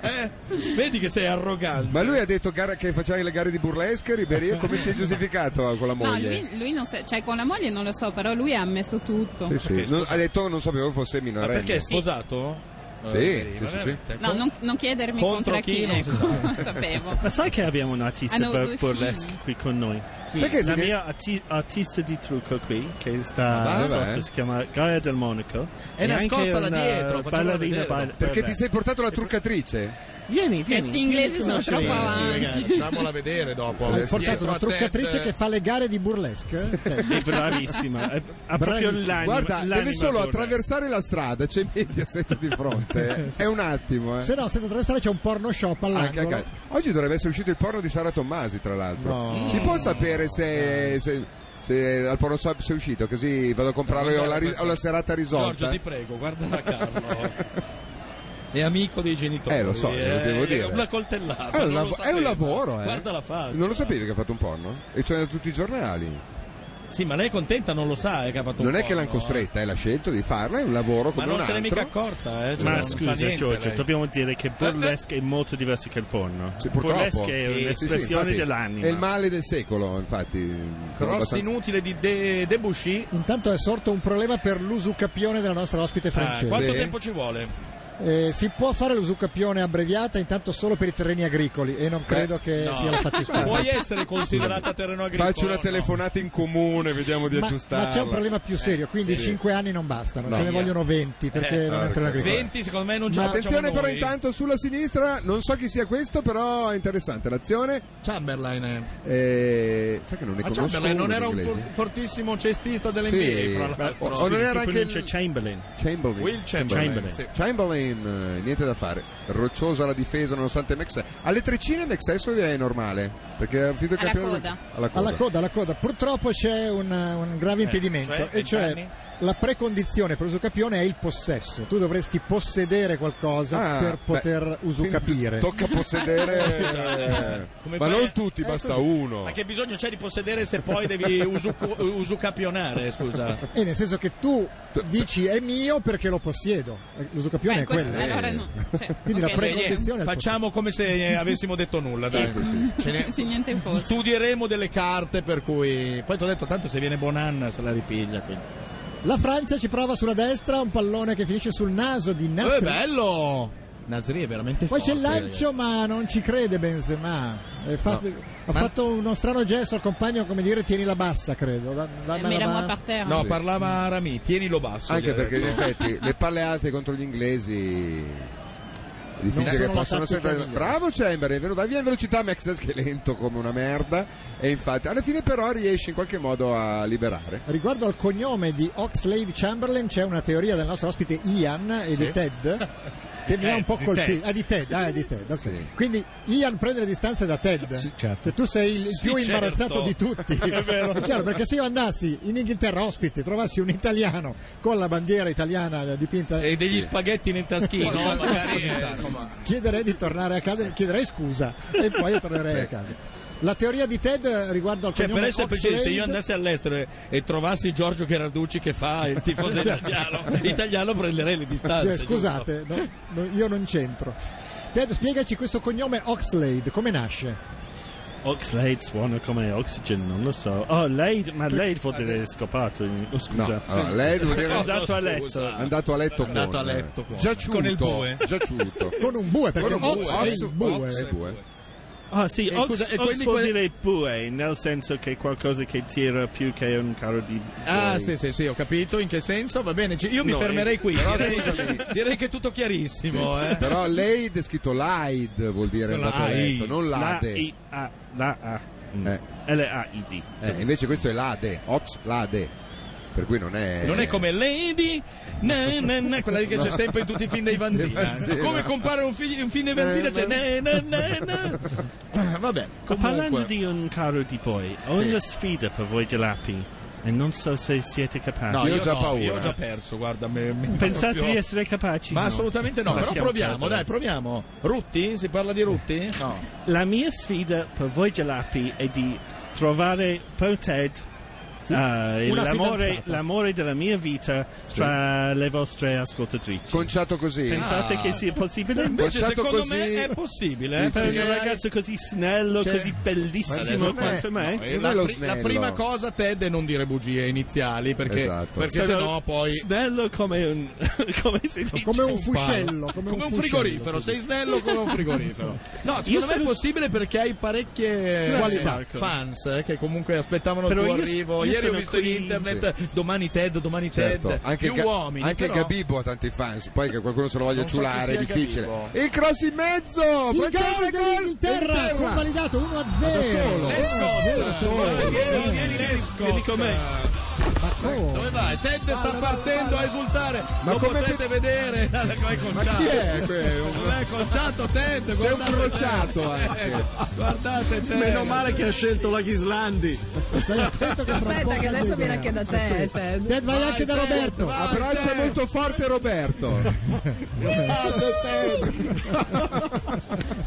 Speaker 3: Eh? Vedi che sei arrogante.
Speaker 4: Ma lui ha detto gara- che faceva le gare di burlesque, Ribéry, come si è giustificato con la
Speaker 6: No,
Speaker 4: moglie?
Speaker 6: lui, lui non sa- cioè con la moglie non lo so, però lui ha ammesso tutto.
Speaker 4: Sì, sì.
Speaker 3: Perché,
Speaker 4: Non-
Speaker 3: scusa.
Speaker 4: ha detto non sapevo fosse
Speaker 3: Ma
Speaker 4: minorenne.
Speaker 3: perché è sposato?
Speaker 4: Sì,
Speaker 3: Eh,
Speaker 4: sì, sì,
Speaker 3: veramente.
Speaker 6: No, non, non chiedermi
Speaker 3: Contro
Speaker 6: contro,
Speaker 3: chi, non si
Speaker 6: ecco,
Speaker 3: sa.
Speaker 6: non, sapevo.
Speaker 10: Ma sai che abbiamo un artista
Speaker 6: Hanno
Speaker 10: bur-
Speaker 6: due
Speaker 10: burlesque
Speaker 6: figli.
Speaker 10: qui con noi?
Speaker 4: Sai che
Speaker 10: La
Speaker 4: se ne-
Speaker 10: mia arti- artista di trucco qui, che sta
Speaker 4: Ah, vabbè.
Speaker 10: sotto, si chiama Gaia del Monaco.
Speaker 3: È
Speaker 10: e
Speaker 3: nascosta
Speaker 10: anche
Speaker 3: là
Speaker 10: una
Speaker 3: dietro, facciamola
Speaker 10: ballerina
Speaker 3: vedere.
Speaker 10: bail-
Speaker 4: Perché ti
Speaker 10: burlesque.
Speaker 4: sei portato la truccatrice?
Speaker 10: Vieni,
Speaker 6: Cioè,
Speaker 10: vieni.
Speaker 6: sti inglesi sono troppo avanti.
Speaker 3: Ragazzi, Facciamola vedere dopo.
Speaker 4: Eh,
Speaker 2: Hai portato
Speaker 3: Dietro
Speaker 2: una
Speaker 3: a Ted,
Speaker 2: truccatrice
Speaker 3: eh,
Speaker 2: che fa le gare di burlesque? Eh,
Speaker 10: È bravissima. È- Ha proprio
Speaker 2: Bravissima.
Speaker 10: l'anima.
Speaker 4: Guarda,
Speaker 10: l'anima
Speaker 4: deve solo
Speaker 10: burlesque.
Speaker 4: attraversare la strada, c'è Mediaset di fronte. È un attimo, eh.
Speaker 2: Se no, senza attraversare c'è un porno shop
Speaker 3: Ah,
Speaker 4: Anche a
Speaker 2: all'angolo.
Speaker 4: casa. Oggi dovrebbe essere uscito il porno di Sara Tommasi, tra l'altro.
Speaker 2: No.
Speaker 4: Si può sapere se, se, se al porno shop sei uscito? Così vado a comprare ho la, ri- ho la serata
Speaker 3: Giorgio,
Speaker 4: risolta.
Speaker 3: ti prego, guarda Carlo. È amico dei genitori.
Speaker 4: Eh, lo so, lo devo dire.
Speaker 3: È una coltellata.
Speaker 4: È un,
Speaker 3: non lo
Speaker 4: lav- è un
Speaker 3: sapevo.
Speaker 4: lavoro, eh.
Speaker 3: Guarda la faccia.
Speaker 4: Non lo sapevi che ha fatto un porno? E c'è da tutti i giornali.
Speaker 3: Sì, ma lei è contenta, non lo sa. eh, che ha fatto un
Speaker 4: non è che
Speaker 3: porno,
Speaker 4: l'hanno costretta, eh, l'ha scelto di farla, è un lavoro
Speaker 3: eh. Ma
Speaker 4: come
Speaker 3: non
Speaker 4: un
Speaker 3: se n'è
Speaker 4: altro.
Speaker 3: mica accorta, eh. cioè,
Speaker 10: Ma
Speaker 3: non fa
Speaker 10: scusa
Speaker 3: niente,
Speaker 10: Giorgio,
Speaker 3: lei.
Speaker 10: dobbiamo dire che burlesque è molto diverso che il porno.
Speaker 4: Eh, Sì, purtroppo.
Speaker 10: burlesque è
Speaker 4: Sì, sì, sì,
Speaker 10: un'espressione
Speaker 4: infatti,
Speaker 10: dell'anima.
Speaker 4: È il male del secolo, infatti. Sono
Speaker 3: Cross
Speaker 4: abbastanza-
Speaker 3: inutile di De- Debussy.
Speaker 2: Intanto è sorto un problema per l'usucapione della nostra ospite
Speaker 3: Ah,
Speaker 2: francese.
Speaker 3: quanto
Speaker 4: Sì.
Speaker 3: tempo ci vuole?
Speaker 2: Eh, si può fare l'usucapione abbreviata intanto solo per i terreni agricoli e non credo
Speaker 10: Eh,
Speaker 2: che sia la fattispecie.
Speaker 11: Puoi essere considerata terreno agricolo?
Speaker 4: Faccio una telefonata in comune, vediamo di
Speaker 2: Ma,
Speaker 4: aggiustarla.
Speaker 2: ma c'è un problema più serio, quindi 5 anni non bastano,
Speaker 4: Eh, No.
Speaker 2: ce ne
Speaker 4: Via.
Speaker 2: vogliono 20 perché
Speaker 4: Eh,
Speaker 2: non entrano in agricoltura.
Speaker 11: 20 secondo me non ce
Speaker 4: Ma
Speaker 11: la facciamo
Speaker 4: attenzione però
Speaker 11: noi.
Speaker 4: intanto sulla sinistra, non so chi sia questo, però è interessante l'azione.
Speaker 3: Chamberlain.
Speaker 4: Eh, sai che non ne
Speaker 3: Ah, Ma
Speaker 4: conosco
Speaker 3: Chamberlain non
Speaker 4: uno
Speaker 3: era un
Speaker 4: inglese.
Speaker 3: for- fortissimo cestista delle
Speaker 4: Sì.
Speaker 3: fra l'altro.
Speaker 4: O- o non era anche il-
Speaker 10: Chamberlain.
Speaker 4: oh, Chamberlain.
Speaker 3: Will Chamberlain, sì.
Speaker 4: Chamberlain, eh, niente da fare. Rocciosa la difesa nonostante Max. Alle treccine Max Essovi è normale. Perché ha finito il
Speaker 2: Alla
Speaker 4: campionato.
Speaker 2: coda.
Speaker 4: Alla coda.
Speaker 2: alla coda, alla coda. Purtroppo c'è un, un grave
Speaker 4: Eh,
Speaker 2: impedimento,
Speaker 4: cioè,
Speaker 2: e cioè
Speaker 4: vent'anni?
Speaker 2: la precondizione per usucapione è il possesso. Tu dovresti possedere qualcosa
Speaker 4: Ah,
Speaker 2: per
Speaker 4: beh,
Speaker 2: poter usucapire.
Speaker 4: Tocca possedere. eh,
Speaker 11: Come
Speaker 4: ma
Speaker 11: fai-
Speaker 4: non tutti,
Speaker 11: Eh,
Speaker 4: basta
Speaker 11: così.
Speaker 4: uno.
Speaker 3: Oh.
Speaker 11: Ma che bisogno c'è di possedere se poi devi usucu- usucapionare, scusa.
Speaker 3: Eh,
Speaker 2: E nel senso che tu dici è mio perché lo possiedo. Eh, L'usucapione è quello. Eh.
Speaker 4: cioè,
Speaker 2: Quindi la
Speaker 11: Ok,
Speaker 3: eh,
Speaker 2: precondizione è il
Speaker 11: Facciamo come se eh, avessimo detto nulla. dai. Ce ne-
Speaker 6: Se niente fosse.
Speaker 3: Studieremo delle carte per cui... Poi ti ho detto, tanto se viene Bonanna se la ripiglia. Quindi.
Speaker 2: La Francia ci prova sulla destra, un pallone che finisce sul naso di
Speaker 3: Eh,
Speaker 2: Nasri.
Speaker 3: bello! Nasri è veramente
Speaker 2: Poi
Speaker 3: forte.
Speaker 2: c'è il lancio, ma non ci crede Benzema. E fa-
Speaker 3: No.
Speaker 2: Ha
Speaker 3: Ma-
Speaker 2: fatto uno strano gesto al compagno, come dire, tieni la bassa, credo. Da-
Speaker 6: Eh,
Speaker 2: da- da- da-
Speaker 3: No, parlava Rami, tienilo basso. gli
Speaker 4: Anche
Speaker 10: certo.
Speaker 3: ha
Speaker 4: perché in
Speaker 3: detto.
Speaker 4: effetti le palle alte contro gli inglesi è difficile che
Speaker 3: sono la
Speaker 4: possano
Speaker 3: tattica
Speaker 4: sempre
Speaker 3: migliore.
Speaker 4: bravo Chamberlain venuto vai via in velocità Max che è lento come una merda e infatti alla fine però riesce in qualche modo a liberare
Speaker 2: Riguardo al cognome di Oxlade Chamberlain c'è una teoria del nostro ospite Ian e
Speaker 4: Sì.
Speaker 2: di Ted che
Speaker 8: Eh,
Speaker 2: mi ha un po'
Speaker 4: Di Ted.
Speaker 2: colpito. Ah, di Ted, ah, di Ted, ok. Quindi Ian prende le distanze da Ted.
Speaker 8: Sì, certo.
Speaker 2: Cioè, tu sei il
Speaker 8: Sì,
Speaker 2: più
Speaker 8: certo.
Speaker 2: imbarazzato di tutti.
Speaker 8: È vero.
Speaker 2: chiaro, perché se io andassi in Inghilterra ospite, trovassi un italiano con la bandiera italiana dipinta
Speaker 3: E degli spaghetti nel taschino,
Speaker 2: Sì.
Speaker 3: magari. eh, insomma.
Speaker 2: chiederei di tornare a casa, chiederei scusa e poi io tornerei a casa. La teoria di Ted riguardo al
Speaker 11: Cioè, per
Speaker 2: cognome
Speaker 11: essere precisi, se io
Speaker 2: Oxlade-
Speaker 11: andassi all'estero e, e trovassi Giorgio Cherarducci che fa il tifoso italiano, italiano prenderei le distanze.
Speaker 2: Eh, Scusate, no, no, io non c'entro. Ted, spiegaci questo cognome Oxlade, come nasce?
Speaker 10: Oxlade suona come oxygen, non lo so. Oh, Lade, ma Lade vuol dire scopato. Oh,
Speaker 4: No,
Speaker 10: scusa.
Speaker 4: allora, lei vuol dire-
Speaker 10: È andato a letto.
Speaker 4: È andato a letto con,
Speaker 10: Andato a letto con.
Speaker 4: giaciuto,
Speaker 10: Con il bue.
Speaker 4: giaciuto.
Speaker 2: Con un bue, perché
Speaker 4: Con un
Speaker 2: Ox è il bue.
Speaker 4: Ox è il bue.
Speaker 10: Ah sì,
Speaker 2: Eh,
Speaker 10: ox,
Speaker 2: scusa, e
Speaker 10: ox
Speaker 2: quindi
Speaker 10: vuol
Speaker 2: que-
Speaker 10: dire bue, nel senso che è qualcosa che tira più che un carro di...
Speaker 3: Ah,
Speaker 10: buoi.
Speaker 3: sì, sì, sì, ho capito in che senso. Va bene, ci- io mi
Speaker 10: No,
Speaker 3: fermerei
Speaker 10: eh,
Speaker 3: qui.
Speaker 10: però
Speaker 3: direi, direi che è tutto chiarissimo. Eh.
Speaker 4: però lei è scritto Laid vuol dire
Speaker 10: Con la
Speaker 4: andato a
Speaker 10: AI.
Speaker 4: letto non Lade
Speaker 10: La I, A, la A. Mm.
Speaker 4: ah, Eh.
Speaker 10: L-A-I-D.
Speaker 4: Eh, invece questo è Lade Ox Lade per cui non è
Speaker 11: Non è
Speaker 3: come Lady, na, na, na, quella lì che c'è
Speaker 4: No.
Speaker 3: sempre in tutti i film
Speaker 4: Dei
Speaker 3: dei Vanzina.
Speaker 4: Vanzina.
Speaker 3: Come compare un, fi- un film dei Vanzina? C'è na, na, na,
Speaker 2: Eh,
Speaker 3: na. Vabbè,
Speaker 10: Parlando
Speaker 3: comunque.
Speaker 10: di un carro di poi, ho
Speaker 3: Sì.
Speaker 10: una sfida per voi gelapi e non so se siete capaci.
Speaker 3: No, no, Io ho già perso, guarda. mi- mi-
Speaker 10: Pensate
Speaker 3: proprio-
Speaker 10: di essere capaci?
Speaker 3: Ma
Speaker 10: No.
Speaker 3: assolutamente no, però
Speaker 10: Lasciamo
Speaker 3: proviamo,
Speaker 10: perdere.
Speaker 3: dai, proviamo. Rutti? Si parla di Rutti? No.
Speaker 10: La mia sfida per voi gelapi è di trovare per Ted eh,
Speaker 3: Una
Speaker 10: l'amore,
Speaker 3: fidanzata.
Speaker 10: l'amore della mia vita tra le vostre ascoltatrici. Ah.
Speaker 4: Conciato così. Ah,
Speaker 10: Pensate che sia possibile?
Speaker 11: Invece, secondo me, è possibile. eh,
Speaker 10: per
Speaker 11: perché-
Speaker 10: un ragazzo così snello,
Speaker 11: Cioè-
Speaker 10: così bellissimo
Speaker 3: Ma adesso
Speaker 10: quanto
Speaker 3: non
Speaker 10: me.
Speaker 3: è- no, eh, la, pri- la prima cosa, Ted, è non dire bugie iniziali, perché,
Speaker 10: Esatto.
Speaker 3: perché
Speaker 10: Sono
Speaker 3: sennò poi...
Speaker 10: Snello come un... come si dice?
Speaker 2: Come un
Speaker 3: palo.
Speaker 2: fuscello, come,
Speaker 3: Come,
Speaker 2: un,
Speaker 3: un,
Speaker 2: fuscello,
Speaker 3: frigorifero,
Speaker 2: sì, sì.
Speaker 3: sei snello come un frigorifero. No, secondo me
Speaker 10: Io
Speaker 3: è
Speaker 10: sono-
Speaker 3: possibile perché hai parecchie
Speaker 10: Grazie,
Speaker 3: qualità
Speaker 10: Marco.
Speaker 3: fans eh, che comunque aspettavano
Speaker 10: Però
Speaker 3: il tuo
Speaker 10: io-
Speaker 3: arrivo.
Speaker 10: io
Speaker 3: Ieri ho
Speaker 10: sono
Speaker 3: visto
Speaker 10: qui-
Speaker 3: in internet
Speaker 4: Sì.
Speaker 3: domani Ted, domani Ted,
Speaker 4: Certo, anche,
Speaker 3: più
Speaker 4: Ga-
Speaker 3: uomini.
Speaker 4: anche
Speaker 3: però-
Speaker 4: Gabibbo ha tanti fans poi che qualcuno se lo voglia
Speaker 3: Non so
Speaker 4: ciulare
Speaker 3: chi
Speaker 4: è
Speaker 3: sia
Speaker 4: difficile
Speaker 3: Gabibbo.
Speaker 4: il cross in mezzo
Speaker 2: Il
Speaker 4: Francesco,
Speaker 2: gol dell'Inghilterra,
Speaker 4: Inghilterra.
Speaker 2: convalidato 1 a 0.
Speaker 4: Da solo.
Speaker 11: Vieni, vieni,
Speaker 10: vieni con me.
Speaker 3: Dove vai? Ted sta partendo a esultare.
Speaker 4: Ma
Speaker 3: lo
Speaker 4: come
Speaker 3: potrete vedere. Come è Eh, conciato?
Speaker 4: chi è quello?
Speaker 3: Non è conciato Ted.
Speaker 4: C'è un
Speaker 3: guardate
Speaker 4: crociato eh.
Speaker 3: Ted.
Speaker 4: anche.
Speaker 3: Guardate Ted.
Speaker 5: Meno male che ha scelto la Ghislandi.
Speaker 7: Aspetta, che adesso viene anche da te, Ted.
Speaker 2: Ted, vai anche da Roberto.
Speaker 4: abbraccia molto forte Roberto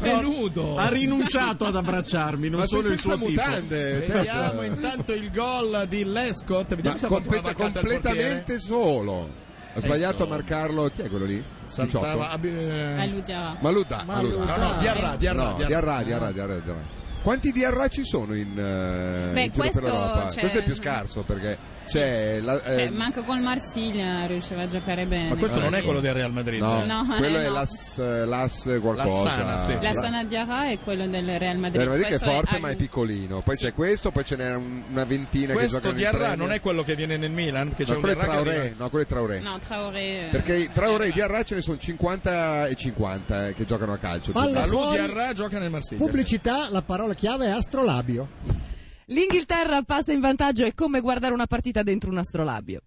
Speaker 3: È nudo.
Speaker 5: Ha rinunciato ad abbracciarmi, non
Speaker 3: Ma
Speaker 5: sono
Speaker 3: sei
Speaker 5: il suo
Speaker 3: senza
Speaker 4: mutande, certo.
Speaker 5: tipo.
Speaker 3: Vediamo intanto il gol di Lescott. Vediamo
Speaker 4: Ma
Speaker 3: se ha fatto una
Speaker 4: completa-
Speaker 3: vaccata al portiere. Eh,
Speaker 4: completamente solo ha sbagliato a marcarlo chi è quello lì? 18?
Speaker 3: Saltava-
Speaker 6: Allugia.
Speaker 4: Maludà
Speaker 6: Maludà.
Speaker 4: Maludà.
Speaker 3: eh, No, no, Diarra, Diarra,
Speaker 4: No,
Speaker 3: Diarra.
Speaker 4: Diarra, Diarra, Diarra, Diarra. Quanti DRA ci sono in, eh,
Speaker 6: Beh,
Speaker 4: in giro
Speaker 6: questo,
Speaker 4: per l'Europa?
Speaker 6: cioè-
Speaker 4: Questo è più scarso perché c'è la, eh,
Speaker 6: Cioè, manco col Marsiglia riusciva a giocare bene.
Speaker 4: Ma questo non è quello
Speaker 3: del Real Madrid.
Speaker 4: no,
Speaker 6: No,
Speaker 4: quello
Speaker 6: eh,
Speaker 4: è
Speaker 6: no.
Speaker 4: l'as, l'as qualcosa.
Speaker 3: Lassana, sì,
Speaker 6: La Sana Diarra è quello del Real Madrid.
Speaker 4: Real Madrid che è
Speaker 6: Questo
Speaker 4: forte
Speaker 6: a-
Speaker 4: ma è piccolino. Poi c'è questo, poi ce n'è un- una ventina che
Speaker 3: Questo
Speaker 4: giocano in
Speaker 3: Diarra
Speaker 4: Premier.
Speaker 3: non è quello che viene nel Milan? Che c'è
Speaker 4: No,
Speaker 3: un
Speaker 4: quello è
Speaker 3: Diarra che
Speaker 4: Traoré,
Speaker 3: arriva-
Speaker 4: no, quello è Traoré.
Speaker 6: No, Traoré. eh.
Speaker 4: Perché Traoré e Diarra ce ne sono 50 e 50 eh, che giocano a calcio.
Speaker 2: Palla
Speaker 4: Ma
Speaker 2: fuori.
Speaker 3: Diarra gioca nel Marsiglia.
Speaker 2: Pubblicità, la parola chiave è astrolabio.
Speaker 7: L'Inghilterra passa in vantaggio, è come guardare una partita dentro un astrolabio.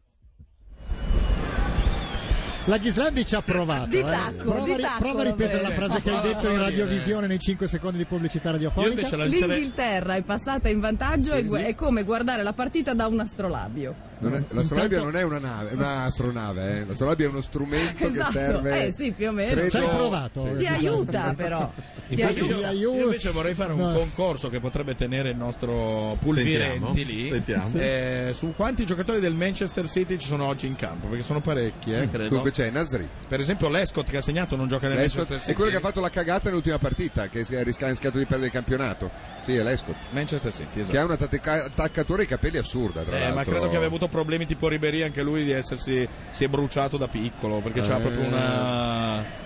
Speaker 2: La Ghislandi ci ha provato.
Speaker 7: Di
Speaker 2: eh.
Speaker 7: tacco,
Speaker 2: prova,
Speaker 7: di
Speaker 2: ri-
Speaker 7: tacco,
Speaker 2: prova a ripetere la
Speaker 7: Roberto.
Speaker 2: frase che hai detto in radiovisione nei 5 secondi di pubblicità
Speaker 7: Io
Speaker 2: radiofonica.
Speaker 7: invece la lancerei- L'Inghilterra è passata in vantaggio, è, gu- è come guardare la partita da un astrolabio.
Speaker 4: Non è- l'astrolabio non è una nave, è un'astronave, eh. l'astrolabio è uno strumento che
Speaker 7: Esatto.
Speaker 4: serve.
Speaker 7: Eh sì, più o meno.
Speaker 4: credo-
Speaker 7: Ci hai provato, Ti eh. aiuta, però. Ti
Speaker 3: Infatti io-
Speaker 7: aiuta.
Speaker 3: io, invece vorrei fare un
Speaker 7: No.
Speaker 3: concorso che potrebbe tenere il nostro Pulvirenti
Speaker 11: Sentiamo,
Speaker 3: lì
Speaker 11: sentiamo.
Speaker 3: eh, su quanti giocatori del Manchester City ci sono oggi in campo perché sono parecchi eh, credo.
Speaker 4: Dunque c'è Nasri.
Speaker 3: per esempio Lescott che ha segnato non gioca nel
Speaker 4: Lescott
Speaker 3: Manchester City
Speaker 4: è quello che ha fatto la cagata nell'ultima partita, che si è risca- ha rischiato di perdere il campionato. Sì, è Lescott.
Speaker 3: Manchester City, esatto.
Speaker 4: Che ha una tattica- attaccatura ai capelli assurda, tra
Speaker 3: Eh,
Speaker 4: l'altro.
Speaker 3: ma credo che abbia avuto problemi tipo Ribery anche lui di essersi si è bruciato da piccolo perché c'ha
Speaker 4: Eh.
Speaker 3: proprio una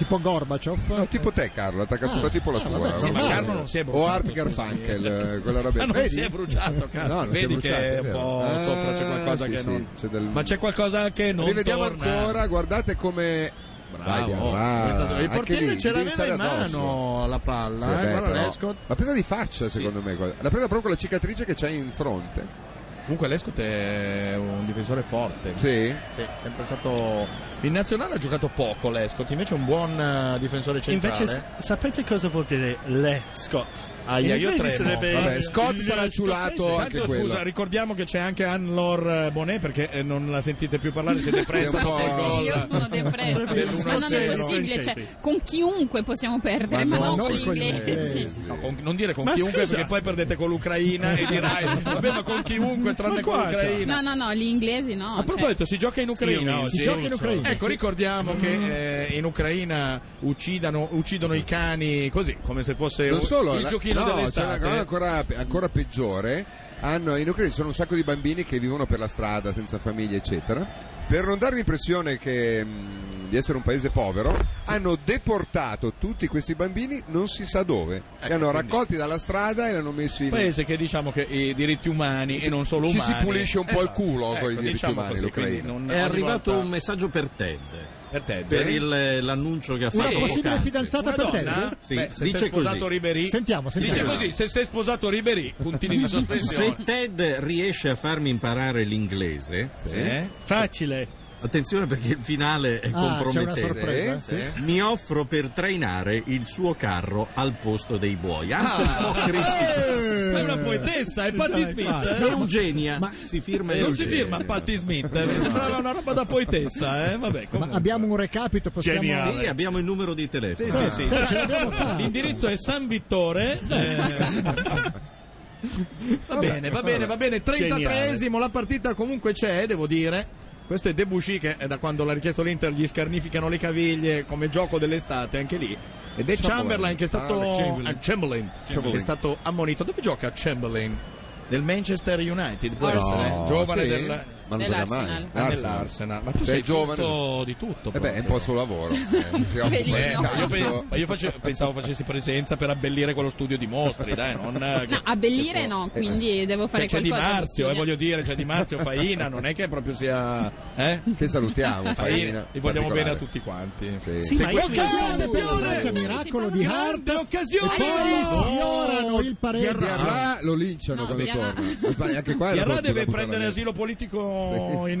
Speaker 2: Tipo Gorbaciov?
Speaker 4: No, Ah, tipo te Carlo, attaccatura tipo la tua.
Speaker 3: Ah,
Speaker 4: Ah,
Speaker 3: vabbè, sì, ma Carlo non si è
Speaker 4: O
Speaker 3: bruciato,
Speaker 4: Art Garfunkel, eh, quella roba.
Speaker 3: Ma non
Speaker 4: Vedi?
Speaker 3: si è bruciato, Carlo.
Speaker 4: No, non si
Speaker 3: Vedi
Speaker 4: bruciato,
Speaker 3: che è un
Speaker 4: vero.
Speaker 3: po'
Speaker 4: Ah,
Speaker 3: sopra, c'è qualcosa
Speaker 4: sì,
Speaker 3: che
Speaker 4: sì,
Speaker 3: non-
Speaker 4: c'è del-
Speaker 3: ma c'è qualcosa che non
Speaker 4: Rivediamo
Speaker 3: torna.
Speaker 4: ancora, guardate come... Vai,
Speaker 3: Bravo.
Speaker 4: Diarra.
Speaker 3: Questa-
Speaker 4: Anche
Speaker 3: il portiere
Speaker 4: lì,
Speaker 3: ce
Speaker 4: devi
Speaker 3: l'aveva
Speaker 4: stare
Speaker 3: in
Speaker 4: addosso.
Speaker 3: mano la palla, eh,
Speaker 4: vabbè,
Speaker 3: guarda
Speaker 4: però.
Speaker 3: Lescott.
Speaker 4: L'ha presa di faccia, secondo me. quella- L'ha presa proprio con la cicatrice che c'è in fronte.
Speaker 3: Comunque Lescott è un difensore forte.
Speaker 4: Sì.
Speaker 3: Sì, sempre stato in nazionale ha giocato poco Lescott, invece è un buon eh, difensore centrale.
Speaker 10: Invece, s- sapete cosa vuol dire le Scott?
Speaker 3: Aia,
Speaker 10: In
Speaker 3: io
Speaker 10: inglese
Speaker 3: tremo.
Speaker 10: sarebbe-
Speaker 3: Vabbè, Scott
Speaker 10: il-
Speaker 3: sarà
Speaker 10: il
Speaker 3: ciulato
Speaker 10: scozzese.
Speaker 3: anche
Speaker 11: Tanto
Speaker 3: quello.
Speaker 11: scusa, ricordiamo che c'è anche Anne-Laure Bonet perché eh, non la sentite più parlare, siete
Speaker 4: Sì,
Speaker 11: presa
Speaker 4: un po'.
Speaker 11: dopo il gol.
Speaker 6: Io sono depressa.
Speaker 11: dell'uno a
Speaker 6: ma non è
Speaker 11: zero.
Speaker 6: possibile. Cioè,
Speaker 11: Francesi.
Speaker 6: con chiunque possiamo perdere, ma, non con gli inglesi.
Speaker 11: No, con- non dire con
Speaker 3: Ma
Speaker 11: chiunque
Speaker 3: scusa.
Speaker 11: perché poi perdete con l'Ucraina e dirai vabbè ma con chiunque tranne con l'Ucraina
Speaker 6: No, no, no, gli inglesi no. cioè
Speaker 11: a proposito si gioca in Ucraina
Speaker 3: Sì,
Speaker 11: oggi
Speaker 3: sì. Ecco, ricordiamo che eh, in Ucraina uccidano, uccidono i cani così, come se fosse
Speaker 4: non
Speaker 3: un-
Speaker 4: solo
Speaker 3: il
Speaker 4: la-
Speaker 3: giochino
Speaker 4: no, c'è
Speaker 3: dell'estate.
Speaker 4: una cosa ancora, ancora peggiore hanno, in Ucraina ci sono un sacco di bambini che vivono per la strada senza famiglie eccetera per non dare l'impressione che, mh, di essere un paese povero hanno deportato tutti questi bambini non si sa dove
Speaker 3: Ecco,
Speaker 4: li hanno raccolti dalla strada e li hanno messi in
Speaker 3: paese che diciamo che i diritti umani e non solo
Speaker 4: ci
Speaker 3: umani
Speaker 4: si pulisce un po' il culo
Speaker 3: Ecco,
Speaker 4: con i diritti
Speaker 3: diciamo
Speaker 4: umani
Speaker 3: così,
Speaker 4: l'Ucraina
Speaker 3: quindi non-
Speaker 5: È
Speaker 3: ogni
Speaker 5: arrivato
Speaker 3: volta-
Speaker 5: un messaggio per Ted.
Speaker 3: Per
Speaker 11: Eh?
Speaker 3: Ted?
Speaker 5: Per il- l'annuncio che ha
Speaker 3: Una
Speaker 5: fatto.
Speaker 3: possibile
Speaker 5: poc'anzi.
Speaker 2: Ah, fidanzata
Speaker 3: Una
Speaker 2: per
Speaker 3: donna?
Speaker 5: Ted? Sì,
Speaker 3: Beh, se
Speaker 5: dice
Speaker 3: sei sposato
Speaker 5: così.
Speaker 3: Ribery,
Speaker 5: Sentiamo,
Speaker 3: dice
Speaker 5: sentiamo.
Speaker 3: così, se sei sposato Ribery, puntini di
Speaker 5: Se
Speaker 3: sospensione.
Speaker 5: Ted riesce a farmi imparare l'inglese,
Speaker 3: Eh?
Speaker 10: facile.
Speaker 5: Attenzione perché il finale è
Speaker 10: Ah,
Speaker 5: compromettente.
Speaker 10: c'è una sorpresa,
Speaker 5: Sì,
Speaker 10: sì.
Speaker 5: sì. Mi offro per trainare il suo carro al posto dei buoi.
Speaker 3: Ah.
Speaker 5: Anche un po' critico.
Speaker 3: Oh, È una poetessa, è Patti Smith. eh?
Speaker 5: Eugenia. si firma
Speaker 3: Eh, non si
Speaker 5: Eugenia.
Speaker 3: firma Patti Smith, eh, mi sembrava una roba da poetessa, eh? Vabbè,
Speaker 2: Ma
Speaker 3: comunque.
Speaker 2: abbiamo un recapito, possiamo...
Speaker 5: Sì, abbiamo il numero di telefono.
Speaker 3: Sì, sì, sì.
Speaker 2: Eh, ce l'abbiamo fatta.
Speaker 3: L'indirizzo è San Vittore. eh. Va bene, va bene, va bene. 33esimo, la partita comunque c'è, devo dire. Questo è Debussy che eh, da quando l'ha richiesto l'Inter gli scarnificano le caviglie come gioco dell'estate anche lì. Ed è Chamberlain che è stato
Speaker 4: Ah, Chamberlain.
Speaker 3: ah, Chamberlain,
Speaker 4: Chamberlain.
Speaker 3: che è stato ammonito. Dove gioca Chamberlain? Del Manchester United, può
Speaker 4: No,
Speaker 3: essere, giovane
Speaker 4: sì,
Speaker 3: del
Speaker 4: ma non gioca mai.
Speaker 3: Ah, dell'Arsenal. Ma tu
Speaker 4: Sei
Speaker 3: sei,
Speaker 4: giovane.
Speaker 3: tutto di tutto.
Speaker 4: Eh beh, è un
Speaker 3: proprio.
Speaker 4: po' il suo lavoro. eh, si occupa di
Speaker 3: Eh, no, io,
Speaker 4: calcio.
Speaker 3: pe- ma io face- pensavo facessi presenza per abbellire quello studio di mostri, dai, non
Speaker 6: No, abbellire no, quindi devo
Speaker 3: Cioè,
Speaker 6: fare
Speaker 3: c'è Di
Speaker 6: qualcosa. per
Speaker 3: Marzio, eh,
Speaker 6: studiare.
Speaker 3: voglio dire, c'è Di Marzio, Faina, non è che proprio sia... Eh?
Speaker 4: Che salutiamo, Faina,
Speaker 3: Faina, li vogliamo
Speaker 4: particolare.
Speaker 3: bene a tutti quanti.
Speaker 4: Sì,
Speaker 3: Se
Speaker 2: ma
Speaker 3: quel-
Speaker 2: io-
Speaker 3: grande
Speaker 2: grande personaggio
Speaker 3: occasione!
Speaker 2: miracolo di
Speaker 3: Grande
Speaker 2: Hart
Speaker 3: occasione!
Speaker 2: e poi
Speaker 3: No!
Speaker 2: sfiorano il pareggio
Speaker 4: Diarra lo linciano
Speaker 6: No,
Speaker 4: quando
Speaker 6: Diarra-
Speaker 4: torna. Ma sbagli, Anche qua è la
Speaker 3: Diarra
Speaker 4: colpa
Speaker 3: deve
Speaker 4: della
Speaker 3: prendere
Speaker 4: puttana
Speaker 3: asilo politico
Speaker 4: Sì.
Speaker 3: in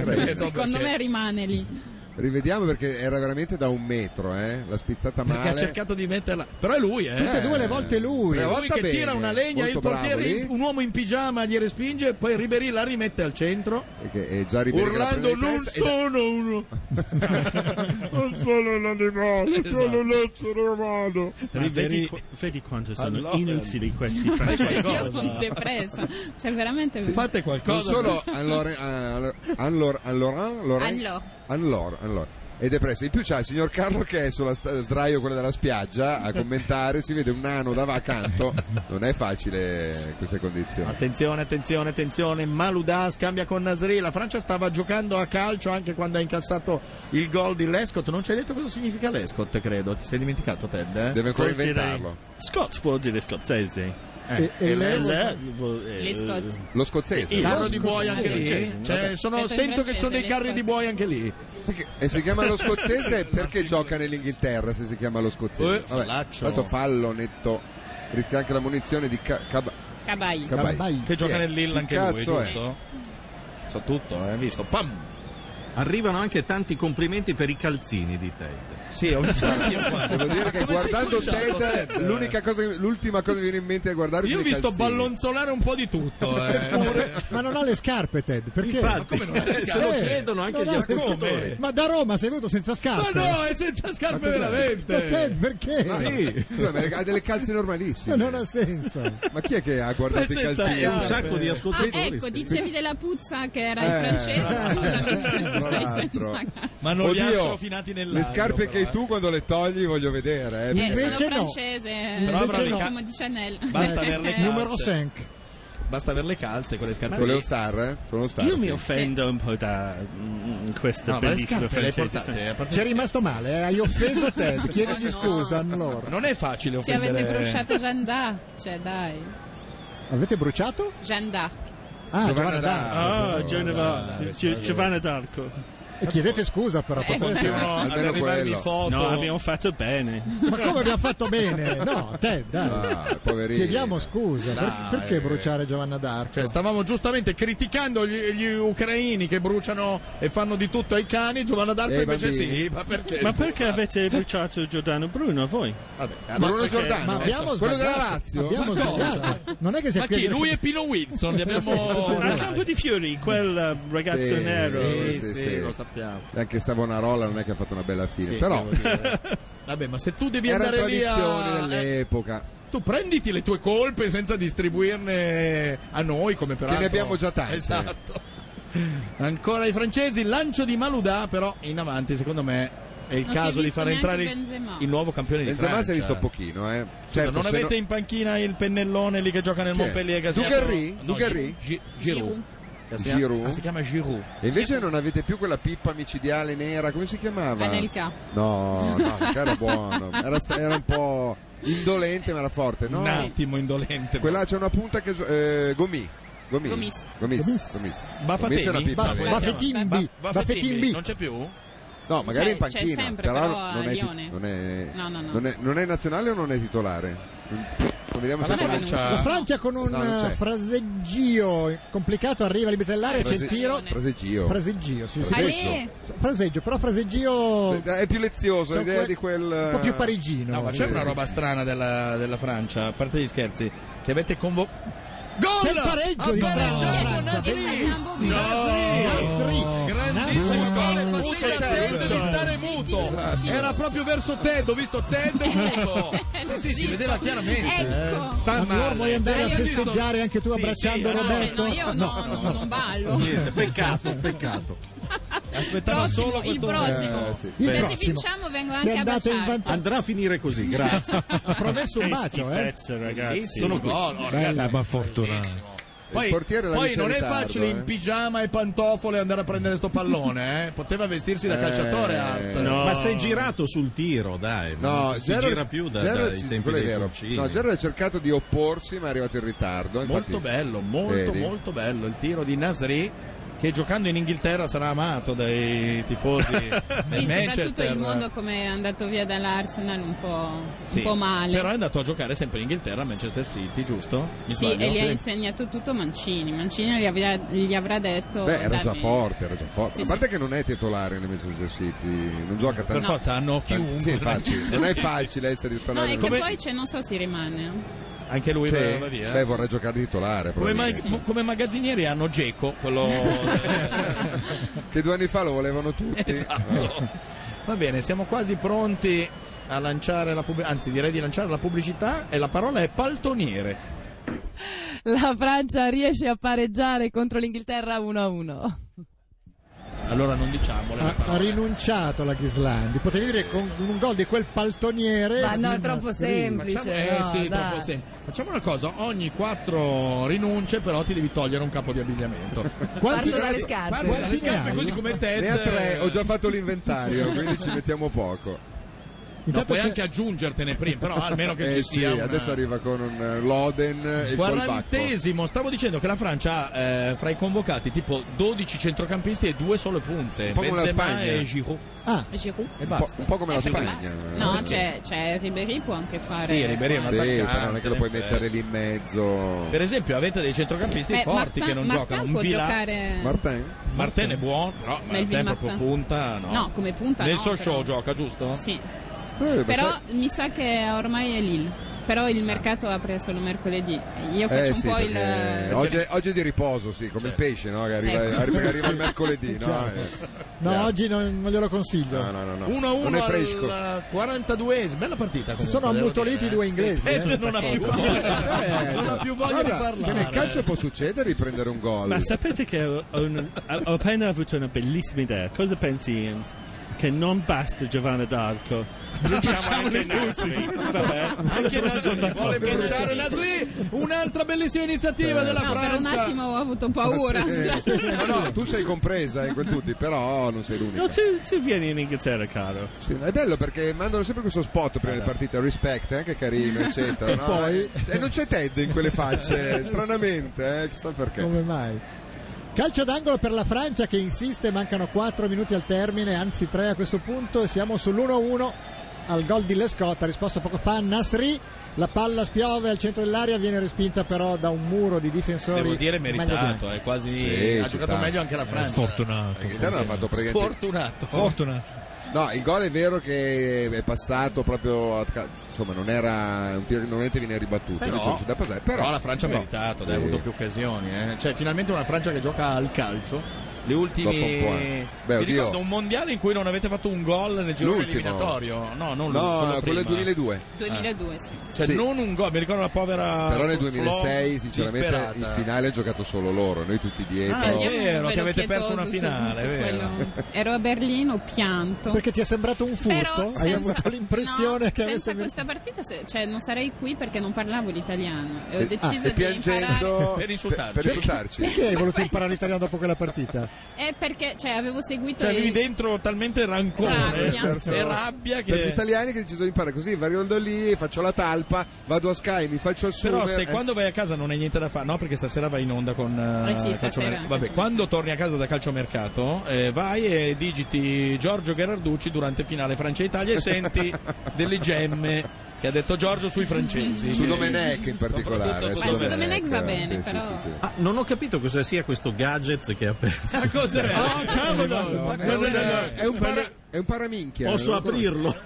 Speaker 4: Ucraina.
Speaker 3: credo,
Speaker 6: Secondo
Speaker 3: perché-
Speaker 6: me rimane lì.
Speaker 4: nera. Rivediamo perché era veramente da un metro, eh? L'ha spizzata male.
Speaker 3: Perché ha cercato di metterla. Però è lui, eh.
Speaker 4: Tutte e due le volte lui.
Speaker 3: È
Speaker 4: Tre
Speaker 3: lui
Speaker 4: volte
Speaker 3: che
Speaker 4: bene.
Speaker 3: tira una legna,
Speaker 4: Molto
Speaker 3: il portiere,
Speaker 4: bravo lì.
Speaker 3: in- un uomo in pigiama gli respinge, poi Ribery la rimette al centro.
Speaker 4: Perché è già Ribery che la
Speaker 3: Urlando
Speaker 4: prende di
Speaker 3: non
Speaker 4: testa e da-
Speaker 3: sono uno
Speaker 12: Non sono un animale, sono un
Speaker 4: Esatto.
Speaker 12: essere umano.
Speaker 5: Ah.
Speaker 10: Ma vedi, qu- vedi quanto sono
Speaker 12: Allora.
Speaker 10: inutili questi
Speaker 6: Cioè, Io sono
Speaker 10: francesi.
Speaker 6: depressa. Cioè, veramente.
Speaker 3: Fate qualcosa.
Speaker 4: ah, Non solo Anlor, Anlor, Anlor, Anlor,
Speaker 6: Anlor.
Speaker 4: Anlor, Anlor. e depressa. In più c'è il signor Carlo che è sulla sta- sdraio quella della spiaggia a commentare, si vede un nano da va accanto. Non è facile queste condizioni.
Speaker 3: Attenzione, attenzione, attenzione. Malouda scambia con Nasri. La Francia stava giocando a calcio anche quando ha incassato il gol di Lescott. Non ci hai detto cosa significa Lescott, credo. Ti sei dimenticato, Ted? eh?
Speaker 4: Deve ancora
Speaker 10: Forse
Speaker 4: inventarlo.
Speaker 10: dai. Scott vuol dire scozzese.
Speaker 3: Eh, e lei-
Speaker 10: vuol- eh,
Speaker 3: Le Scott.
Speaker 4: Lo scozzese.
Speaker 3: Il carro di buoi anche lì.
Speaker 4: Sì.
Speaker 3: Cioè, sono-
Speaker 11: Detto in
Speaker 3: sento che ci
Speaker 11: francese,
Speaker 3: sono dei carri
Speaker 11: Lescott.
Speaker 3: di buoi anche lì.
Speaker 4: E si chiama lo scozzese perché gioca nell'Inghilterra se si chiama lo scozzese?
Speaker 3: Eh,
Speaker 4: Vabbè,
Speaker 3: fallaccio.
Speaker 4: tanto fallo netto, rischia anche la munizione di Ca- Cab-
Speaker 6: Cabai.
Speaker 4: Cabai.
Speaker 3: Che gioca
Speaker 4: Chi è?
Speaker 3: nel Lille
Speaker 4: Chi
Speaker 3: anche
Speaker 4: cazzo
Speaker 3: lui,
Speaker 4: è?
Speaker 3: giusto? So tutto, eh, visto. Pam!
Speaker 5: Arrivano anche tanti complimenti per i calzini di Ted.
Speaker 3: Sì, ho visto
Speaker 4: Devo dire che guardando Ted, l'unica cosa che- l'ultima cosa che mi viene in mente è guardare
Speaker 3: Io
Speaker 4: sono
Speaker 3: ho
Speaker 4: i
Speaker 3: visto
Speaker 4: calzini.
Speaker 3: ballonzolare un po' di tutto.
Speaker 2: Pure- ma non ha le scarpe Ted perché?
Speaker 4: Infatti,
Speaker 2: Ma come non ha le
Speaker 4: se
Speaker 2: scarpe?
Speaker 4: lo
Speaker 2: Eh,
Speaker 4: chiedono anche
Speaker 2: non
Speaker 4: gli
Speaker 2: ha le
Speaker 4: ascoltatori.
Speaker 2: scarpe. ma da Roma sei venuto senza scarpe
Speaker 4: Ma no,
Speaker 3: è senza scarpe
Speaker 2: Ma cos'è?
Speaker 4: veramente.
Speaker 2: ma Ted perché?
Speaker 4: Ma no, Ah, scusa, ma ha delle calze normalissime.
Speaker 2: non ha senso
Speaker 4: Ma chi è che ha
Speaker 2: Ma
Speaker 4: guardato i
Speaker 2: senza
Speaker 4: calzini?
Speaker 2: scarpe. Un sacco di
Speaker 6: Ah, ecco, dicevi della puzza che era
Speaker 3: Eh.
Speaker 6: in
Speaker 4: Tra l'altro.
Speaker 6: francese. Eh, Scusami, senza-
Speaker 3: Ma non li ha
Speaker 4: Oddio,
Speaker 3: strofinati nell'altro,
Speaker 4: Le scarpe
Speaker 3: però,
Speaker 4: che hai
Speaker 3: eh.
Speaker 4: tu quando le togli voglio vedere. Eh.
Speaker 6: Eh,
Speaker 4: perché-
Speaker 6: sono francese,
Speaker 3: Però
Speaker 6: eh,
Speaker 3: avrà le
Speaker 6: come
Speaker 3: ca-
Speaker 6: di Chanel.
Speaker 3: Basta
Speaker 2: Eh,
Speaker 3: averle calze.
Speaker 10: Numero
Speaker 3: Basta aver le calze con le scarpe.
Speaker 4: Volevo
Speaker 3: lì.
Speaker 4: star, eh? Sono star.
Speaker 10: Io mi
Speaker 4: sì.
Speaker 10: offendo un po' da mm,
Speaker 3: No,
Speaker 10: questa
Speaker 3: ma le
Speaker 10: bellissima
Speaker 3: scarpe le
Speaker 10: francese.
Speaker 3: portate,
Speaker 10: sì.
Speaker 3: a parte-
Speaker 2: ci è rimasto male eh? hai offeso Ted chiedigli scusa allora
Speaker 3: Non è facile
Speaker 6: Ci avete bruciato Jeanne d'Arc, cioè dai.
Speaker 2: avete bruciato?
Speaker 6: Jeanne d'Arc.
Speaker 2: ah Giovanna
Speaker 10: Giovanna
Speaker 2: D'Arco.
Speaker 10: Ah, Giovanna d'Arco. Gio- Giovanna d'Arco.
Speaker 4: Ah,
Speaker 2: e chiedete scusa però
Speaker 10: Eh,
Speaker 2: potrebbe essere-
Speaker 10: continuano ad
Speaker 4: Almeno
Speaker 10: arrivarmi
Speaker 4: quello.
Speaker 10: foto. No, abbiamo fatto bene.
Speaker 2: ma come abbiamo fatto bene no Ted dai
Speaker 4: Ah, poverino.
Speaker 2: chiediamo scusa per-
Speaker 3: Dai.
Speaker 2: perché bruciare Giovanna D'Arco?
Speaker 3: Cioè, stavamo giustamente criticando gli, gli ucraini che bruciano e fanno di tutto ai cani. Giovanna D'Arco
Speaker 10: E ai
Speaker 3: invece
Speaker 10: bambini.
Speaker 3: sì, ma perché?
Speaker 10: Ma perché avete bruciato Giordano Bruno voi?
Speaker 3: Bruno Giordano?
Speaker 2: ma abbiamo
Speaker 3: Quello della
Speaker 2: sbagliato,
Speaker 3: Lazio?
Speaker 2: abbiamo
Speaker 10: Ma cosa?
Speaker 2: sbagliato non è che si
Speaker 10: Ma chi,
Speaker 2: appiede-
Speaker 10: lui
Speaker 3: e Pino Wilson li abbiamo
Speaker 10: Al campo di fiori, quel eh, ragazzo
Speaker 4: Sì,
Speaker 10: nero.
Speaker 4: sì, sì, sì. Anche Savonarola non è che ha fatto una bella fine,
Speaker 3: Sì,
Speaker 4: però
Speaker 3: devo dire. Vabbè, ma se tu devi
Speaker 4: erano
Speaker 3: andare lì
Speaker 4: tradizioni
Speaker 3: a...
Speaker 4: dell'epoca.
Speaker 3: Tu prenditi le tue colpe senza distribuirne a noi, come peraltro...
Speaker 4: Che ne abbiamo già tante.
Speaker 3: Esatto. Ancora i francesi, lancio di Malouda, però in avanti, secondo me... È il
Speaker 6: Non si è
Speaker 3: caso di
Speaker 6: visto
Speaker 3: far
Speaker 6: neanche
Speaker 3: entrare il,
Speaker 6: Benzema.
Speaker 3: il nuovo campione di
Speaker 4: Benzema si
Speaker 3: Francia.
Speaker 4: è visto pochino, eh. Certo,
Speaker 3: non
Speaker 4: se
Speaker 3: avete
Speaker 4: no-
Speaker 3: in panchina il pennellone lì che gioca nel
Speaker 4: Chi è?
Speaker 3: Montpellier che si
Speaker 4: Dugarry?
Speaker 3: chiama-
Speaker 4: Dugarry?
Speaker 3: Gi- Gi-
Speaker 4: Giroud.
Speaker 3: Giroud. Che si-
Speaker 4: Giroud?
Speaker 3: ah, si chiama Giroud.
Speaker 4: E invece non avete più quella pippa micidiale nera, come si chiamava?
Speaker 6: Anelka.
Speaker 4: No, no, che era buono. Era, sta- era un po' indolente, ma era forte, no?
Speaker 3: Un attimo indolente.
Speaker 4: Quella c'è una punta che. gio- Eh, Gomi. Gomi.
Speaker 3: Gomis.
Speaker 4: Gomis. Gomis. Gomis è una
Speaker 3: Bafatemi?
Speaker 4: pippa
Speaker 3: Baf-
Speaker 4: vera.
Speaker 2: Baffetin B.
Speaker 3: Ba-
Speaker 2: Baffetin
Speaker 3: Baffetin
Speaker 2: B.
Speaker 3: B, non c'è più?
Speaker 4: No, magari
Speaker 6: C'è-
Speaker 4: in panchina,
Speaker 6: c'è sempre,
Speaker 4: però,
Speaker 6: però a
Speaker 4: non, è ti-
Speaker 6: Lione.
Speaker 4: non è,
Speaker 6: No, no, no.
Speaker 4: non è- non è nazionale o non è titolare? Lo vediamo
Speaker 3: Ma
Speaker 4: se
Speaker 3: la
Speaker 4: poi-
Speaker 3: Francia-
Speaker 2: La Francia con un
Speaker 4: No, non c'è.
Speaker 2: eh, fraseggio complicato arriva a dell'area, c'è il
Speaker 4: Frase-
Speaker 2: tiro.
Speaker 4: Fraseggio.
Speaker 2: Fraseggio, sì, sì.
Speaker 4: Fraseggio.
Speaker 2: Fraseggio, però fraseggio
Speaker 4: È più lezioso,
Speaker 2: C'è
Speaker 4: l'idea
Speaker 2: quel-
Speaker 4: di quel... eh,
Speaker 2: un po' più parigino.
Speaker 3: No, ma c'è una roba strana della, della Francia, a parte gli scherzi, che avete convocato. Gol!
Speaker 2: C'è il pareggio di
Speaker 3: Ha
Speaker 2: Francia.
Speaker 3: pareggiato Nasri! Nasri! Grandissimo gol! e Faceva Ted di stare muto! Era proprio verso Ted, ho visto Ted muto! Sì, sì, si
Speaker 6: Eh,
Speaker 3: vedeva chiaramente.
Speaker 6: Ecco.
Speaker 3: Fa
Speaker 2: Ma allora
Speaker 3: male.
Speaker 2: vuoi andare a
Speaker 3: Hai visto?
Speaker 2: festeggiare anche tu abbracciando
Speaker 3: sì, no,
Speaker 2: Roberto?
Speaker 6: no, io no, no, non ballo.
Speaker 5: Niente, peccato, peccato.
Speaker 3: Aspettava
Speaker 6: Prossimo,
Speaker 3: solo questo
Speaker 6: il prossimo.
Speaker 5: Eh, sì.
Speaker 6: Cioè,
Speaker 5: Beh,
Speaker 6: se
Speaker 5: prossimo.
Speaker 6: vinciamo vengo
Speaker 5: Se
Speaker 6: anche a
Speaker 5: andate in
Speaker 6: baciarti.
Speaker 5: vantaggio- Andrà a finire così, grazie.
Speaker 2: Ha promesso un
Speaker 5: Che
Speaker 2: bacio, eh.
Speaker 5: schifezze, ragazzi.
Speaker 3: Bellissimo
Speaker 5: Sono qui.
Speaker 3: gol, oh,
Speaker 5: Bella,
Speaker 3: ragazzi.
Speaker 5: ma fortunata.
Speaker 3: Poi,
Speaker 4: Il portiere l'ha
Speaker 3: poi
Speaker 4: visto in
Speaker 3: non è
Speaker 4: ritardo,
Speaker 3: facile
Speaker 4: eh.
Speaker 3: in pigiama e pantofole andare a prendere sto pallone, eh. Poteva vestirsi da
Speaker 5: Eh,
Speaker 3: calciatore, Art.
Speaker 5: Ma sei girato sul tiro, dai.
Speaker 4: No,
Speaker 5: non si
Speaker 4: Gerrard-
Speaker 5: gira più da,
Speaker 4: Gerrard
Speaker 5: dai
Speaker 4: ci-
Speaker 5: tempi
Speaker 4: quello è
Speaker 5: dei
Speaker 4: vero.
Speaker 5: pulcini.
Speaker 4: No, Gerrard ha cercato di opporsi, ma è arrivato in ritardo. infatti-
Speaker 3: Molto bello, molto
Speaker 4: Vedi?
Speaker 3: molto bello il tiro di Nasri che giocando in Inghilterra sarà amato dai tifosi del
Speaker 6: Sì, soprattutto
Speaker 3: Manchester.
Speaker 6: il mondo come è andato via dall'Arsenal un po',
Speaker 3: Sì,
Speaker 6: un po male.
Speaker 3: Però è andato a giocare sempre in Inghilterra a Manchester City, giusto? Mi
Speaker 6: sì,
Speaker 3: sbaglio?
Speaker 6: e gli ha
Speaker 3: Sì.
Speaker 6: insegnato tutto Mancini. Mancini gli avrà, gli avrà detto...
Speaker 4: Beh, era già
Speaker 6: "Dammi".
Speaker 4: forte, era già forte.
Speaker 6: Sì,
Speaker 4: a parte che non è titolare nel Manchester City, non gioca tanto.
Speaker 3: Per forza hanno
Speaker 4: Tanti-
Speaker 3: chiunque.
Speaker 4: Sì, infatti, non è facile essere
Speaker 6: No,
Speaker 4: titolare.
Speaker 6: e
Speaker 4: nel-
Speaker 6: che poi c'è, non so si rimane. eh.
Speaker 3: Anche lui
Speaker 4: Sì.
Speaker 3: va va via.
Speaker 4: Beh, vorrei giocare di titolare.
Speaker 3: come, ma-
Speaker 4: probabilmente.
Speaker 3: come magazzinieri hanno Geco, quello...
Speaker 4: Che due anni fa lo volevano tutti. No.
Speaker 3: Esatto. Va bene, siamo quasi pronti a lanciare la pubblicità, anzi direi di lanciare la pubblicità e la parola è paltoniere.
Speaker 13: La Francia riesce a pareggiare contro l'Inghilterra 1-1.
Speaker 3: Allora non diciamole.
Speaker 4: Ah,
Speaker 2: Ha, ha rinunciato la Ghislandi. Potevi dire con un gol di quel paltoniere.
Speaker 7: Ma no, è
Speaker 2: Gimnastrini.
Speaker 7: troppo semplice.
Speaker 3: Facciamo, eh,
Speaker 7: no, dai.
Speaker 3: sì, troppo semplice. Facciamo una cosa: ogni quattro rinunce, però ti devi togliere un capo di abbigliamento.
Speaker 7: Parto dalle
Speaker 3: gradi-
Speaker 7: scarpe.
Speaker 3: Parto dalle scarpe, così come Ted.
Speaker 4: Ne ha tre,
Speaker 3: eh,
Speaker 4: ho già fatto l'inventario, quindi ci mettiamo poco.
Speaker 3: No, puoi anche aggiungertene prima, però almeno che
Speaker 4: Eh
Speaker 3: ci
Speaker 4: sì,
Speaker 3: sia. una-
Speaker 4: adesso arriva con un eh, Loden e il oh. callback.
Speaker 3: Quarantesimo, stavo dicendo che la Francia ha eh, fra i convocati tipo 12 centrocampisti e due sole punte.
Speaker 4: Un po' come la
Speaker 3: Benzema
Speaker 4: Spagna.
Speaker 3: e Giroud.
Speaker 2: Ah,
Speaker 6: Giroud.
Speaker 3: E basta.
Speaker 4: Un po' come la
Speaker 6: Eh, però
Speaker 4: Spagna.
Speaker 6: basta. "Uh, No, cioè, c'è, c'è Ribéry può anche
Speaker 7: Eh,
Speaker 6: fare.
Speaker 3: Sì, Ribéry è un
Speaker 4: Sì,
Speaker 3: attaccante,
Speaker 4: però non è che lo puoi
Speaker 3: cioè.
Speaker 4: mettere lì in mezzo.
Speaker 3: Per esempio, avete dei
Speaker 7: Eh,
Speaker 3: centrocampisti
Speaker 6: Beh,
Speaker 3: forti
Speaker 6: Martin-
Speaker 3: che non
Speaker 6: Martin
Speaker 3: giocano. Un
Speaker 6: può
Speaker 3: Villa-
Speaker 6: giocare-
Speaker 4: Martin.
Speaker 3: Martin è buono, però
Speaker 6: Melvin
Speaker 3: Martin è proprio
Speaker 6: Martin.
Speaker 3: punta. No,
Speaker 6: No, come punta
Speaker 3: Nel
Speaker 6: no,
Speaker 3: suo
Speaker 6: però.
Speaker 3: show gioca, giusto?
Speaker 6: Sì.
Speaker 4: Eh,
Speaker 6: Però mi sa che ormai è Lille. Però il mercato apre solo mercoledì. Io faccio
Speaker 4: Eh,
Speaker 6: un
Speaker 4: sì,
Speaker 6: po'
Speaker 4: perché
Speaker 6: il.
Speaker 4: oggi, oggi è di riposo, sì, come il pesce, no? Che arriva,
Speaker 6: Ecco.
Speaker 4: arri- che arriva il mercoledì, no? Eh,
Speaker 2: No, oggi non, non glielo consiglio.
Speaker 4: No, no, no, no.
Speaker 3: 1-1
Speaker 4: non è fresco.
Speaker 3: al 42 bella partita.
Speaker 2: Si
Speaker 3: comunque,
Speaker 2: sono
Speaker 3: devo
Speaker 2: ammutoliti
Speaker 3: dire,
Speaker 2: i due
Speaker 3: eh.
Speaker 2: inglesi,
Speaker 3: Sì, Ted
Speaker 2: eh.
Speaker 3: non ha più
Speaker 2: Ecco.
Speaker 3: voglia,
Speaker 4: Eh,
Speaker 3: non ha più voglia
Speaker 4: guarda,
Speaker 3: di parlare.
Speaker 4: che nel calcio può succedere di prendere un gol.
Speaker 10: Ma sapete che ho, ho un- ho appena avuto una bellissima idea. Cosa pensi, Ian? Che non basta Giovanna d'Arco.
Speaker 14: Anche Nasri vuole bruciare
Speaker 3: Nasri, un'altra bellissima iniziativa
Speaker 4: Sì.
Speaker 3: della
Speaker 6: no, per un
Speaker 3: Francia.
Speaker 6: attimo ho avuto paura.
Speaker 4: Eh, Sì. No, no, tu sei compresa in quel tutti, però non sei l'unica.
Speaker 10: No, tu, tu vieni in Inghilterra, caro.
Speaker 4: Sì, È bello perché mandano sempre questo spot prima delle partite, respect, eh, che carino, eccetera.
Speaker 2: E
Speaker 4: no?
Speaker 2: poi-
Speaker 4: E non c'è Ted in quelle facce, stranamente, eh, chissà perché.
Speaker 2: Come mai? Calcio d'angolo per la Francia che insiste, mancano 4 minuti al termine, anzi 3 a questo punto e siamo sull'1-1 al gol di Lescott, ha risposto poco fa Nasri, la palla spiove al centro dell'area, viene respinta però da un muro di difensori.
Speaker 3: Devo dire
Speaker 2: maglia
Speaker 3: meritato,
Speaker 2: bianca.
Speaker 3: è quasi
Speaker 4: Sì,
Speaker 3: ha
Speaker 4: ci
Speaker 3: giocato
Speaker 4: sta. Eh,
Speaker 3: meglio anche la Francia.
Speaker 4: La Inghilterra ha fatto praticamente-
Speaker 3: Sfortunato.
Speaker 4: No, il gol è vero che è passato proprio. A... ca- Insomma, non era un tiro che normalmente viene ribattuto.
Speaker 3: Però,
Speaker 4: non c'è riuscito a passare, però,
Speaker 3: però la Francia ha
Speaker 4: però-
Speaker 3: meritato,
Speaker 4: Sì.
Speaker 3: dai, ha avuto più occasioni. eh. Cioè, finalmente una Francia che gioca al calcio. Le ultime.
Speaker 4: Dopo un po', eh. Beh,
Speaker 3: Mi
Speaker 4: oddio.
Speaker 3: ricordo un mondiale in cui non avete fatto un gol nel giro
Speaker 4: L'ultimo.
Speaker 3: eliminatorio. No, non
Speaker 4: No, quello
Speaker 3: l'ultimo,
Speaker 4: del
Speaker 3: prima.
Speaker 4: 2002.
Speaker 3: Ah.
Speaker 6: 2002, sì.
Speaker 3: Cioè,
Speaker 4: Sì.
Speaker 3: non un gol, mi ricordo la povera.
Speaker 4: Però nel
Speaker 3: Ah, Flo
Speaker 4: 2006, sinceramente,
Speaker 3: disperata.
Speaker 4: in finale ha giocato solo loro, noi tutti dietro.
Speaker 3: Ah, è vero,
Speaker 6: Ero
Speaker 3: che avete
Speaker 6: pietoso
Speaker 3: perso una
Speaker 6: su-
Speaker 3: finale,
Speaker 6: su
Speaker 3: vero.
Speaker 6: quello. Ero a Berlino, ho pianto.
Speaker 2: Perché ti è sembrato un furto?
Speaker 6: Certo. Però
Speaker 2: Hai
Speaker 6: senza-
Speaker 2: avuto l'impressione
Speaker 6: no,
Speaker 2: che avesse
Speaker 6: senza questa partita se- cioè, non sarei qui perché non parlavo l'italiano e ho
Speaker 2: Eh,
Speaker 6: deciso
Speaker 2: ah, e
Speaker 6: di
Speaker 4: piangendo-
Speaker 6: imparare
Speaker 4: Per insultarci. per insultarci.
Speaker 2: Perché hai voluto imparare l'italiano dopo quella partita?
Speaker 6: è perché cioè, avevo seguito
Speaker 3: Cioè, avevi
Speaker 6: il...
Speaker 3: dentro talmente rancore
Speaker 6: Rabbia. Perso-
Speaker 3: e rabbia
Speaker 4: Per gli
Speaker 3: che.
Speaker 4: italiani che deciso di imparare così, vado lì, faccio la talpa, vado a Sky, mi faccio assumere.
Speaker 3: Però se
Speaker 4: eh,
Speaker 3: quando vai a casa non hai niente da fare, no perché stasera vai in onda con eh,
Speaker 6: Eh sì, stasera,
Speaker 3: calciomercato. Vabbè,
Speaker 6: calciomercato.
Speaker 3: quando torni a casa da calciomercato eh, vai e digiti Giorgio Gherarducci durante finale Francia-Italia e senti delle gemme che ha detto Giorgio sui francesi.
Speaker 4: Su
Speaker 3: Che-
Speaker 4: Domenech in particolare.
Speaker 6: Ma su Domenech va bene,
Speaker 4: sì, sì,
Speaker 6: però...
Speaker 4: sì, sì.
Speaker 5: Ah, non ho capito cosa sia questo gadget che ha perso.
Speaker 3: cos'è?
Speaker 10: Oh, cavolo!
Speaker 4: È un, è un para- è un paraminchia.
Speaker 5: Posso
Speaker 4: non lo
Speaker 5: aprirlo?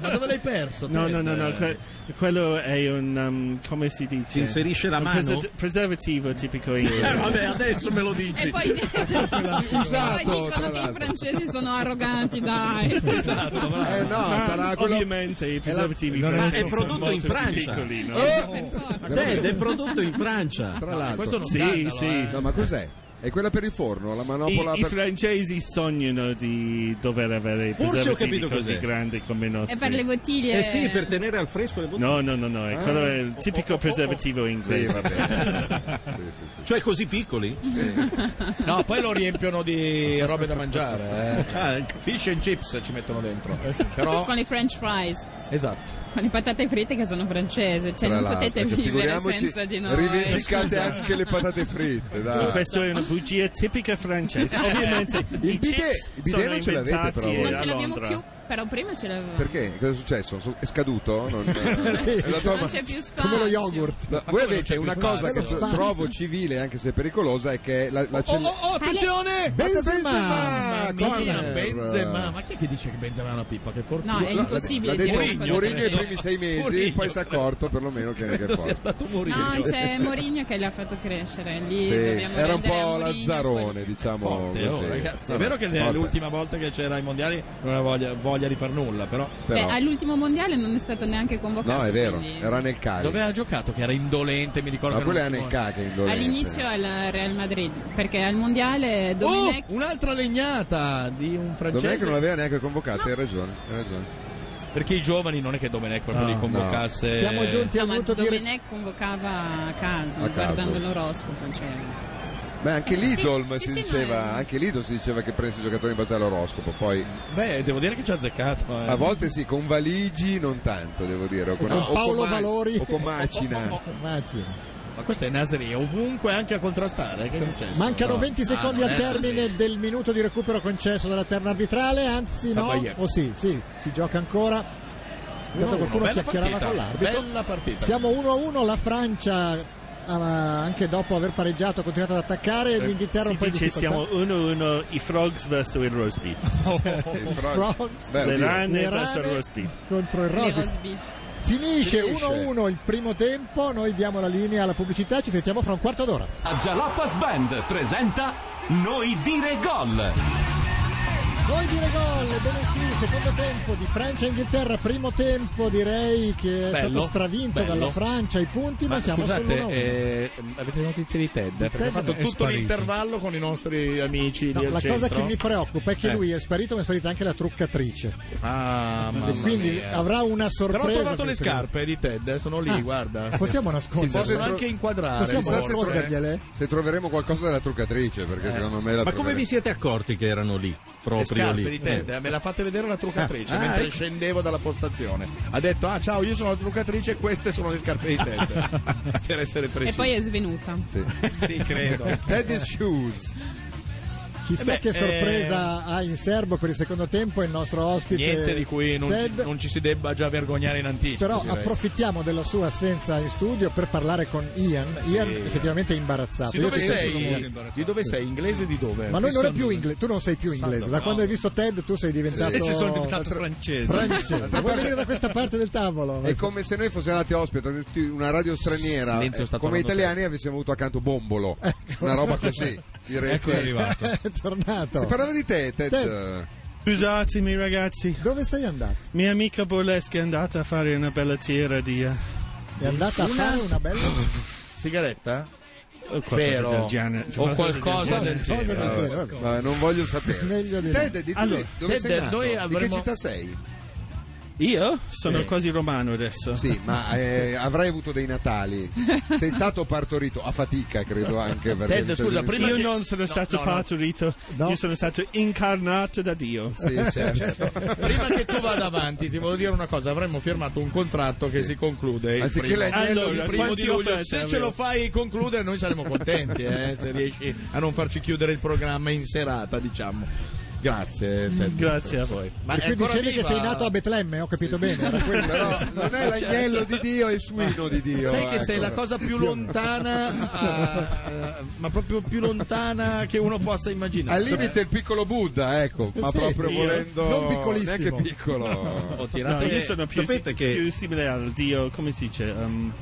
Speaker 3: ma dove l'hai perso?
Speaker 10: No, no, no, no, que- quello è un. um, come si dice?
Speaker 5: Si inserisce la
Speaker 10: Un
Speaker 5: mano?
Speaker 10: preservativo tipico
Speaker 5: Eh,
Speaker 10: inglese.
Speaker 5: vabbè, adesso me lo dici.
Speaker 6: E poi, poi dicono che i francesi sono arroganti, dai.
Speaker 4: Eh no,
Speaker 10: Ma
Speaker 4: sarà quello...
Speaker 10: Ah, Ovviamente i preservativi
Speaker 5: non è-
Speaker 10: francesi
Speaker 5: è prodotto
Speaker 10: sono molto
Speaker 5: in Francia.
Speaker 10: piccoli, no?
Speaker 5: Ted è Eh, prodotto in Francia.
Speaker 6: Eh
Speaker 4: Tra l'altro.
Speaker 3: questo è uno
Speaker 10: Sì,
Speaker 3: scandalo,
Speaker 10: sì.
Speaker 3: eh.
Speaker 4: No, ma cos'è? È quella per il forno, la manopola
Speaker 10: I, i
Speaker 4: per...
Speaker 10: francesi sognano di dover avere i
Speaker 5: Forse ho
Speaker 10: preservativi
Speaker 5: capito
Speaker 10: così
Speaker 5: cos'è.
Speaker 10: grandi come i
Speaker 6: E
Speaker 10: nostri.
Speaker 6: per le bottiglie...
Speaker 5: Eh sì, per tenere al fresco le bottiglie.
Speaker 10: No, no, no, no, è quello è il tipico preservativo
Speaker 4: Sì, va
Speaker 10: inglese.
Speaker 4: bene. Sì, sì, sì.
Speaker 5: Cioè così piccoli?
Speaker 3: Esatto, No, poi lo riempiono di robe da mangiare. eh.
Speaker 5: Ah,
Speaker 3: Fish and chips ci mettono dentro. Però,
Speaker 6: Con le french fries,
Speaker 3: Eh esatto.
Speaker 6: con le patate fritte che sono francese, cioè
Speaker 4: Tra
Speaker 6: non
Speaker 4: l'altro,
Speaker 6: potete
Speaker 4: cioè,
Speaker 6: vivere
Speaker 4: figuriamoci,
Speaker 6: senza di noi.
Speaker 4: Rivendicate
Speaker 6: scusa.
Speaker 4: anche le patate fritte,
Speaker 3: Cioè,
Speaker 4: dai.
Speaker 10: Questa è una bugia tipica francese. Ovviamente i
Speaker 4: Il bidet-
Speaker 10: chips
Speaker 4: il bidet
Speaker 10: sono
Speaker 4: non ce l'avete,
Speaker 10: inventati
Speaker 4: però, voi.
Speaker 10: a
Speaker 6: Non ce l'abbiamo
Speaker 10: Londra.
Speaker 6: più, però prima ce l'avevamo.
Speaker 4: Perché? Cosa è successo? So- È scaduto? Non, è andato
Speaker 6: Non
Speaker 4: a-
Speaker 6: c'è più spazio.
Speaker 2: Come lo yogurt.
Speaker 4: No, voi
Speaker 3: non c'è
Speaker 4: avete
Speaker 3: più
Speaker 4: una
Speaker 3: spazio?
Speaker 4: cosa che
Speaker 2: Quello spazio.
Speaker 4: trovo civile, anche se pericolosa, è che la, la cell-
Speaker 3: Oh, attenzione!
Speaker 4: Benzema!
Speaker 3: Mamma mia,
Speaker 4: Corner!
Speaker 3: Benzema! Ma chi è che dice che Benzema è una pippa? Che fortuna!
Speaker 6: No, è
Speaker 4: L'ha-
Speaker 6: impossibile
Speaker 4: l'ha
Speaker 6: dire
Speaker 4: detto
Speaker 6: una cosa
Speaker 4: Mourinho i
Speaker 6: del
Speaker 4: primi sei mesi,
Speaker 3: Mourinho.
Speaker 4: poi si è accorto perlomeno che che è
Speaker 3: Credo sia
Speaker 4: forte.
Speaker 3: stato Mourinho.
Speaker 6: No, c'è Mourinho che l'ha fatto crescere. Lì
Speaker 4: Sì,
Speaker 6: dobbiamo
Speaker 4: era un
Speaker 6: rendere a
Speaker 4: po'
Speaker 6: Mourinho
Speaker 4: Lazzarone,
Speaker 6: quello-
Speaker 4: diciamo
Speaker 3: Forte, oh,
Speaker 4: così.
Speaker 3: ragazzi. È vero che
Speaker 4: Forte.
Speaker 3: l'ultima volta che c'era ai mondiali non aveva voglia, voglia voglia di far nulla, però.
Speaker 6: Beh, all'ultimo mondiale non è stato neanche convocato.
Speaker 4: No, è vero,
Speaker 6: quindi-
Speaker 4: era nel Cali.
Speaker 3: Dove ha giocato? Che era indolente, mi ricordo.
Speaker 4: Ma
Speaker 3: che
Speaker 4: quello
Speaker 3: non
Speaker 4: era nel
Speaker 3: si
Speaker 4: Cali che è indolente.
Speaker 6: All'inizio al Real Madrid, perché al mondiale
Speaker 3: Oh,
Speaker 6: Domenech
Speaker 3: un'altra legnata di un francese.
Speaker 4: Domenech non l'aveva neanche convocato, hai ragione, hai ragione.
Speaker 3: Perché i giovani non è che Domenech proprio
Speaker 4: No,
Speaker 3: li convocasse.
Speaker 4: no. Siamo giunti-
Speaker 6: Insomma,
Speaker 4: voluto dire-
Speaker 6: Domenech convocava a caso,
Speaker 4: A caso.
Speaker 6: guardando l'oroscopo. Cioè...
Speaker 4: Beh, anche
Speaker 6: Sì,
Speaker 4: l'Idolm
Speaker 6: sì,
Speaker 4: si
Speaker 6: sì,
Speaker 4: diceva,
Speaker 6: no, eh.
Speaker 4: anche l'Idol si diceva che prendesse i giocatori in base all'oroscopo, poi
Speaker 3: Beh, devo dire che ci ha azzeccato. eh.
Speaker 4: a volte sì, con Valigi non tanto, devo dire, o con,
Speaker 3: No.
Speaker 4: o con
Speaker 3: Paolo
Speaker 4: Ma-
Speaker 3: Valori.
Speaker 4: o con Eh, Macina.
Speaker 3: Ma questo è Nasri, ovunque anche a contrastare. Che è successo?
Speaker 2: Mancano
Speaker 3: No.
Speaker 2: 20
Speaker 3: Ah,
Speaker 2: secondi
Speaker 3: non
Speaker 2: al
Speaker 3: è Nasri.
Speaker 2: termine del minuto di recupero concesso dalla terna arbitrale, anzi no,
Speaker 3: Caballero.
Speaker 2: o sì, sì, si gioca ancora. Intanto
Speaker 3: Uno a uno,
Speaker 2: qualcuno
Speaker 3: bella
Speaker 2: chiacchierava
Speaker 3: partita,
Speaker 2: con l'arbitro.
Speaker 3: Bella partita.
Speaker 2: Siamo 1-1, la Francia ah, anche dopo aver pareggiato ha continuato ad
Speaker 3: Eh,
Speaker 2: attaccare, l'Inghilterra
Speaker 10: si
Speaker 2: un po' in
Speaker 10: dice
Speaker 2: difficoltà.
Speaker 10: siamo 1-1 i frogs verso il roast beef.
Speaker 4: Eh,
Speaker 2: Frogs.
Speaker 10: le
Speaker 2: Beh,
Speaker 10: rane
Speaker 2: le
Speaker 10: verso il
Speaker 2: rane
Speaker 10: roast beef.
Speaker 2: contro il
Speaker 10: Le
Speaker 2: Roby. Finisce
Speaker 10: Finisce.
Speaker 2: 1-1 il primo tempo, noi diamo la linea alla pubblicità, ci sentiamo fra un quarto d'ora.
Speaker 1: La Jalapas Band presenta Noi dire gol.
Speaker 2: Noi dire gol, ebbene sì, secondo tempo di Francia e Inghilterra, primo tempo direi che è
Speaker 3: Bello,
Speaker 2: stato stravinto
Speaker 3: bello.
Speaker 2: dalla Francia i punti, ma,
Speaker 3: Ma
Speaker 2: siamo
Speaker 3: scusate,
Speaker 2: solo
Speaker 3: eh, avete notizie di Ted? Perché
Speaker 2: Ted
Speaker 3: ha fatto
Speaker 2: è
Speaker 3: tutto
Speaker 2: sparito.
Speaker 3: l'intervallo con i nostri amici
Speaker 2: No,
Speaker 3: lì al
Speaker 2: la cosa
Speaker 3: centro.
Speaker 2: che mi preoccupa è che
Speaker 3: Eh.
Speaker 2: lui è sparito, ma è sparita anche la truccatrice.
Speaker 3: Ah, mamma
Speaker 2: quindi
Speaker 3: mia.
Speaker 2: avrà una sorpresa.
Speaker 3: Però ho trovato le
Speaker 2: per seguire.
Speaker 3: scarpe di Ted, eh, sono lì,
Speaker 2: Ah,
Speaker 3: guarda.
Speaker 2: possiamo
Speaker 3: Si
Speaker 2: nasconderle?
Speaker 3: possono anche inquadrare.
Speaker 4: Chissà se,
Speaker 3: forse.
Speaker 4: troveremo, se troveremo qualcosa della truccatrice, perché secondo me la
Speaker 5: Ma come vi siete accorti che erano lì?
Speaker 3: esatto. Le
Speaker 5: Proprio
Speaker 3: scarpe
Speaker 5: lì.
Speaker 3: di Ted, eh, me l'ha fatta vedere la truccatrice
Speaker 5: Ah, ah,
Speaker 3: mentre
Speaker 5: ecco.
Speaker 3: scendevo dalla postazione. Ha detto: Ah, ciao, io sono la truccatrice, queste sono le scarpe di Ted. per essere
Speaker 6: E
Speaker 3: precisi.
Speaker 6: poi è svenuta.
Speaker 3: Sì, credo.
Speaker 4: Ted Shoes.
Speaker 2: Chissà
Speaker 3: Eh beh,
Speaker 2: che sorpresa ha in serbo per il secondo tempo il nostro ospite.
Speaker 3: Niente di cui non,
Speaker 2: Ted.
Speaker 3: non ci si debba già vergognare in anticipo.
Speaker 2: Però
Speaker 3: direi.
Speaker 2: approfittiamo della sua assenza in studio per parlare con Ian. Ian effettivamente è imbarazzato.
Speaker 3: Di
Speaker 2: Io
Speaker 3: dove,
Speaker 2: penso sono molto
Speaker 3: sei?
Speaker 2: imbarazzato.
Speaker 3: Di dove sei? Inglese di dove?
Speaker 2: Ma noi
Speaker 3: Chi
Speaker 2: non è
Speaker 3: sono?
Speaker 2: più inglese, tu non sei più inglese. Da
Speaker 3: no.
Speaker 2: quando hai visto Ted tu sei diventato...
Speaker 15: Sì, sì, sono diventato francese.
Speaker 2: Francese. Vuoi venire da questa parte del tavolo?
Speaker 4: È come se noi fossimo andati ospite in una radio straniera,
Speaker 3: Silenzio,
Speaker 4: eh,
Speaker 3: sta
Speaker 4: come
Speaker 3: tornando
Speaker 4: italiani avessimo avuto accanto Bombolo, una roba così. Diresti.
Speaker 15: Ecco è arrivato.
Speaker 2: è tornato.
Speaker 4: Si parlava di te, Ted.
Speaker 2: Ted.
Speaker 10: Scusatemi ragazzi.
Speaker 2: Dove sei andato?
Speaker 10: Mia amica Burlesque è andata a fare una bella tira di... eh,
Speaker 2: È andata a fare una bella...
Speaker 15: Ah,
Speaker 3: Sigaretta?
Speaker 10: O qualcosa
Speaker 3: Vero.
Speaker 10: del genere.
Speaker 3: O qualcosa del
Speaker 4: Qualcosa
Speaker 3: genere.
Speaker 4: del genere, vabbè. Eh, Ma non voglio sapere.
Speaker 2: Meglio di
Speaker 4: Ted,
Speaker 2: no.
Speaker 4: di
Speaker 10: Allora,
Speaker 4: dove
Speaker 10: Ted,
Speaker 4: sei nato?
Speaker 10: noi
Speaker 4: Di che
Speaker 10: avremmo-
Speaker 4: città sei?
Speaker 10: Io sono
Speaker 4: Sì.
Speaker 10: quasi romano adesso.
Speaker 4: Sì, ma eh, avrai avuto dei Natali. Sei stato partorito a fatica, credo anche. Perché
Speaker 10: Ted, scusa, prima io
Speaker 4: che-
Speaker 10: non sono
Speaker 3: No,
Speaker 10: stato
Speaker 3: no, no.
Speaker 10: partorito, io sono stato incarnato da Dio.
Speaker 4: Sì, certo.
Speaker 3: Eh, Prima che tu vada avanti, ti volevo dire una cosa: avremmo firmato un contratto che si conclude. il
Speaker 4: Anziché
Speaker 3: primo-
Speaker 4: l'agnello,
Speaker 3: il
Speaker 4: Allora,
Speaker 3: primo di
Speaker 10: quanti
Speaker 3: luglio.
Speaker 10: offerte
Speaker 3: Se ce
Speaker 10: avevo?
Speaker 3: lo fai concludere, noi saremo contenti. eh, se riesci a non farci chiudere il programma in serata, diciamo. Grazie, Ted.
Speaker 10: Grazie a voi.
Speaker 3: Ma
Speaker 2: per
Speaker 3: è
Speaker 2: cui
Speaker 3: ancora
Speaker 2: dicevi che
Speaker 3: viva?
Speaker 2: sei nato a Betlemme, ho capito bene. era quello.
Speaker 4: Però non è
Speaker 3: Certo,
Speaker 4: l'agnello di Dio, è il suino di Dio.
Speaker 3: Sai che sei
Speaker 4: ecco.
Speaker 3: la cosa più lontana, eh, ma proprio più lontana che uno possa immaginare.
Speaker 4: Al limite il piccolo Buddha, ecco, ma
Speaker 3: cioè, Eh, Sì,
Speaker 4: proprio
Speaker 3: io-
Speaker 4: volendo...
Speaker 3: non piccolissimo.
Speaker 4: Neanche piccolo.
Speaker 3: Ho
Speaker 10: No,
Speaker 3: tirato
Speaker 10: io
Speaker 3: eh,
Speaker 10: sono più,
Speaker 3: sapete che
Speaker 10: più simile al Dio, come si dice? ehm,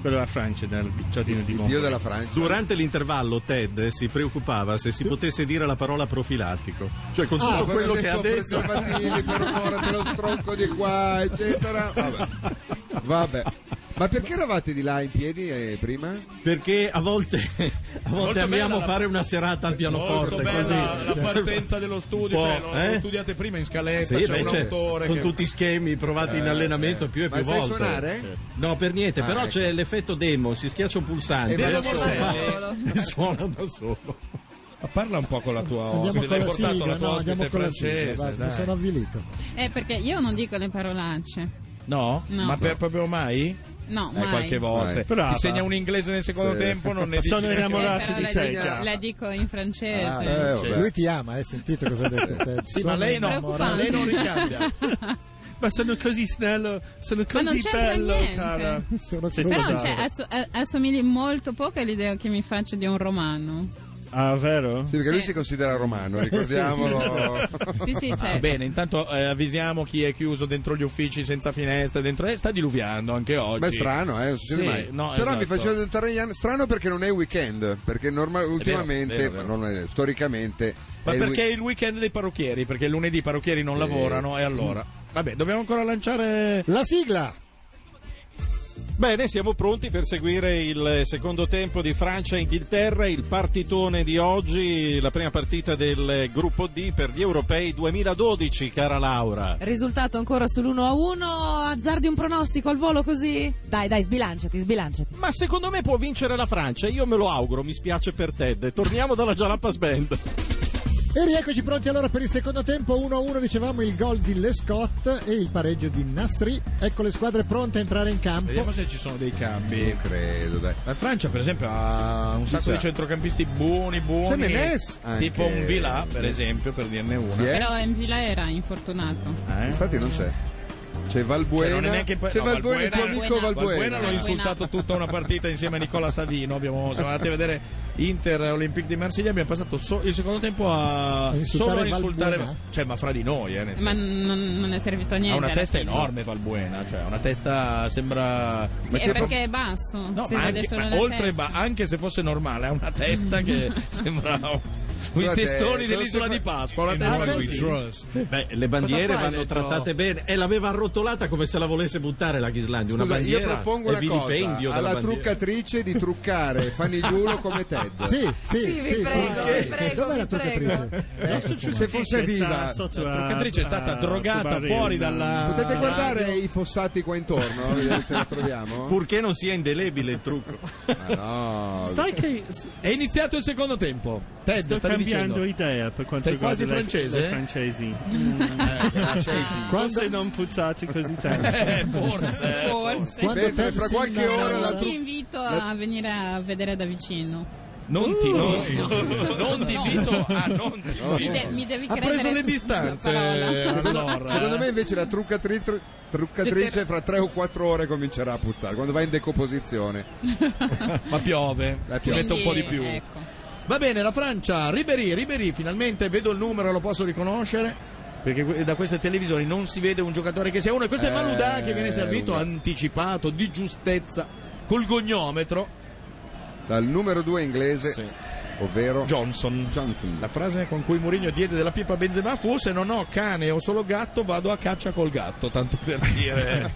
Speaker 10: quello della Francia, nel giardino di Monte.
Speaker 4: Francia.
Speaker 5: Durante l'intervallo Ted si preoccupava se si potesse dire la parola profilattico. Cioè
Speaker 3: Ah,
Speaker 5: con tutto quello che ha detto.
Speaker 4: preservativi per favore, per lo stronco di qua, eccetera. Vabbè. Vabbè. Ma perché eravate di là in piedi eh, prima?
Speaker 5: Perché a volte, a volte
Speaker 3: Molto
Speaker 5: amiamo
Speaker 3: bella la-
Speaker 5: fare una serata al pianoforte
Speaker 3: Molto bella
Speaker 5: così.
Speaker 3: la partenza dello studio,
Speaker 5: Può,
Speaker 3: cioè, lo,
Speaker 5: eh?
Speaker 3: lo studiate prima in
Speaker 5: Sì,
Speaker 3: scaletta, c'è
Speaker 5: beh,
Speaker 3: un
Speaker 5: cioè,
Speaker 3: autore.
Speaker 5: sono
Speaker 3: che-
Speaker 5: tutti schemi provati in
Speaker 3: Eh,
Speaker 5: allenamento
Speaker 3: eh.
Speaker 5: più e
Speaker 3: Ma
Speaker 5: più
Speaker 3: sai
Speaker 5: volte.
Speaker 3: suonare?
Speaker 5: No, per niente,
Speaker 3: Ah,
Speaker 5: però
Speaker 3: ecco.
Speaker 5: c'è l'effetto demo, si schiaccia un pulsante
Speaker 3: E va da
Speaker 5: suona-
Speaker 3: solo.
Speaker 5: e suona da solo.
Speaker 3: Ma parla un po' con la tua
Speaker 2: Andiamo
Speaker 3: ospite,
Speaker 2: con
Speaker 3: l'hai
Speaker 2: la
Speaker 3: portato
Speaker 2: sigla,
Speaker 3: la tua
Speaker 2: no, andiamo
Speaker 3: ospite
Speaker 2: con la sigla.
Speaker 3: francese.
Speaker 2: vai, Mi
Speaker 3: dai.
Speaker 2: sono avvilito.
Speaker 6: Eh, perché io non dico le parolacce.
Speaker 3: No?
Speaker 6: No.
Speaker 3: Ma per proprio mai?
Speaker 6: No,
Speaker 3: Eh,
Speaker 6: mai.
Speaker 3: qualche volta.
Speaker 10: Brava.
Speaker 3: Ti segna un inglese nel secondo
Speaker 10: Sì.
Speaker 3: tempo, non ne
Speaker 10: Sono
Speaker 3: dici-
Speaker 10: innamorato
Speaker 6: Eh, però
Speaker 10: di
Speaker 6: la
Speaker 10: sé,
Speaker 6: dico-
Speaker 10: già.
Speaker 6: La dico in francese.
Speaker 3: Ah, eh, vabbè.
Speaker 2: Cioè, Lui ti ama, hai sentito cosa ha detto Ted?
Speaker 3: Sì, ma lei no,
Speaker 6: Preoccupante.
Speaker 3: lei non ricambia. eh,
Speaker 10: Ma sono così snello, sono
Speaker 6: Ma non
Speaker 10: così
Speaker 6: c'entra
Speaker 10: bello,
Speaker 6: niente.
Speaker 10: cara.
Speaker 2: Sono
Speaker 10: Sei
Speaker 6: Però
Speaker 10: sposato?
Speaker 6: cioè, asso- a- assomigli molto poco all'idea che mi faccio di un romano.
Speaker 10: Ah, vero?
Speaker 4: Sì, perché lui si considera romano, ricordiamolo.
Speaker 6: Sì, sì, certo.
Speaker 3: Ah, bene, intanto eh, avvisiamo chi è chiuso dentro gli uffici senza finestre, dentro eh, sta diluviando anche oggi.
Speaker 4: Ma è strano, eh, non succede
Speaker 3: Sì,
Speaker 4: mai.
Speaker 3: no,
Speaker 4: Però
Speaker 3: esatto.
Speaker 4: mi faceva del Taraian strano perché non è weekend, perché norma- ultimamente,
Speaker 3: vero, vero.
Speaker 4: ma non è- storicamente...
Speaker 3: Ma
Speaker 4: è il
Speaker 3: perché è il weekend dei parrucchieri? Perché lunedì i parrucchieri non lavorano e allora. Vabbè, dobbiamo ancora lanciare
Speaker 2: la sigla.
Speaker 5: Bene, siamo pronti per seguire il secondo tempo di Francia e Inghilterra, il partitone di oggi, la prima partita del gruppo D per gli europei 2012, cara Laura.
Speaker 7: Risultato ancora sull'1 a 1. Azzardi un pronostico al volo così? Dai, dai, sbilanciati, sbilanciati.
Speaker 5: Ma secondo me può vincere la Francia, io me lo auguro, mi spiace per Ted. Torniamo dalla Jalapas Band.
Speaker 2: E rieccoci pronti allora per il secondo tempo 1-1 dicevamo il gol di Lescott e il pareggio di Nastri. Ecco le squadre pronte a entrare in campo.
Speaker 3: Vediamo se ci sono dei cambi.
Speaker 4: Non credo, dai.
Speaker 3: La Francia, per esempio, ha un sacco
Speaker 4: Sì,
Speaker 3: di
Speaker 4: sa.
Speaker 3: centrocampisti buoni, buoni.
Speaker 4: C'è Menez
Speaker 3: Tipo
Speaker 4: anche.
Speaker 3: un Vilà, per esempio, per dirne Eh? uno.
Speaker 6: Però Envila era infortunato.
Speaker 4: Infatti non c'è. C'è Valbuena.
Speaker 3: Cioè, non è neanche
Speaker 4: c'è Valbuena, il tuo amico Valbuena.
Speaker 3: l'ho insultato tutta una partita insieme a Nicola Savino. Abbiamo, siamo andati a vedere Inter Olympique di Marsiglia. Abbiamo passato so- il secondo tempo a
Speaker 6: A insultare
Speaker 3: solo a insultare,
Speaker 6: Valbuena?
Speaker 3: cioè, ma fra di noi, eh, nel
Speaker 6: Ma
Speaker 3: senso.
Speaker 6: non, non è servito a niente.
Speaker 3: ha una
Speaker 6: alla
Speaker 3: testa
Speaker 6: fine.
Speaker 3: enorme Valbuena, cioè ha una testa sembra
Speaker 6: Sì, è perché è basso.
Speaker 3: No,
Speaker 6: si
Speaker 3: ma
Speaker 6: vede
Speaker 3: anche,
Speaker 6: solo
Speaker 3: ma
Speaker 6: la
Speaker 3: oltre,
Speaker 6: testa.
Speaker 3: ma anche se fosse normale, ha una testa che sembra i
Speaker 5: Guardate,
Speaker 3: testoni
Speaker 5: cosa
Speaker 3: dell'isola
Speaker 5: fa-
Speaker 3: di Pasqua. Una
Speaker 5: In
Speaker 3: testa
Speaker 5: Norway
Speaker 3: così.
Speaker 5: Trust. Beh, le bandiere
Speaker 3: Cosa fai
Speaker 5: vanno
Speaker 3: dentro?
Speaker 5: trattate bene e l'aveva arrotolata come se la volesse buttare la Ghislandia. Una
Speaker 4: Scusa, io
Speaker 5: bandiera
Speaker 4: propongo
Speaker 5: è
Speaker 4: una cosa
Speaker 5: vilipendio della
Speaker 4: alla
Speaker 5: bandiera.
Speaker 4: truccatrice di truccare Fanigliulo come Ted.
Speaker 5: Sì, sì,
Speaker 2: Sì, vi sì, prego, sì. vi prego,
Speaker 4: Dov'è
Speaker 2: vi
Speaker 4: la truccatrice?
Speaker 2: prego.
Speaker 4: Eh,
Speaker 2: Non succede.
Speaker 4: se fosse
Speaker 2: Che
Speaker 4: viva,
Speaker 2: sta sotto
Speaker 3: La truccatrice è
Speaker 10: Ah,
Speaker 3: stata drogata fuori dalla-
Speaker 4: Potete guardare i fossati qua intorno, vedere se la troviamo.
Speaker 5: Purché non sia indelebile il trucco.
Speaker 4: no.
Speaker 10: Stai che-
Speaker 3: È iniziato il secondo tempo. Ted,
Speaker 10: Sto
Speaker 3: Eh, stavi
Speaker 10: cambiando
Speaker 3: dicendo.
Speaker 10: idea per quanto
Speaker 3: Stai
Speaker 10: riguarda
Speaker 3: quasi
Speaker 10: le-
Speaker 3: francese?
Speaker 10: le francesi. Mm.
Speaker 3: Ah,
Speaker 10: Forse non puzzate così tanto.
Speaker 3: Eh,
Speaker 6: forse, forse.
Speaker 10: Bene, fra qualche ora la
Speaker 6: ti
Speaker 10: tru-
Speaker 6: invito
Speaker 10: la-
Speaker 6: a venire a vedere da vicino.
Speaker 3: Non ti non ti
Speaker 6: No.
Speaker 3: invito a non ti
Speaker 4: No.
Speaker 6: Mi, de- mi devi
Speaker 4: Ha
Speaker 6: credere
Speaker 4: preso le
Speaker 6: su-
Speaker 4: distanze,
Speaker 6: la parola.
Speaker 3: eh,
Speaker 4: secondo,
Speaker 3: allora.
Speaker 4: secondo me invece la truccatri- tru- truccatrice fra 3 o 4 ore comincerà a puzzare quando va in decomposizione
Speaker 3: ma piove ci mette un po' di più
Speaker 6: ecco.
Speaker 3: va bene la Francia Ribéry Ribéry finalmente vedo il numero lo posso riconoscere perché que- da queste televisioni non si vede un giocatore che sia uno e questo è
Speaker 4: Eh,
Speaker 3: Maludà che viene servito anticipato di giustezza col goniometro
Speaker 4: dal numero 2 inglese
Speaker 3: Sì.
Speaker 4: ovvero
Speaker 3: Johnson. la frase con cui Mourinho diede della pipa a Benzema fu se non ho cane o solo gatto vado a caccia col gatto tanto per dire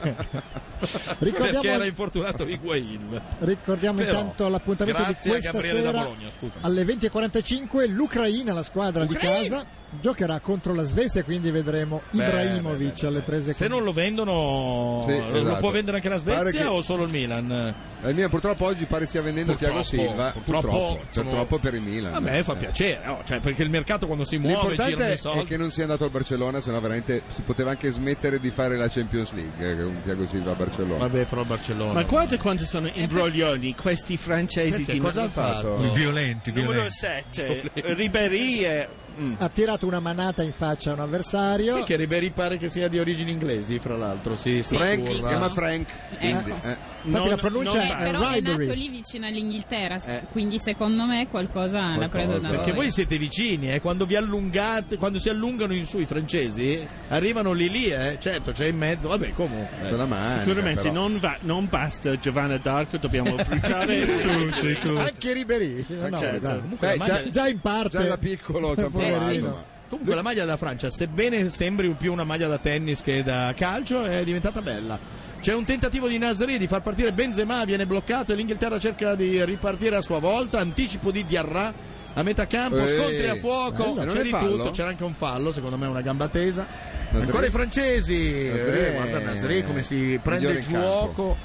Speaker 2: Ricordiamo-
Speaker 3: perché era infortunato Higuain
Speaker 2: Ricordiamo
Speaker 3: Però,
Speaker 2: intanto l'appuntamento di
Speaker 3: grazie a
Speaker 2: questa
Speaker 3: Gabriele
Speaker 2: sera
Speaker 3: da Bologna, scusa.
Speaker 2: alle 20.45 l'Ucraina, la squadra di casa, giocherà contro la Svezia, quindi vedremo
Speaker 3: Beh,
Speaker 2: Ibrahimovic alle prese
Speaker 3: Se
Speaker 2: con...
Speaker 3: non lo vendono,
Speaker 4: Sì,
Speaker 3: lo- lo
Speaker 4: esatto.
Speaker 3: può vendere anche la
Speaker 4: Pare
Speaker 3: Svezia
Speaker 4: che-
Speaker 3: o solo il Milan?
Speaker 4: il Eh, Milan purtroppo oggi pare stia vendendo Tiago
Speaker 3: Purtroppo,
Speaker 4: Silva purtroppo,
Speaker 3: purtroppo, sono-
Speaker 4: purtroppo per il Milan
Speaker 3: A me fa
Speaker 4: Eh.
Speaker 3: piacere, no? Cioè, perché il mercato quando si muove girano
Speaker 4: L'importante
Speaker 3: i
Speaker 4: è
Speaker 3: soldi.
Speaker 4: che non sia andato al Barcellona, sennò veramente si poteva anche smettere di fare la Champions League eh, con Tiago Silva a Barcellona.
Speaker 3: Vabbè, però il Barcellona.
Speaker 10: Ma guarda quanto sono imbroglioni questi francesi
Speaker 4: Perché
Speaker 10: di
Speaker 4: cosa ha fatto? Violenti,
Speaker 10: Numero
Speaker 5: Eh.
Speaker 4: violenti.
Speaker 10: 7, Ribéry e... Mm.
Speaker 2: Ha tirato una manata in faccia a un avversario.
Speaker 3: Sai che Ribéry pare che sia di origini inglesi, fra l'altro. Sì, sì,
Speaker 4: Frank,
Speaker 3: curva.
Speaker 4: si chiama Frank. quindi, eh.
Speaker 2: Infatti la
Speaker 10: Cioè,
Speaker 2: pronuncia
Speaker 6: Beh,
Speaker 2: è
Speaker 6: Cioè, però è nato
Speaker 2: Ribery.
Speaker 6: lì vicino all'Inghilterra, quindi secondo me qualcosa, l'ha preso da
Speaker 3: perché
Speaker 6: noi. Cioè,
Speaker 3: voi siete vicini, eh? quando vi allungate, quando si allungano in su i francesi, arrivano lì lì, eh? certo, c'è in mezzo, vabbè, comunque.
Speaker 10: Sicuramente non, va- non basta Giovanna d'Arco, dobbiamo bruciare tutti, tutti.
Speaker 2: Anche Ribery.
Speaker 3: Eh,
Speaker 2: No, no,
Speaker 10: Certo.
Speaker 2: dai.
Speaker 10: Comunque la
Speaker 2: Beh,
Speaker 10: maglia-
Speaker 2: già, già in parte.
Speaker 4: Eh, già da piccolo ci ha
Speaker 2: Poverino.
Speaker 4: provato, ma-
Speaker 3: Comunque la maglia da Francia, sebbene sembri più una maglia da tennis che da calcio, è diventata bella. C'è un tentativo di Nasri di far partire Benzema, viene bloccato e l'Inghilterra cerca di ripartire a sua volta. Anticipo di Diarra a metà campo,
Speaker 4: Ehi,
Speaker 3: scontri a fuoco,
Speaker 4: bello, non
Speaker 3: c'è
Speaker 4: è
Speaker 3: di
Speaker 4: fallo?
Speaker 3: tutto, c'era anche un fallo, secondo me una gamba tesa.
Speaker 4: Nasri?
Speaker 3: Ancora i francesi,
Speaker 4: Nasri
Speaker 3: Eh, guarda Nasri come si
Speaker 4: migliore
Speaker 3: prende
Speaker 4: in campo.
Speaker 3: gioco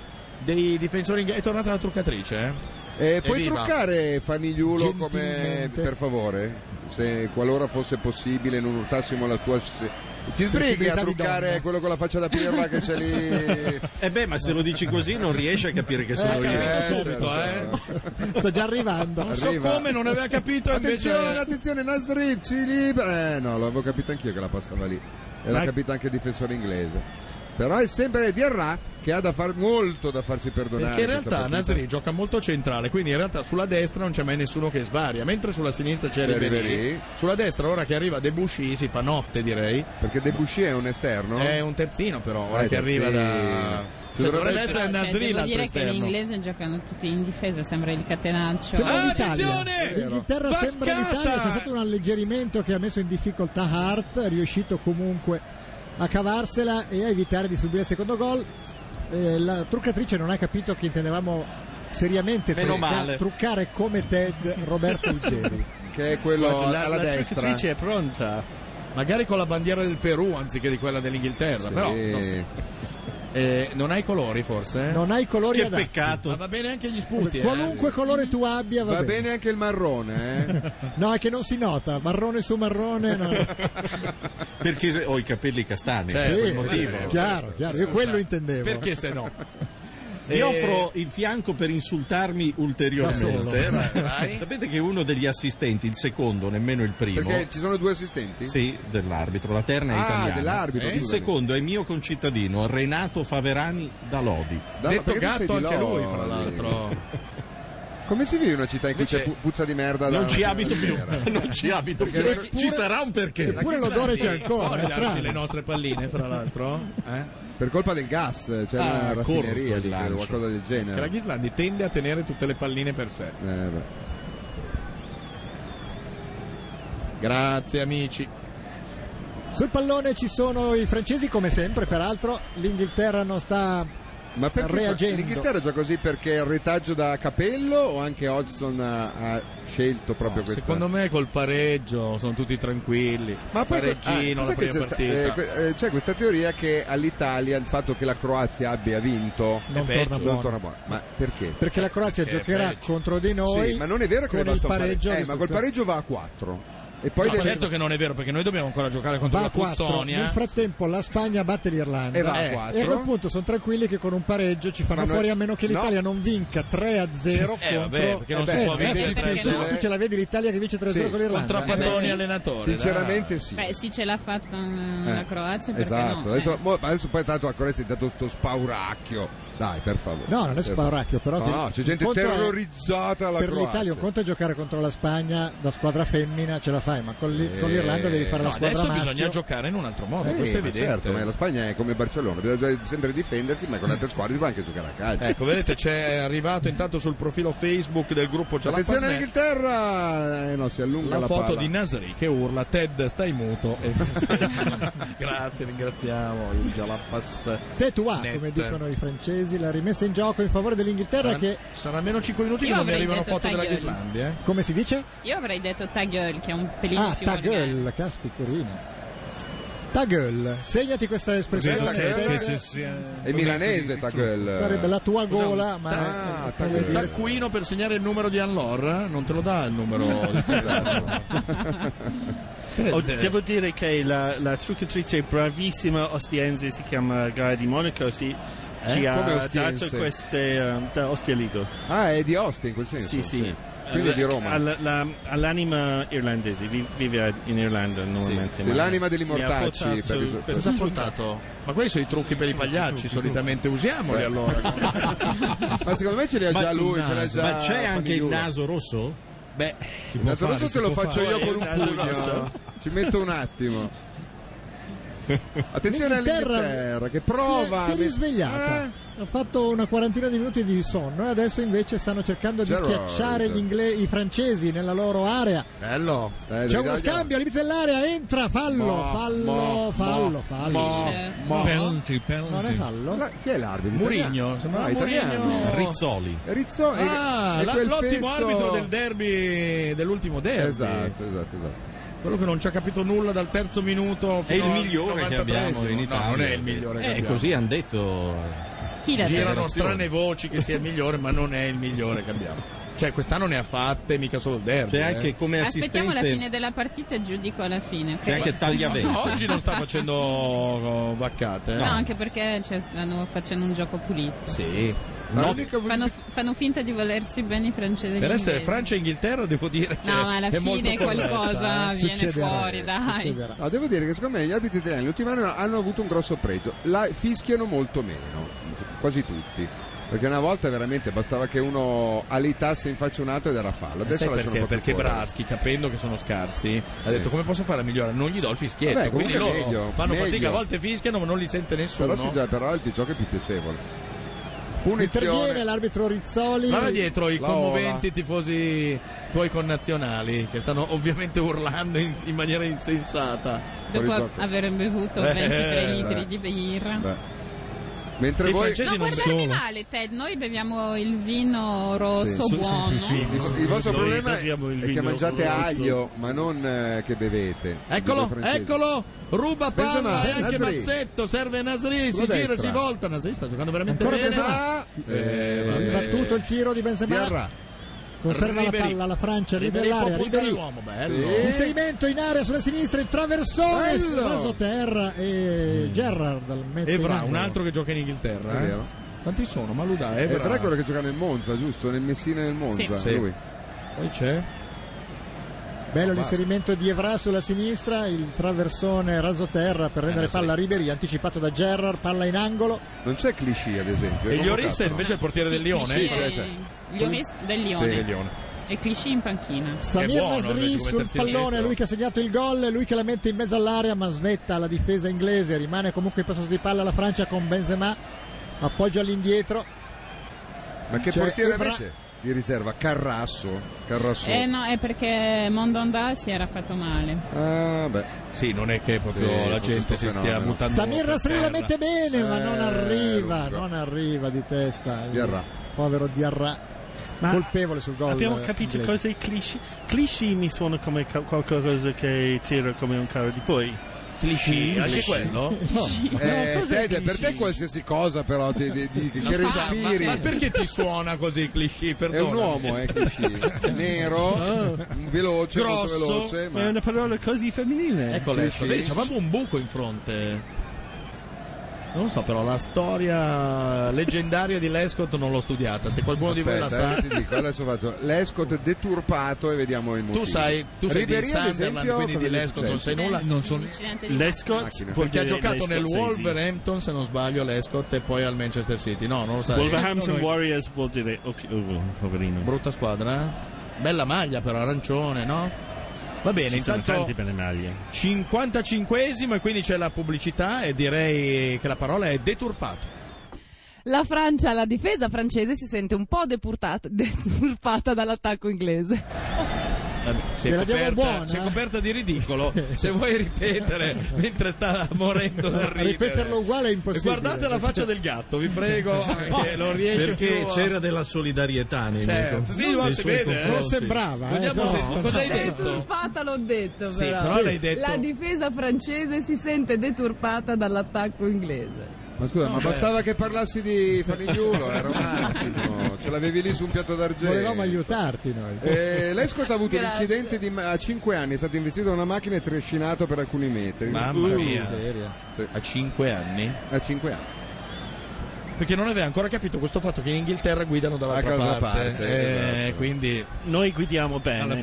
Speaker 3: dei difensori inglesi. È tornata la truccatrice, eh?
Speaker 4: Eh, puoi
Speaker 3: Evviva.
Speaker 4: truccare Fanigliulo come
Speaker 3: Gentilmente.
Speaker 4: per favore? Se qualora fosse possibile non urtassimo la tua. se- Ti sbrighi a
Speaker 5: Sensibilità di
Speaker 4: truccare
Speaker 5: donna.
Speaker 4: quello con la faccia da pirla che c'è lì.
Speaker 5: E Eh beh, ma se lo dici così non riesci a capire che sono
Speaker 4: Eh,
Speaker 5: io.
Speaker 4: capito subito,
Speaker 3: eh.
Speaker 2: Sta già arrivando.
Speaker 3: Non so come, non aveva capito invece.
Speaker 4: Attenzione, attenzione, Nasri ci libera. Eh no, l'avevo capito anch'io che la passava lì. E l'ha
Speaker 10: Ma-
Speaker 4: capito anche il difensore inglese. Però è sempre Diarra che ha da far molto da farsi perdonare.
Speaker 3: Perché in
Speaker 4: questa
Speaker 3: realtà
Speaker 4: partita.
Speaker 3: Nasri gioca molto centrale, quindi in realtà sulla destra non c'è mai nessuno che svaria, mentre sulla sinistra c'è
Speaker 4: C'è
Speaker 3: Ribéry.
Speaker 4: Ribéry.
Speaker 3: Sulla destra ora che arriva Debussy si fa notte direi.
Speaker 4: Perché Debussy è un esterno?
Speaker 3: È un terzino però, ora
Speaker 4: Eh,
Speaker 3: che arriva da...
Speaker 4: terzino.
Speaker 3: Cioè,
Speaker 4: Dovrebbe
Speaker 3: dovrebbe
Speaker 4: essere-
Speaker 3: essere
Speaker 6: Cioè,
Speaker 3: Nasri
Speaker 6: devo
Speaker 3: l'altro
Speaker 6: dire che in
Speaker 3: esterno.
Speaker 6: inglese giocano tutti in difesa, sembra il catenaccio.
Speaker 2: Sembra l'Italia. L'Inghilterra sembra l'Italia, c'è stato un alleggerimento che ha messo in difficoltà Hart, è riuscito comunque a cavarsela e a evitare di subire il secondo gol. Eh, la truccatrice non ha capito che intendevamo seriamente
Speaker 4: Meno
Speaker 2: fre- da
Speaker 4: male.
Speaker 2: truccare come Ted Roberto Uggeri.
Speaker 4: Che è quello
Speaker 10: Guarda, la-
Speaker 4: alla
Speaker 10: la
Speaker 3: Cioè,
Speaker 4: destra.
Speaker 10: giocatrice è pronta.
Speaker 3: Magari con la bandiera del Perù anziché di quella dell'Inghilterra,
Speaker 4: Sì.
Speaker 3: però... insomma. Eh, non hai i colori forse? eh?
Speaker 2: Non ha i colori adatti.
Speaker 4: Ah,
Speaker 3: Ma va bene anche gli spunti. eh.
Speaker 2: Qualunque colore tu abbia va,
Speaker 4: Va bene anche il marrone, eh?
Speaker 2: No, è che non si nota, marrone su marrone. No.
Speaker 5: Perché se- ho i capelli castani,
Speaker 4: Cioè,
Speaker 5: per
Speaker 2: Sì,
Speaker 5: quel motivo.
Speaker 2: Chiaro, chiaro, io quello intendevo.
Speaker 5: Perché se
Speaker 3: no?
Speaker 5: Vi
Speaker 2: Eh,
Speaker 5: offro il fianco per insultarmi
Speaker 2: Da solo.
Speaker 5: ulteriormente.
Speaker 2: Vai.
Speaker 5: Sapete che uno degli assistenti, il secondo, nemmeno il primo.
Speaker 4: Perché ci sono due assistenti?
Speaker 5: Sì, dell'arbitro, la terna è
Speaker 4: Ah,
Speaker 5: italiana. Eh?
Speaker 4: dell'arbitro,
Speaker 5: Il
Speaker 4: scusami.
Speaker 5: secondo è mio concittadino, Renato Faverani da Lodi.
Speaker 4: Da- Detto perché tu gatto sei di anche lui, fra Lodi? l'altro. Come si vive in una città in cui
Speaker 5: Invece-
Speaker 4: c'è pu- puzza di merda?
Speaker 5: Non
Speaker 4: da-
Speaker 5: ci abito più, non ci abito più.
Speaker 4: Perché-
Speaker 5: Ci sarà un perché.
Speaker 2: Eppure l'odore c'è ancora,
Speaker 3: Vuole
Speaker 2: è
Speaker 3: darci
Speaker 2: strano.
Speaker 3: le nostre palline, fra l'altro. Eh?
Speaker 4: Per colpa del gas, c'è una
Speaker 3: Ah, corto
Speaker 4: raffineria
Speaker 3: il
Speaker 4: lì, credo,
Speaker 3: lancio.
Speaker 4: qualcosa del
Speaker 3: Che la
Speaker 4: genere.
Speaker 3: Ghislandi tende a tenere tutte le palline per sé.
Speaker 4: Eh, beh.
Speaker 3: Grazie amici.
Speaker 2: Sul pallone ci sono i francesi come sempre, peraltro l'Inghilterra non sta
Speaker 4: Ma perché
Speaker 2: reagendo.
Speaker 4: l'Inghilterra gioca così perché il retaggio da capello o anche Hodgson ha, ha scelto proprio questo?
Speaker 3: Secondo me col pareggio sono tutti tranquilli.
Speaker 4: Ma poi-
Speaker 3: pareggino
Speaker 4: ah,
Speaker 3: la
Speaker 4: sai che
Speaker 3: prima
Speaker 4: c'è sta-
Speaker 3: partita.
Speaker 4: eh, que- eh, c'è questa teoria che all'Italia il fatto che la Croazia abbia vinto
Speaker 2: Non È torna peggio. buono.
Speaker 4: non torna buono. Ma perché?
Speaker 2: Perché la Croazia
Speaker 4: Perché è
Speaker 2: giocherà
Speaker 4: Eh, peggio.
Speaker 2: contro di noi.
Speaker 4: Sì, ma non è vero che
Speaker 2: con
Speaker 4: ne
Speaker 2: il
Speaker 4: basta un
Speaker 2: pareggio.
Speaker 4: pare-
Speaker 2: a
Speaker 4: Eh, ma col
Speaker 2: disposizione.
Speaker 4: pareggio va a 4. E poi
Speaker 3: No,
Speaker 4: deve-
Speaker 3: certo che non è vero, perché noi dobbiamo ancora giocare contro
Speaker 2: Va
Speaker 3: la
Speaker 2: a 4. Nel
Speaker 3: Puzzonia. eh.
Speaker 2: frattempo la Spagna batte l'Irlanda.
Speaker 3: E va a
Speaker 2: Eh,
Speaker 3: quattro.
Speaker 2: e a quel punto sono tranquilli che con un pareggio ci fanno
Speaker 4: Ma noi-
Speaker 2: fuori a meno che
Speaker 4: no.
Speaker 2: l'Italia non vinca 3 a 0
Speaker 4: Eh,
Speaker 2: contro
Speaker 4: vabbè, perché non
Speaker 2: Eh,
Speaker 4: si
Speaker 2: beh,
Speaker 4: può
Speaker 2: eh,
Speaker 4: vincere
Speaker 2: sì,
Speaker 4: tre a
Speaker 2: perché
Speaker 4: zero.
Speaker 2: no? Tu ce la vedi l'Italia che vince 3 a 0
Speaker 4: Sì.
Speaker 2: con l'Irlanda.
Speaker 4: Contro Appannoni
Speaker 2: Eh,
Speaker 4: allenatore, Sinceramente dai. sì.
Speaker 6: Beh, sì, ce l'ha fatta eh,
Speaker 4: Eh.
Speaker 6: la Croazia. perché
Speaker 4: Esatto,
Speaker 6: no?
Speaker 4: adesso,
Speaker 6: Eh.
Speaker 4: mo- adesso poi tanto la Croazia è dato sto spauracchio. Dai, per favore.
Speaker 2: No, non è
Speaker 4: Per favore.
Speaker 2: spauracchio, però
Speaker 4: Eh, No,
Speaker 2: che-
Speaker 4: no, Ah, c'è
Speaker 2: il
Speaker 4: gente
Speaker 2: conto è-
Speaker 4: terrorizzata alla
Speaker 2: per
Speaker 4: Croazia.
Speaker 2: l'Italia un conto è giocare contro la Spagna da squadra femmina ce la fai ma con, l'I-
Speaker 4: Eh,
Speaker 2: con l'Irlanda devi fare
Speaker 4: no,
Speaker 2: la squadra
Speaker 3: Adesso
Speaker 2: maschio
Speaker 3: bisogna giocare in un altro modo,
Speaker 4: Eh,
Speaker 3: questo è
Speaker 4: ma
Speaker 3: evidente.
Speaker 4: certo, ma la Spagna è come il Barcellona, bisogna sempre difendersi, ma con le altre squadre si può anche giocare a calcio.
Speaker 3: Ecco, vedete, c'è arrivato intanto sul profilo Facebook del gruppo
Speaker 4: Attenzione
Speaker 3: Giallo
Speaker 4: all'Inghilterra! Eh no, si allunga la,
Speaker 3: la foto
Speaker 4: palla.
Speaker 3: di Nasri che urla Ted stai muto E- grazie ringraziamo il Jalapas
Speaker 2: Tetua, ah,
Speaker 3: Net.
Speaker 2: come dicono i francesi, la rimessa in gioco in favore dell'Inghilterra
Speaker 3: Saranno-
Speaker 2: che...
Speaker 3: saranno almeno 5 minuti che
Speaker 6: Io
Speaker 3: non mi
Speaker 6: avrei
Speaker 3: arrivano
Speaker 6: detto
Speaker 3: foto della
Speaker 6: Taglioni.
Speaker 3: Ghislandia eh.
Speaker 2: Come si dice?
Speaker 6: Io avrei detto Tagel, che è un pelino
Speaker 2: Ah,
Speaker 6: più organico.
Speaker 2: Tagel, caspiterina. Tagel, segnati questa espressione.
Speaker 5: eh,
Speaker 4: Cos'è Tagel?
Speaker 2: perché
Speaker 4: Sì, sì, È milanese Tagel.
Speaker 2: Sarebbe la tua gola, ma... eh, come
Speaker 3: Ah, taccuino.
Speaker 2: dire-
Speaker 3: Taccuino per segnare il numero di Anlor eh? non te lo dà il numero di
Speaker 10: Oh, devo dire che la, la truccatrice bravissima ostiense si chiama Gaia di Monaco si,
Speaker 4: Eh?
Speaker 10: ci
Speaker 4: Come
Speaker 10: ha
Speaker 4: ostiense?
Speaker 10: dato queste um, da Ostia Lido
Speaker 4: Ah, è di Ostia in quel senso.
Speaker 10: sì sì
Speaker 4: Quindi è di Roma.
Speaker 10: Alla- la- all'anima irlandese vi- vive in Irlanda normalmente
Speaker 4: sì,
Speaker 10: ma-
Speaker 4: l'anima degli
Speaker 10: mi ha
Speaker 4: mortacci,
Speaker 10: portato
Speaker 4: per risu-
Speaker 10: questo-
Speaker 3: cosa ha portato? ma quelli sono i trucchi per i pagliacci solitamente usiamoli
Speaker 4: Beh.
Speaker 3: allora
Speaker 4: Ma secondo me ce li ha
Speaker 5: Ma
Speaker 4: già
Speaker 5: sul
Speaker 4: lui, ce l'ha
Speaker 5: naso.
Speaker 4: già
Speaker 5: Ma c'è anche il
Speaker 4: Famigliulo.
Speaker 5: naso rosso?
Speaker 3: Beh,
Speaker 5: Si
Speaker 4: Il
Speaker 5: può
Speaker 4: naso
Speaker 5: fare,
Speaker 4: rosso
Speaker 5: si
Speaker 4: te lo
Speaker 5: può
Speaker 4: faccio
Speaker 5: fare.
Speaker 4: io con un
Speaker 5: Il naso
Speaker 3: Eh,
Speaker 4: pugno.
Speaker 3: esatto.
Speaker 5: rosso.
Speaker 4: Ci metto un attimo. Attenzione
Speaker 2: L'Inghilterra-
Speaker 4: all'Inghilterra che
Speaker 2: Si
Speaker 4: prova. Eh?
Speaker 2: è, si è risvegliata. Ha fatto una quarantina di minuti di sonno e adesso invece stanno cercando di
Speaker 4: Gerard.
Speaker 2: schiacciare gli ingle- i francesi nella loro area.
Speaker 3: bello
Speaker 4: Eh,
Speaker 2: C'è uno scambio all'inizio dell'area, entra, fallo,
Speaker 8: Mo,
Speaker 2: fallo,
Speaker 8: mo,
Speaker 2: fallo,
Speaker 8: mo,
Speaker 2: fallo.
Speaker 6: Cioè,
Speaker 8: mo.
Speaker 2: No.
Speaker 4: Boh.
Speaker 8: Penalty,
Speaker 2: Non è
Speaker 8: penalty.
Speaker 2: fallo?
Speaker 4: Ma chi è l'arbitro?
Speaker 3: Murigno, sembrava
Speaker 4: no, italiano.
Speaker 3: Murigno.
Speaker 5: Rizzoli.
Speaker 4: Rizzoli.
Speaker 3: Ah,
Speaker 4: e- e
Speaker 3: la-
Speaker 4: quel
Speaker 3: l'ottimo
Speaker 4: fesso-
Speaker 3: arbitro del derby, dell'ultimo derby.
Speaker 4: Esatto, esatto, esatto.
Speaker 3: Quello che non ci ha capito nulla dal terzo minuto
Speaker 5: È
Speaker 3: fino
Speaker 5: il
Speaker 3: al
Speaker 5: migliore che
Speaker 3: 93esimo.
Speaker 5: abbiamo in Italia.
Speaker 3: No, non è il migliore che
Speaker 5: Eh,
Speaker 3: abbiamo.
Speaker 5: così hanno detto.
Speaker 6: Chi l'ha detto?
Speaker 3: Girano strane voci che sia il migliore, ma non è il migliore che abbiamo. Cioè, quest'anno ne ha fatte, mica solo il derby. eh.
Speaker 5: C'è Cioè, anche come
Speaker 6: Aspettiamo la
Speaker 5: assistente
Speaker 6: fine della partita e giudico alla fine. ok?
Speaker 5: c'è anche Tagliavento.
Speaker 3: No, oggi non sta facendo oh, vaccate. eh.
Speaker 6: No, anche perché cioè, stanno facendo un gioco pulito.
Speaker 3: Sì.
Speaker 16: No.
Speaker 6: Fanno, fanno finta di volersi bene i francesi. e gli
Speaker 16: Per essere
Speaker 6: inglesi.
Speaker 16: Francia e Inghilterra devo dire che
Speaker 6: No, ma alla
Speaker 16: è molto
Speaker 6: fine
Speaker 16: corretta,
Speaker 6: qualcosa
Speaker 16: eh.
Speaker 6: viene fuori, dai.
Speaker 4: No, Ah, devo dire che secondo me gli arbitri italiani l'ultima anno hanno avuto un grosso pregio. La fischiano molto meno, quasi tutti. Perché una volta veramente bastava che uno alitasse in faccia un altro ed era fallo.
Speaker 3: Ma
Speaker 4: Adesso
Speaker 3: Eh, sai
Speaker 4: lasciano
Speaker 3: perché?
Speaker 4: proprio
Speaker 3: Perché
Speaker 4: fuori.
Speaker 3: Braschi, capendo che sono scarsi,
Speaker 4: Sì.
Speaker 3: ha detto come posso fare a migliorare? Non gli do il fischietto.
Speaker 4: Vabbè,
Speaker 3: quindi
Speaker 4: comunque
Speaker 3: loro
Speaker 4: meglio,
Speaker 3: fanno
Speaker 4: meglio.
Speaker 3: fatica, a volte fischiano, ma non li sente nessuno.
Speaker 4: Però, sì, già, però il gioco è più piacevole.
Speaker 2: Interviene
Speaker 4: Punizione.
Speaker 2: l'arbitro Rizzoli.
Speaker 3: Guarda dietro i
Speaker 2: La
Speaker 3: commoventi tifosi tuoi connazionali che stanno ovviamente urlando in, in maniera insensata.
Speaker 6: Dopo aver bevuto
Speaker 3: Eh,
Speaker 6: 23
Speaker 3: beh.
Speaker 6: litri di birra.
Speaker 4: Mentre
Speaker 3: I
Speaker 4: voi...
Speaker 3: francesi non
Speaker 6: non guardarmi
Speaker 3: solo.
Speaker 6: male, Ted. Noi beviamo il vino rosso
Speaker 4: Sì.
Speaker 6: buono.
Speaker 4: Il vostro
Speaker 10: Noi
Speaker 4: problema
Speaker 10: usiamo il
Speaker 4: è che
Speaker 10: vino
Speaker 4: mangiate
Speaker 10: rosso.
Speaker 4: aglio, ma non eh, che bevete. Dite
Speaker 3: Eccolo,
Speaker 4: francesi.
Speaker 3: eccolo, ruba palla
Speaker 4: Benzema,
Speaker 3: e anche
Speaker 4: Nasri.
Speaker 3: Mazzetto, serve Nasri, si
Speaker 4: Sulla
Speaker 3: gira,
Speaker 4: destra.
Speaker 3: si volta, Nasri sta giocando veramente
Speaker 2: Ancora
Speaker 3: bene.
Speaker 2: Benzema.
Speaker 3: Eh,
Speaker 2: Roma.
Speaker 3: vabbè.
Speaker 2: Ribattuto il tiro di Benzema.
Speaker 3: Diarra.
Speaker 2: Conserva la
Speaker 3: Ribéry.
Speaker 2: palla la Francia, arriva
Speaker 3: Ribéry può
Speaker 2: all'area,
Speaker 3: puntare
Speaker 2: Ribéry.
Speaker 3: l'uomo, bello.
Speaker 2: Inserimento in area sulla sinistra, il traversone
Speaker 3: Bello.
Speaker 2: sul raso terra e Gerrard al mette in
Speaker 3: Evra, un
Speaker 2: angolo.
Speaker 3: altro che gioca in Inghilterra.
Speaker 4: È
Speaker 3: eh.
Speaker 4: vero.
Speaker 3: Quanti sono? Maluda,
Speaker 4: Eh,
Speaker 3: Evra.
Speaker 4: però è quello che gioca nel Monza, giusto? Nel Messina e nel Monza.
Speaker 3: Sì.
Speaker 4: Lui.
Speaker 3: Poi c'è.
Speaker 2: Bello
Speaker 4: Basta.
Speaker 2: l'inserimento di Evra sulla sinistra, il traversone raso terra per
Speaker 3: Eh,
Speaker 2: rendere palla a Ribery, anticipato da Gerrard, palla in angolo.
Speaker 4: Non c'è Clichy, ad esempio.
Speaker 3: E
Speaker 4: è convocato,
Speaker 3: Lloris è
Speaker 4: no?
Speaker 3: invece il portiere del Lione.
Speaker 6: Clichy
Speaker 3: eh?
Speaker 6: è- Lloris del Lione.
Speaker 3: Sì, del Lione.
Speaker 6: E Clichy in panchina.
Speaker 2: Samir
Speaker 3: buono,
Speaker 2: Nasri
Speaker 3: invece, come
Speaker 2: sul
Speaker 3: terzino
Speaker 2: pallone,
Speaker 3: sinistro.
Speaker 2: lui che ha segnato il gol, lui che la mette in mezzo all'area ma svetta la difesa inglese, rimane comunque in possesso di palla la Francia con Benzema, appoggio all'indietro.
Speaker 4: Ma che
Speaker 2: Cioè,
Speaker 4: portiere
Speaker 2: Evra-
Speaker 4: avete? Di riserva, Carrasso. Carrasso.
Speaker 6: Eh no, è perché Mondonda si era fatto male.
Speaker 4: Ah, beh.
Speaker 3: Sì, non è che proprio
Speaker 4: Sì,
Speaker 3: la
Speaker 4: con
Speaker 3: gente
Speaker 4: questo
Speaker 3: si stia
Speaker 4: fenomeno.
Speaker 3: buttando.
Speaker 2: Samir
Speaker 3: per
Speaker 2: Nasri la
Speaker 3: terra.
Speaker 2: mette bene ma
Speaker 3: Eh,
Speaker 2: non arriva,
Speaker 3: lunga.
Speaker 2: non arriva di testa. Il
Speaker 4: Diarra.
Speaker 2: Povero Diarra,
Speaker 10: Ma
Speaker 2: colpevole sul gol.
Speaker 10: Abbiamo
Speaker 2: eh,
Speaker 10: capito
Speaker 2: inglese.
Speaker 10: cosa è cliché. Cliché mi suona come ca- qualcosa che tira come un carro di poi. Cliché.
Speaker 3: Anche quello?
Speaker 10: No,
Speaker 4: Eh,
Speaker 10: cos'è
Speaker 4: Ted, per te qualsiasi cosa però ti, ti- ti- ti-
Speaker 3: Ma
Speaker 4: che
Speaker 3: fa-
Speaker 4: respiri
Speaker 3: Ma, ma perché ti suona così cliché?
Speaker 4: è un uomo eh, Clichy nero veloce
Speaker 3: Ah. Grosso.
Speaker 4: molto veloce
Speaker 10: È
Speaker 4: ma...
Speaker 10: una parola così femminile.
Speaker 3: Ecco adesso, vedi, c'è proprio un buco in fronte. Non lo so, però la storia leggendaria di Lescott non l'ho studiata. Se qualcuno di voi la
Speaker 4: Aspetta,
Speaker 3: sa,
Speaker 4: eh, ti dico, adesso faccio l'escot deturpato e vediamo il motivo
Speaker 3: tu sai, tu sei di
Speaker 4: Ribéry, ad
Speaker 3: Sunderland,
Speaker 4: esempio,
Speaker 3: quindi di
Speaker 4: cosa gli è
Speaker 3: Lescott non
Speaker 4: successo?
Speaker 3: sai
Speaker 6: Eh,
Speaker 3: nulla. Eh, Non so.
Speaker 10: Lescott vuol
Speaker 3: Perché ha
Speaker 10: dire
Speaker 3: giocato
Speaker 10: dei
Speaker 3: nel
Speaker 10: scozzesi.
Speaker 3: Wolverhampton, se non sbaglio, Lescott e poi al Manchester City. No, non lo sai.
Speaker 10: Wolverhampton Warriors vuol dire. ok, oh, poverino.
Speaker 3: Brutta squadra. eh? Bella maglia però, arancione, no? Va bene,
Speaker 10: Ci sono
Speaker 3: intanto
Speaker 10: tanti per le maglie.
Speaker 3: 55esimo e quindi c'è la pubblicità e direi che la parola è deturpato.
Speaker 17: La Francia, la difesa francese si sente un po' depurtata- deturpata dall'attacco inglese.
Speaker 3: Vabbè, sei,
Speaker 2: Te la diamo
Speaker 3: coperta,
Speaker 2: buona? eh?
Speaker 3: sei coperta di ridicolo. Se vuoi ripetere mentre sta morendo dal ridere.
Speaker 2: Ripeterlo uguale è
Speaker 3: E
Speaker 2: impossibile.
Speaker 3: guardate la faccia del gatto, vi prego, perché non riesce
Speaker 5: Perché
Speaker 3: più a-
Speaker 5: c'era della solidarietà nei miei
Speaker 3: Certo,
Speaker 5: confronti.
Speaker 3: sì, ma
Speaker 5: nei
Speaker 3: si
Speaker 5: suoi
Speaker 3: vede, eh.
Speaker 5: confronti.
Speaker 2: Non sembrava, eh,
Speaker 3: Vogliamo
Speaker 2: però.
Speaker 3: sentire- cosa hai detto?
Speaker 7: Deturpata l'ho detto
Speaker 3: Sì,
Speaker 7: però.
Speaker 3: però l'hai detto.
Speaker 7: La difesa francese si sente deturpata dall'attacco inglese.
Speaker 4: ma scusa ma bastava che parlassi di fanigliulo era un attimo ce l'avevi lì su un piatto d'argento
Speaker 2: Volevamo aiutarti noi.
Speaker 4: Eh, Lescott ha avuto
Speaker 7: Grazie.
Speaker 4: un incidente di, a 5 anni, è stato investito da una macchina e trascinato per alcuni metri.
Speaker 3: Mamma
Speaker 4: Uh,
Speaker 3: mia.
Speaker 2: Seria.
Speaker 3: A 5 anni?
Speaker 4: A 5 anni.
Speaker 3: Perché non aveva ancora capito questo fatto che in Inghilterra guidano dall'altra
Speaker 4: Dall'altra
Speaker 3: parte.
Speaker 4: parte,
Speaker 3: Eh,
Speaker 4: esatto.
Speaker 3: Quindi eh,
Speaker 10: Noi guidiamo bene.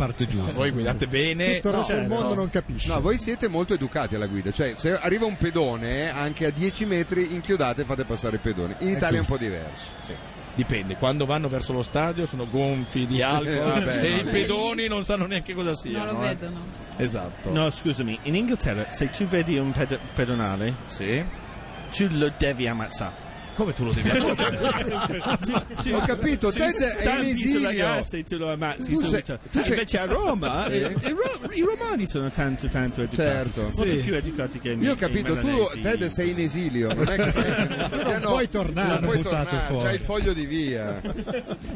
Speaker 3: Voi guidate bene.
Speaker 2: Tutto il resto del
Speaker 3: eh, No, certo.
Speaker 2: mondo
Speaker 3: no.
Speaker 2: non capisce.
Speaker 4: No, voi siete molto educati alla guida, cioè se arriva un pedone eh, anche a 10 metri inchiodate e fate passare i pedoni. In
Speaker 3: È
Speaker 4: Italia è un
Speaker 3: giusto.
Speaker 4: po' diverso.
Speaker 3: Sì. Dipende, quando vanno verso lo stadio sono gonfi di alcol
Speaker 4: Vabbè,
Speaker 3: e i
Speaker 4: vabbè.
Speaker 3: pedoni non sanno neanche cosa siano.
Speaker 6: Non lo
Speaker 3: eh.
Speaker 6: vedono.
Speaker 3: Esatto.
Speaker 10: No, scusami, in Inghilterra se tu vedi un ped- pedonale,
Speaker 3: Sì.
Speaker 10: tu lo devi ammazzare.
Speaker 3: Come tu lo devi
Speaker 4: Ho capito,
Speaker 10: Sì,
Speaker 4: te è in
Speaker 10: stampi sulla
Speaker 4: esilio.
Speaker 10: gas e tu lo ammazzi
Speaker 4: Tu sei-
Speaker 10: subito.
Speaker 4: tu sei- Eh.
Speaker 10: Invece a Roma i, i ro- i romani sono tanto tanto educati.
Speaker 4: Certo.
Speaker 10: Molto
Speaker 3: Sì.
Speaker 10: più educati che
Speaker 4: Io ho capito, tu Ted sei in esilio, non è che sei... Cioè,
Speaker 2: non
Speaker 4: no,
Speaker 2: puoi tornare.
Speaker 4: Non puoi
Speaker 18: L'hanno buttato
Speaker 4: tornare,
Speaker 18: fuori.
Speaker 4: c'hai il foglio di via.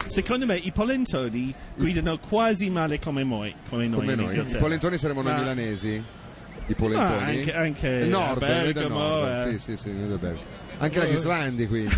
Speaker 10: Secondo me i polentoni guidano quasi male come noi. Come noi,
Speaker 4: Come
Speaker 10: in
Speaker 4: noi. I
Speaker 10: Inghilterra.
Speaker 4: polentoni saremmo noi
Speaker 10: Ma-
Speaker 4: milanesi? I
Speaker 10: ma
Speaker 4: polentoni?
Speaker 10: anche, anche
Speaker 4: Il nord, eh,
Speaker 10: a
Speaker 4: noi da
Speaker 10: Bergamo,
Speaker 4: nord.
Speaker 10: eh.
Speaker 4: Sì,
Speaker 6: Eh.
Speaker 4: sì, sì, noi da Bergamo. Anche la Ghislandi quindi.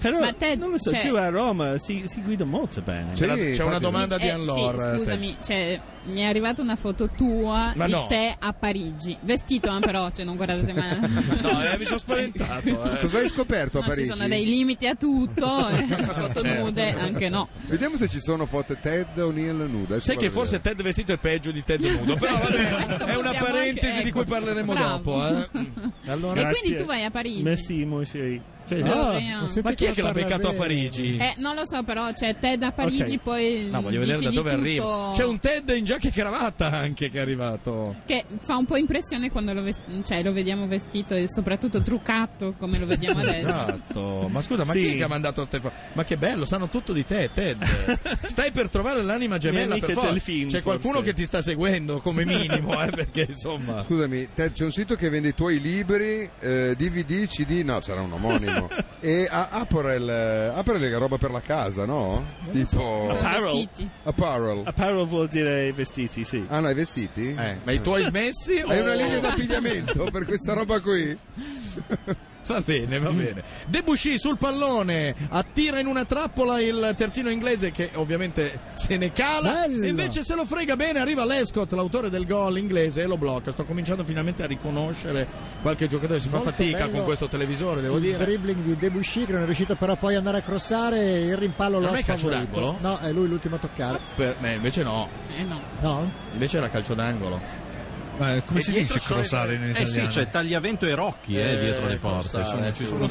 Speaker 10: Però
Speaker 6: Ma te-
Speaker 10: non lo so,
Speaker 6: cioè-
Speaker 10: giù a Roma si, si guida molto bene.
Speaker 3: C'è la- c'è una domanda di
Speaker 6: Eh,
Speaker 3: Anlor.
Speaker 6: sì, scusami, cioè, mi è arrivata una foto tua
Speaker 3: Ma
Speaker 6: di
Speaker 3: no.
Speaker 6: te a Parigi. Vestito, ah, però, cioè, non guardate mai.
Speaker 3: No, eh, mi sono spaventato. eh.
Speaker 4: Cosa hai scoperto a
Speaker 6: No, ci
Speaker 4: Parigi?
Speaker 6: sono dei limiti a tutto, eh, foto
Speaker 4: Certo.
Speaker 6: nude anche no.
Speaker 4: Vediamo se ci sono foto Ted O'Neill nuda. Adesso
Speaker 3: Sai che
Speaker 4: vado a
Speaker 3: forse
Speaker 4: vedere.
Speaker 3: Ted vestito è peggio di Ted nudo, però vabbè, è una
Speaker 6: possiamo
Speaker 3: parentesi
Speaker 6: anche-
Speaker 3: di cui
Speaker 6: ecco.
Speaker 3: parleremo
Speaker 6: Bravo.
Speaker 3: dopo. eh. Allora-
Speaker 6: Cioè, E quindi tu vai a Parigi.
Speaker 10: Messi, Moshe.
Speaker 6: Cioè, Ah, ho sentito
Speaker 3: ma chi è che l'ha
Speaker 10: parlare
Speaker 3: beccato a
Speaker 10: bene.
Speaker 3: Parigi?
Speaker 6: Eh, non lo so, però, cioè, te da Parigi
Speaker 3: Ok.
Speaker 6: poi.
Speaker 3: No, voglio vedere
Speaker 6: dici
Speaker 3: da
Speaker 6: di
Speaker 3: dove
Speaker 6: tutto
Speaker 3: arriva. C'è un Ted in giacca e cravatta anche che è arrivato.
Speaker 6: Che fa un po' impressione quando lo, ves- cioè, lo vediamo vestito e soprattutto truccato come lo vediamo adesso.
Speaker 3: Esatto, ma scusa, ma
Speaker 10: Sì.
Speaker 3: chi è che ha mandato Stefano? Ma che bello, sanno tutto di te, Ted. Stai per trovare l'anima gemella
Speaker 10: Mie amiche
Speaker 3: per forza.
Speaker 10: Delfin,
Speaker 3: C'è qualcuno
Speaker 10: forse.
Speaker 3: che ti sta seguendo come minimo, eh, perché insomma.
Speaker 4: Scusami, Ted, c'è un sito che vende i tuoi libri, eh, DVD, CD, no, sarà un omonimo. e a Aperel, eh, Aperel è roba per la casa, no? Tipo
Speaker 10: Apparel.
Speaker 4: Apparel.
Speaker 10: Apparel vuol dire vestiti, sì.
Speaker 4: Ah, no, i vestiti?
Speaker 10: Eh.
Speaker 3: ma i tuoi smessi o-
Speaker 4: Hai una linea d'abbigliamento per questa roba qui?
Speaker 3: Va bene, va bene. Debussy sul pallone, attira in una trappola il terzino inglese che ovviamente se ne cala.
Speaker 2: Bello.
Speaker 3: E Invece se lo frega bene, arriva Lescott, l'autore del gol inglese, e lo blocca. Sto cominciando finalmente a riconoscere qualche giocatore. Si fa
Speaker 2: Molto
Speaker 3: fatica
Speaker 2: bello
Speaker 3: con questo televisore, devo
Speaker 2: il
Speaker 3: dire.
Speaker 2: dribbling di Debussy che non è riuscito però poi ad andare a crossare e il rimpallo lo
Speaker 3: Non
Speaker 2: ha
Speaker 3: è calcio
Speaker 2: sfavorito.
Speaker 3: d'angolo?
Speaker 2: No, è lui l'ultimo a toccare.
Speaker 3: Per- eh, invece no,
Speaker 6: Eh no.
Speaker 2: No?
Speaker 3: invece era calcio d'angolo.
Speaker 8: Ma come
Speaker 3: E
Speaker 8: si
Speaker 3: dietro
Speaker 8: dice
Speaker 3: sono i-
Speaker 8: crossare in
Speaker 5: Eh sì,
Speaker 8: italiano?
Speaker 5: c'è Tagliavento e Rocchi eh,
Speaker 3: Eh,
Speaker 5: dietro le porte.
Speaker 8: crossare,
Speaker 5: sono-
Speaker 8: sì,
Speaker 5: ci sono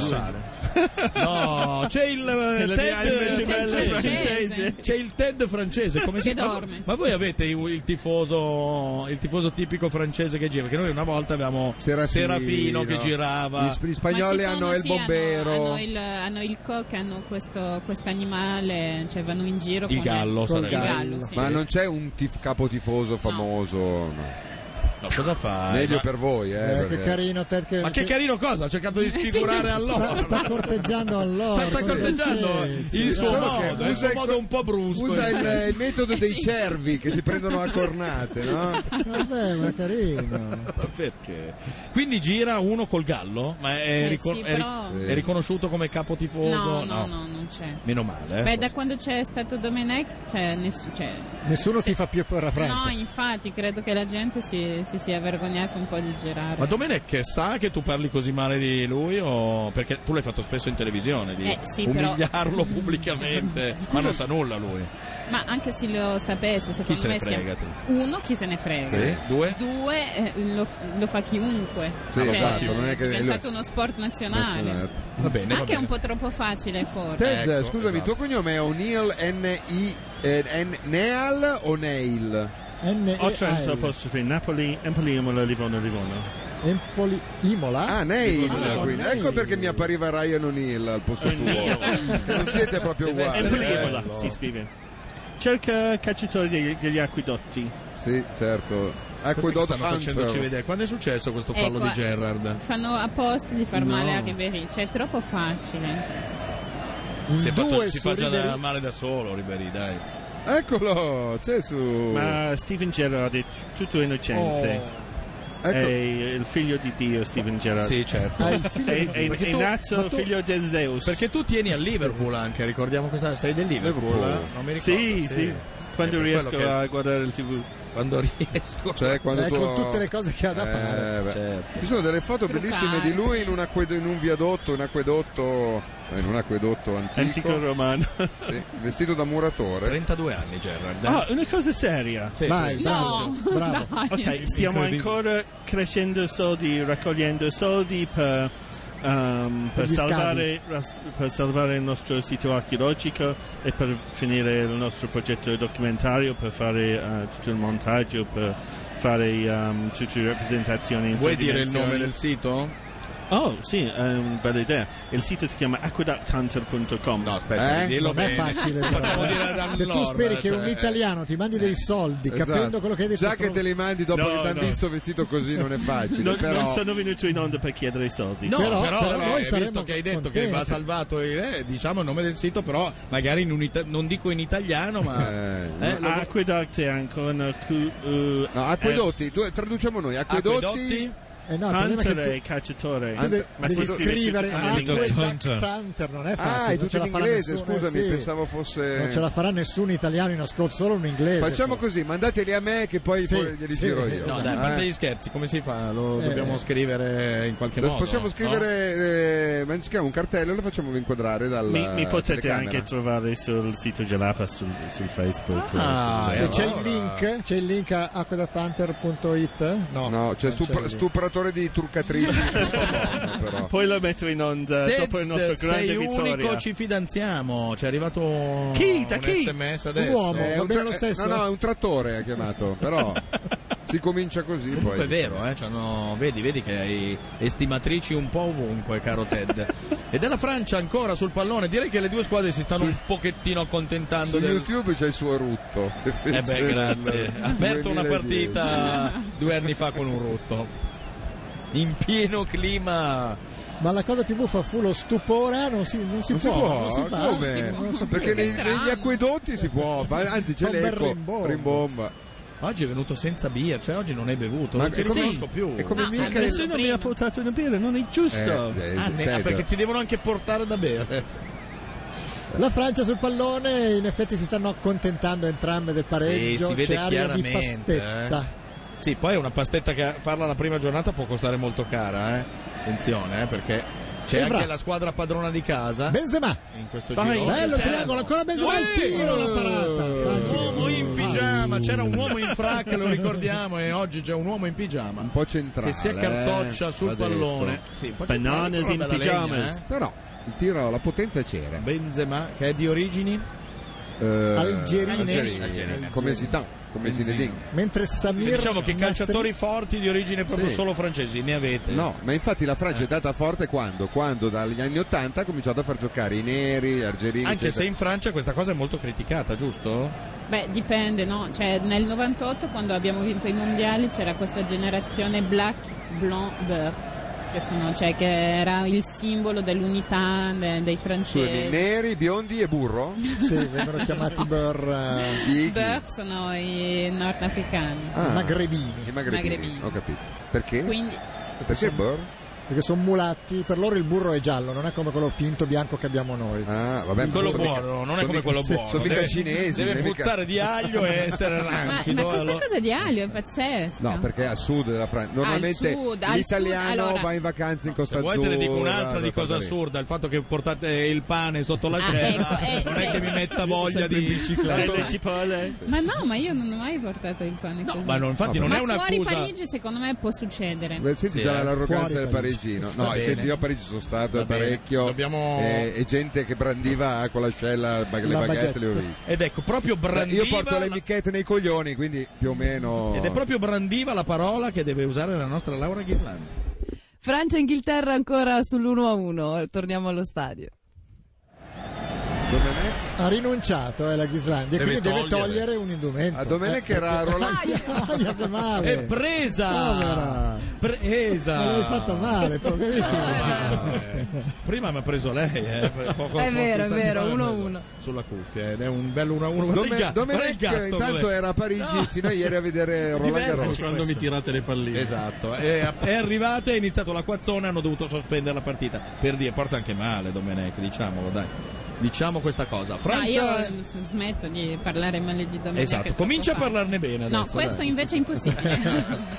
Speaker 5: due.
Speaker 3: No, c'è il eh,
Speaker 10: la mia anima
Speaker 3: Ted
Speaker 10: gemella
Speaker 3: francese.
Speaker 10: francese.
Speaker 3: C'è il Ted francese, come si
Speaker 6: Che
Speaker 3: chiama?
Speaker 6: dorme.
Speaker 3: Ma voi avete il, il tifoso il tifoso tipico francese che gira, perché noi una volta avevamo Serafino, che girava.
Speaker 4: Gli, sp- gli
Speaker 6: Ma ci
Speaker 4: spagnoli
Speaker 6: sono,
Speaker 4: hanno il
Speaker 6: sì,
Speaker 4: bombero.
Speaker 6: Hanno, hanno il, hanno il coq, hanno questo animale, cioè vanno in giro
Speaker 4: Il
Speaker 6: con
Speaker 4: gallo,
Speaker 6: con il
Speaker 4: sarebbe.
Speaker 6: gallo, sì.
Speaker 4: Ma non c'è un tif- capotifoso famoso. no.
Speaker 3: No, cosa fa?
Speaker 4: Meglio
Speaker 3: Ah, Ma-
Speaker 4: per voi, eh.
Speaker 2: Eh, che
Speaker 4: perché-
Speaker 2: carino Ted che,
Speaker 3: Ma che carino cosa? Ha cercato di sfigurare
Speaker 2: sta,
Speaker 3: allora.
Speaker 2: sta corteggiando allora.
Speaker 3: Ma sta corteggiando il suo
Speaker 4: Solo
Speaker 3: modo,
Speaker 4: che
Speaker 3: il suo
Speaker 4: usa il
Speaker 3: modo
Speaker 4: co-
Speaker 3: un po' brusco.
Speaker 4: Usa il, il metodo dei
Speaker 6: Sì.
Speaker 4: cervi che si prendono a cornate, no?
Speaker 2: Eh, Vabbè, ma carino.
Speaker 3: Ma Perché? Quindi gira uno col gallo? Ma è,
Speaker 6: Eh
Speaker 3: ricon-
Speaker 6: sì,
Speaker 3: è ri-
Speaker 6: però-
Speaker 3: è riconosciuto come capotifoso?
Speaker 6: No, no, no, non c'è.
Speaker 3: Meno male. eh.
Speaker 6: Beh, da quando c'è stato Domenech, cioè, ness- cioè,
Speaker 2: Nessuno ti fa più per la
Speaker 6: no,
Speaker 2: Francia.
Speaker 6: infatti, credo che la gente si, si sia vergognata un po' di girare.
Speaker 3: Ma Domenech sa che tu parli così male di lui o perché tu l'hai fatto spesso in televisione di
Speaker 6: Eh, sì, però-
Speaker 3: umiliarlo pubblicamente, ma non sa nulla lui.
Speaker 6: Ma anche se lo sapesse, secondo
Speaker 3: se ne
Speaker 6: me
Speaker 3: frega,
Speaker 6: siamo-
Speaker 3: te?
Speaker 6: uno chi se ne frega.
Speaker 3: Sì, due?
Speaker 6: Due eh, lo, f- lo fa chiunque.
Speaker 4: Sì,
Speaker 6: Cioè,
Speaker 4: esatto, non è che-
Speaker 6: diventato uno sport nazionale.
Speaker 4: Va
Speaker 3: bene,
Speaker 6: Anche un po' troppo facile, forse.
Speaker 4: Esatto. Ted,
Speaker 3: Ecco,
Speaker 4: scusami, il tuo cognome è O'Neill N-I... eh, N- Neal o Neil?
Speaker 2: N
Speaker 10: Ocenzo apostrofe Napoli, Empoli, Imola, Livorno, Livorno.
Speaker 2: Empoli Imola.
Speaker 4: Ah, Neil,
Speaker 2: Ah,
Speaker 4: quindi.
Speaker 2: Neil.
Speaker 4: ecco perché mi appariva Ryan O'Neill al posto tuo. non siete proprio
Speaker 10: Empoli,
Speaker 4: uguali. eh.
Speaker 10: Imola, si scrive. Cerca cacciatori degli, degli acquedotti.
Speaker 4: Sì, certo. Acquedotto
Speaker 3: Stanno facendoci
Speaker 4: Hunter.
Speaker 3: vedere. Quando è successo questo
Speaker 6: Ecco,
Speaker 3: fallo di Gerrard?
Speaker 6: Fanno apposta di far male
Speaker 3: No.
Speaker 6: a Ribery, cioè è troppo facile.
Speaker 3: Si è fatto-
Speaker 2: due
Speaker 3: si
Speaker 2: su
Speaker 3: fa già da-
Speaker 2: Ribery.
Speaker 3: male da solo Ribery, dai.
Speaker 4: Eccolo, c'è su...
Speaker 3: Oh.
Speaker 10: Ma Steven Gerrard è t- tutto innocente.
Speaker 4: Ecco.
Speaker 10: È il figlio di Dio, Steven Gerrard.
Speaker 3: Sì, certo.
Speaker 2: Ah, il figlio
Speaker 10: È,
Speaker 2: di
Speaker 10: è-
Speaker 2: Dio.
Speaker 3: Perché
Speaker 10: è
Speaker 3: tu- ma
Speaker 10: nato
Speaker 3: tu-
Speaker 10: figlio di Zeus.
Speaker 3: Perché tu tieni al Liverpool anche, ricordiamo questa sei del Liverpool?
Speaker 4: Liverpool.
Speaker 3: eh? Non mi ricordo.
Speaker 10: Sì, sì. Quando
Speaker 3: È per
Speaker 10: riesco
Speaker 3: quello che-
Speaker 10: a guardare il tv.
Speaker 3: Quando riesco.
Speaker 4: Cioè, quando
Speaker 2: Eh,
Speaker 4: tu-
Speaker 2: con tutte le cose che ha da fare. cioè,
Speaker 4: Eh, beh.
Speaker 3: Certo.
Speaker 4: Ci sono delle foto bellissime di lui in, un acqued- in un viadotto, un acquedotto, in un acquedotto antico,
Speaker 10: Antico Eh, romano.
Speaker 4: sì, vestito da muratore.
Speaker 3: 32 anni Gerrard. eh?
Speaker 10: Ah, una cosa seria.
Speaker 3: Sì,
Speaker 2: Vai,
Speaker 3: sì.
Speaker 2: bravo.
Speaker 6: No,
Speaker 2: bravo.
Speaker 6: dai.
Speaker 10: Ok, stiamo
Speaker 8: Incredibile.
Speaker 10: ancora crescendo soldi, raccogliendo soldi per, ehm, per
Speaker 2: Per gli
Speaker 10: salvare, ras- per salvare il nostro sito archeologico e per finire il nostro progetto documentario, per fare eh, tutto il montaggio, per fare ehm, tutte le rappresentazioni in
Speaker 3: Vuoi
Speaker 10: tre
Speaker 3: dire il
Speaker 10: dimensioni.
Speaker 3: nome del sito?
Speaker 10: Oh, sì, è una bella idea. Il sito si chiama aqueducthunter.com.
Speaker 3: No, aspetta,
Speaker 4: Eh?
Speaker 3: dillo
Speaker 2: Non è
Speaker 3: bene.
Speaker 2: facile,
Speaker 3: Facciamo
Speaker 2: però.
Speaker 3: dire ad Anlor,
Speaker 2: Se tu speri che
Speaker 3: cioè,
Speaker 2: un italiano ti mandi dei soldi
Speaker 4: Esatto.
Speaker 2: capendo quello che hai detto,
Speaker 4: Già che
Speaker 2: trovi-
Speaker 4: te li mandi dopo
Speaker 10: No,
Speaker 4: che ti hanno
Speaker 10: no.
Speaker 4: visto vestito così non è facile,
Speaker 10: Non,
Speaker 4: però...
Speaker 10: non sono venuto in onda per chiedere i soldi.
Speaker 3: No,
Speaker 2: Però-
Speaker 3: però,
Speaker 2: però
Speaker 3: eh,
Speaker 2: noi saremmo
Speaker 3: visto che hai detto che va
Speaker 2: contenti.
Speaker 3: salvato, il- eh, diciamo il nome del sito, però magari in un ita- non dico in italiano, ma
Speaker 4: Eh, no.
Speaker 10: Ah,
Speaker 3: eh, lo-
Speaker 10: Aqueduct è ancora una Q, U,
Speaker 4: No, acquedotti, tu- traduciamo noi, acquedotti,
Speaker 3: Acquedotti?
Speaker 2: Eh no, il problema è che
Speaker 10: Hunter è
Speaker 2: tu-
Speaker 10: il cacciatore.
Speaker 3: Ah,
Speaker 2: tu de-
Speaker 10: ma
Speaker 2: devi
Speaker 10: si scrive
Speaker 2: scrivere
Speaker 10: tutto
Speaker 2: anche
Speaker 10: in inglese.
Speaker 2: Zack Hunter, non è facile.
Speaker 4: Ah, è
Speaker 2: non
Speaker 4: tutto
Speaker 2: ce
Speaker 4: in
Speaker 2: la farà
Speaker 4: inglese,
Speaker 2: nessuno, eh,
Speaker 4: scusami,
Speaker 2: sì.
Speaker 4: pensavo fosse...
Speaker 2: Non ce la farà nessuno italiano in ascolto, solo un inglese.
Speaker 4: Facciamo così, mandateli a me che poi,
Speaker 2: Sì,
Speaker 4: poi glieli
Speaker 2: sì.
Speaker 4: giro io.
Speaker 3: No, dai, a parte
Speaker 4: Eh.
Speaker 3: gli scherzi, come si fa? Lo
Speaker 4: Eh.
Speaker 3: dobbiamo scrivere in qualche
Speaker 4: Lo
Speaker 3: modo.
Speaker 4: possiamo
Speaker 3: no?
Speaker 4: scrivere, eh, ma si chiama un cartello e lo facciamo inquadrare dal.
Speaker 10: Mi, mi potete
Speaker 4: eh.
Speaker 10: anche trovare sul sito Gelapa, sul, sul Facebook.
Speaker 4: Ah,
Speaker 10: eh,
Speaker 2: E
Speaker 10: sul-
Speaker 2: c'è il link? C'è il link a aquedatthunter.it? No,
Speaker 4: No, c'è
Speaker 2: non
Speaker 4: stupra-
Speaker 2: lì.
Speaker 4: stupratore di turcatrici.
Speaker 10: Poi lo metto in onda
Speaker 3: Ted,
Speaker 10: Eh, dopo il nostro
Speaker 3: sei
Speaker 10: grande vittoria.
Speaker 3: unico, ci fidanziamo. Ci è arrivato
Speaker 10: Chi? Da
Speaker 3: un
Speaker 10: chi?
Speaker 3: sms
Speaker 10: Un
Speaker 3: adesso.
Speaker 10: uomo,
Speaker 4: Eh, un tra- eh, No, no, è un trattore ha chiamato, però si comincia così poi.
Speaker 3: Comunque è vero, eh, cioè, no, vedi, vedi che hai estimatrici un po' ovunque, caro Ted. e della Francia ancora sul pallone, direi che le due squadre si stanno
Speaker 4: Su-
Speaker 3: un pochettino accontentando
Speaker 4: Su
Speaker 3: del...
Speaker 4: YouTube c'è il suo rutto. Cioè,
Speaker 3: Eh beh, grazie. Ha aperto una
Speaker 4: 2010.
Speaker 3: partita due anni fa con un rotto. In pieno clima.
Speaker 2: Ma la cosa più buffa fu lo stupore, non si, non si
Speaker 4: Non si
Speaker 2: può,
Speaker 4: può,
Speaker 2: non si fa, non
Speaker 4: come?
Speaker 2: si può, non si può.
Speaker 4: Perché nei- negli acquedotti si può, ma- anzi c'è
Speaker 3: Fa un bel
Speaker 4: l'eco,
Speaker 3: rimbombo.
Speaker 4: rimbomba.
Speaker 3: Oggi è venuto senza birra, cioè oggi non hai bevuto,
Speaker 4: Ma
Speaker 3: non ti
Speaker 4: è come-
Speaker 3: riconosco più.
Speaker 4: è come Ah, mica
Speaker 10: Perché Nessuno mi ha portato da bere, non è giusto.
Speaker 4: Eh,
Speaker 3: Ah, ne- ah, perché ti devono anche portare da bere.
Speaker 2: La Francia sul pallone, in effetti si stanno accontentando entrambe del
Speaker 3: Sì,
Speaker 2: pareggio,
Speaker 3: si
Speaker 2: c'è
Speaker 3: vede
Speaker 2: aria di
Speaker 3: chiaramente.
Speaker 2: pastetta.
Speaker 3: eh. Sì, poi è una pastetta che farla la prima giornata può costare molto cara, eh. Attenzione, eh, perché c'è
Speaker 2: Evra.
Speaker 3: anche la squadra padrona di
Speaker 4: eh.
Speaker 3: casa.
Speaker 2: Benzema.
Speaker 3: In questo
Speaker 2: Vai,
Speaker 3: giro. Certo.
Speaker 2: bello il triangolo, ancora Benzema, il tiro, la parata.
Speaker 3: Un uomo in pigiama, c'era un uomo in fracca, lo ricordiamo, e oggi c'è un uomo in pigiama. Un
Speaker 4: po' centrale.
Speaker 3: Che si accartoccia
Speaker 4: eh,
Speaker 3: sul
Speaker 4: va detto.
Speaker 3: pallone. Sì, un po' centrale,
Speaker 10: Bananas
Speaker 3: però
Speaker 10: in
Speaker 3: bella
Speaker 10: pyjamas.
Speaker 3: legna, eh.
Speaker 4: Però il tiro, la potenza c'era.
Speaker 3: Benzema, che è di origini?
Speaker 4: Eh,
Speaker 2: Algerine.
Speaker 4: Algerine.
Speaker 2: Algerine.
Speaker 4: Come si dà? Come si
Speaker 2: Mentre Samir
Speaker 3: diciamo che
Speaker 2: Nasri-
Speaker 3: calciatori forti di origine proprio
Speaker 4: Sì.
Speaker 3: solo francesi, ne avete.
Speaker 4: No, ma infatti la Francia
Speaker 3: Eh.
Speaker 4: è data forte quando? Quando dagli anni 80 ha cominciato a far giocare i neri, gli argerini.
Speaker 3: Anche se
Speaker 4: eccetera.
Speaker 3: in Francia questa cosa è molto criticata, giusto?
Speaker 6: Beh, dipende, no? Cioè, nel 98, quando abbiamo vinto i mondiali, c'era questa generazione black, blanc, beur, che, sono, cioè, che era il simbolo dell'unità de- dei
Speaker 2: Eh.
Speaker 4: Scusami,
Speaker 6: francesi.
Speaker 4: neri, biondi e burro?
Speaker 2: Sì, vengono chiamati eh, Burr.
Speaker 4: I,
Speaker 6: Beur sono i nordafricani.
Speaker 4: Ah,
Speaker 2: Magrebini.
Speaker 4: I magrebini.
Speaker 6: Magrebini.
Speaker 4: Ho capito. Perché?
Speaker 6: Quindi,
Speaker 4: Eh, Perché burro?
Speaker 2: Perché sono mulatti, per loro il burro è giallo, non è come quello finto bianco che abbiamo noi.
Speaker 4: Ah, vabbè, ma
Speaker 3: Quello
Speaker 4: sono mica-
Speaker 3: buono, non è
Speaker 4: sono
Speaker 3: come
Speaker 4: mica-
Speaker 3: quello
Speaker 4: sì,
Speaker 3: buono.
Speaker 4: Sono mica
Speaker 3: Deve-
Speaker 4: cinesi.
Speaker 3: deve
Speaker 4: non è mica-
Speaker 3: puzzare di aglio e essere
Speaker 6: ma,
Speaker 3: rancido.
Speaker 6: ma questa
Speaker 3: allora.
Speaker 6: cosa di Alio è pazzesca.
Speaker 4: No, perché al sud della Francia. Normalmente
Speaker 6: Ah, sud, al
Speaker 4: l'italiano
Speaker 6: sud, allora-
Speaker 4: va in vacanza in Costa
Speaker 3: Se vuoi
Speaker 4: Azzurra.
Speaker 3: te ne dico un'altra di cosa
Speaker 4: quella lì.
Speaker 3: assurda, il fatto che portate eh, il pane sotto la
Speaker 6: Ah,
Speaker 3: crema
Speaker 6: ecco, eh,
Speaker 3: non è
Speaker 6: sì.
Speaker 3: che mi metta voglia
Speaker 4: Sempre
Speaker 3: di
Speaker 4: in bicicletta.
Speaker 3: Eh,
Speaker 10: cipolle.
Speaker 6: Ma no, ma io non ho mai portato il pane così.
Speaker 3: Ma no,
Speaker 4: Ah,
Speaker 3: infatti non
Speaker 6: Ma
Speaker 3: è una
Speaker 6: fuori
Speaker 3: cosa
Speaker 6: Parigi secondo me può succedere.
Speaker 4: Beh, senti
Speaker 3: Sì,
Speaker 4: già
Speaker 3: eh,
Speaker 4: l'arroganza
Speaker 3: fuori
Speaker 4: del
Speaker 3: Parigi.
Speaker 4: parigino.
Speaker 3: Va
Speaker 4: No,
Speaker 3: bene.
Speaker 4: senti, io a Parigi sono stato
Speaker 3: Va bene.
Speaker 4: parecchio.
Speaker 3: Dobbiamo-
Speaker 4: eh, e gente che brandiva con l'ascella bag- le
Speaker 2: La
Speaker 4: baguette
Speaker 2: baguette.
Speaker 4: le ho viste.
Speaker 3: Ed ecco, proprio brandiva
Speaker 4: Io porto le
Speaker 3: la-
Speaker 4: michette nei coglioni, quindi più o meno.
Speaker 3: Ed è proprio brandiva la parola che deve usare la nostra Laura Ghislandi.
Speaker 13: Francia e Inghilterra ancora sull'1-1, torniamo allo stadio.
Speaker 2: Ha rinunciato eh, la Ghislandia, e quindi
Speaker 4: Deve
Speaker 2: deve
Speaker 4: togliere. Ah,
Speaker 2: togliere un indumento. Eh,
Speaker 4: A
Speaker 3: Eh,
Speaker 4: Domenech era Roland-
Speaker 2: Aia, che
Speaker 4: Eh.
Speaker 2: male.
Speaker 3: È presa!
Speaker 2: Povera.
Speaker 3: Presa!
Speaker 2: Ma l'hai fatta male, poverina.
Speaker 3: Eh, Prima mi ha preso lei, eh. poco- poco
Speaker 13: vero, è
Speaker 3: istanti
Speaker 13: vero,
Speaker 3: fa mi ha preso
Speaker 13: 1-1.
Speaker 3: Sulla cuffia ed è un bello 1-1. Guarda il
Speaker 4: Dome-
Speaker 3: gatto, guarda il
Speaker 4: Domenech
Speaker 3: gatto,
Speaker 4: intanto
Speaker 3: dov'è?
Speaker 4: era a Parigi fino a ieri a vedere Roland Garros.
Speaker 5: quando mi tirate le palline.
Speaker 3: Esatto, è, è arrivata, è iniziato l'acquazzone, hanno dovuto sospendere la partita. Per dire, porta anche male Domenech, diciamolo, dai. Diciamo questa cosa.
Speaker 6: No,
Speaker 3: Francia...
Speaker 6: io s- smetto di parlare male di Domenica.
Speaker 3: esatto, comincia a parlarne bene adesso.
Speaker 6: No, questo
Speaker 3: dai.
Speaker 6: invece è impossibile.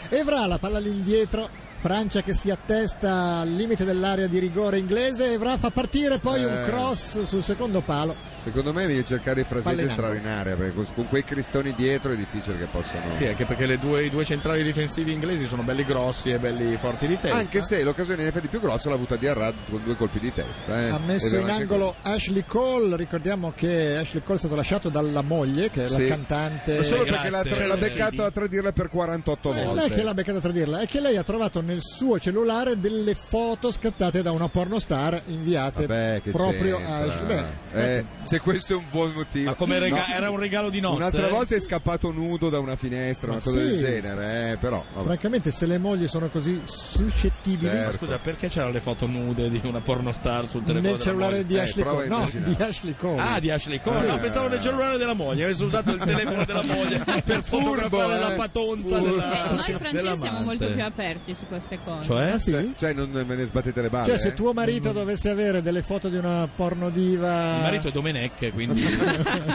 Speaker 2: Evra la palla all'indietro, Francia che si attesta al limite dell'area di rigore inglese, Evra fa partire poi un
Speaker 4: Eh.
Speaker 2: cross sul secondo palo.
Speaker 4: Secondo me meglio cercare i frasetti
Speaker 2: Palle
Speaker 4: di
Speaker 2: in
Speaker 4: entrare in area, perché con, con quei cristoni dietro è difficile che possano.
Speaker 3: Sì, anche perché le due- i due centrali difensivi inglesi sono belli grossi e belli forti di testa.
Speaker 4: Anche se l'occasione in effetti più grossa l'ha avuta di Arrad con due colpi di testa. eh.
Speaker 2: Ha
Speaker 4: Ed
Speaker 2: messo
Speaker 4: era
Speaker 2: in
Speaker 4: anche
Speaker 2: angolo Ashley Cole, ricordiamo che Ashley Cole è stato lasciato dalla moglie, che è
Speaker 4: Sì.
Speaker 2: la cantante.
Speaker 4: Ma solo perché
Speaker 3: Grazie.
Speaker 4: l'ha, tra-
Speaker 3: Cioè,
Speaker 4: l'ha
Speaker 3: vedi.
Speaker 4: beccato a tradirla per 48
Speaker 2: Ma Eh, non
Speaker 4: volte.
Speaker 2: è che l'ha beccata a tradirla, è che lei ha trovato nel suo cellulare delle foto scattate da una pornostar inviate
Speaker 4: Vabbè, che
Speaker 2: proprio a
Speaker 4: c'entra.
Speaker 2: Ashley. Beh,
Speaker 4: Eh, se questo è un buon motivo.
Speaker 3: Ma come rega- era un regalo di notte,
Speaker 4: Un'altra
Speaker 3: eh?
Speaker 4: volta è scappato nudo da una finestra,
Speaker 2: Ma
Speaker 4: una cosa
Speaker 2: sì.
Speaker 4: del genere, eh, però. vabbè.
Speaker 2: Francamente, se le mogli sono così suscettibili.
Speaker 4: Certo.
Speaker 3: Ma scusa, perché c'erano le foto nude di una pornostar sul telefono?
Speaker 2: Nel
Speaker 3: della
Speaker 2: cellulare
Speaker 3: moglie?
Speaker 4: Eh,
Speaker 2: di Ashley Cole. No, di Ashley Cole.
Speaker 3: Ah, di Ashley Cole.
Speaker 2: Sì.
Speaker 3: No, pensavo nel cellulare della moglie. Avessi usato il telefono della moglie per fotografare
Speaker 4: eh.
Speaker 3: la patonza
Speaker 4: Furbo.
Speaker 3: della
Speaker 6: Noi francesi siamo
Speaker 4: dell'amante.
Speaker 6: molto più aperti su queste cose.
Speaker 4: Cioè, cioè, non me ne sbattete le balle.
Speaker 2: Eh Cioè,
Speaker 4: eh?
Speaker 2: se tuo marito dovesse avere delle foto di una pornodiva.
Speaker 3: Il marito è Domenech, quindi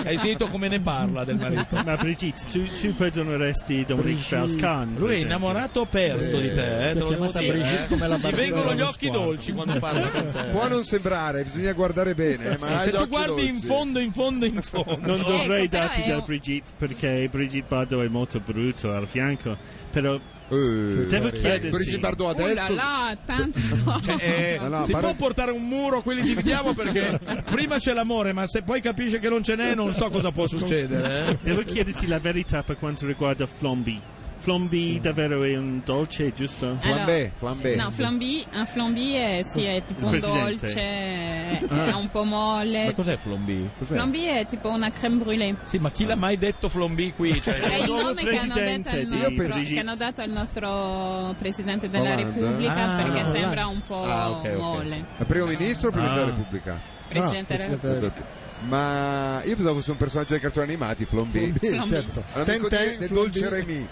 Speaker 3: hai sentito come ne parla del marito.
Speaker 4: eh.
Speaker 10: Ma Brigitte, tu, tu perdoneresti Dominique Strauss-Kahn? per
Speaker 3: Lui è
Speaker 10: esempio?
Speaker 3: innamorato perso di te, eh, te lo devo dire, eh. Ti vengono gli occhi dolci quando parla con te.
Speaker 4: Può non sembrare, bisogna guardare bene. eh, Ma ha
Speaker 3: se
Speaker 4: Ah, gli
Speaker 3: tu
Speaker 4: occhi
Speaker 3: guardi in
Speaker 4: dolci.
Speaker 3: fondo, in fondo, in fondo.
Speaker 10: Non dovrei
Speaker 3: darti
Speaker 10: darti da Brigitte perché Brigitte Bardot è molto brutto al fianco, però devo
Speaker 4: Beh,
Speaker 10: chiedersi...
Speaker 4: Brigitte Bardot
Speaker 6: Oh là là, tanto
Speaker 3: Cioè, eh,
Speaker 10: No, no,
Speaker 3: si
Speaker 10: parla-
Speaker 3: può portare un muro, quelli dividiamo perché prima c'è l'amore, ma se poi capisce che non ce n'è, non so cosa può succedere. eh.
Speaker 10: Devo chiederti la verità per quanto riguarda Flombi. Flombi davvero è un dolce,
Speaker 3: Eh,
Speaker 10: giusto?
Speaker 6: Allora, No, flambi, un flambi è, sì, è tipo un
Speaker 10: Presidente.
Speaker 6: dolce, è
Speaker 3: Ah.
Speaker 6: un po' molle.
Speaker 3: Ma cos'è Flombi? Cos'è?
Speaker 6: Flambi è tipo una creme brûlée.
Speaker 3: Sì, ma chi l'ha mai detto Flombi qui? Cioè,
Speaker 6: È il
Speaker 3: nuovo
Speaker 6: nome che hanno, detto al
Speaker 3: presidente di-
Speaker 6: nostro, che hanno dato al nostro Presidente della
Speaker 4: Hollande.
Speaker 6: Repubblica
Speaker 4: Ah,
Speaker 6: perché
Speaker 4: no,
Speaker 6: sembra
Speaker 4: Hollande.
Speaker 6: un po'
Speaker 4: Ah, ok, ok.
Speaker 6: molle.
Speaker 4: Ma primo ministro o prima
Speaker 10: Ah.
Speaker 4: della Repubblica?
Speaker 6: Presidente della Presidente
Speaker 2: Repubblica.
Speaker 4: Ma io pensavo fosse un personaggio dei cartoni animati, Flombi.
Speaker 2: Flombi, Flombi. certo.
Speaker 4: Un amico
Speaker 2: Ten
Speaker 4: di-
Speaker 2: Ten,
Speaker 4: del
Speaker 2: Flombi.
Speaker 4: Dolce Remy.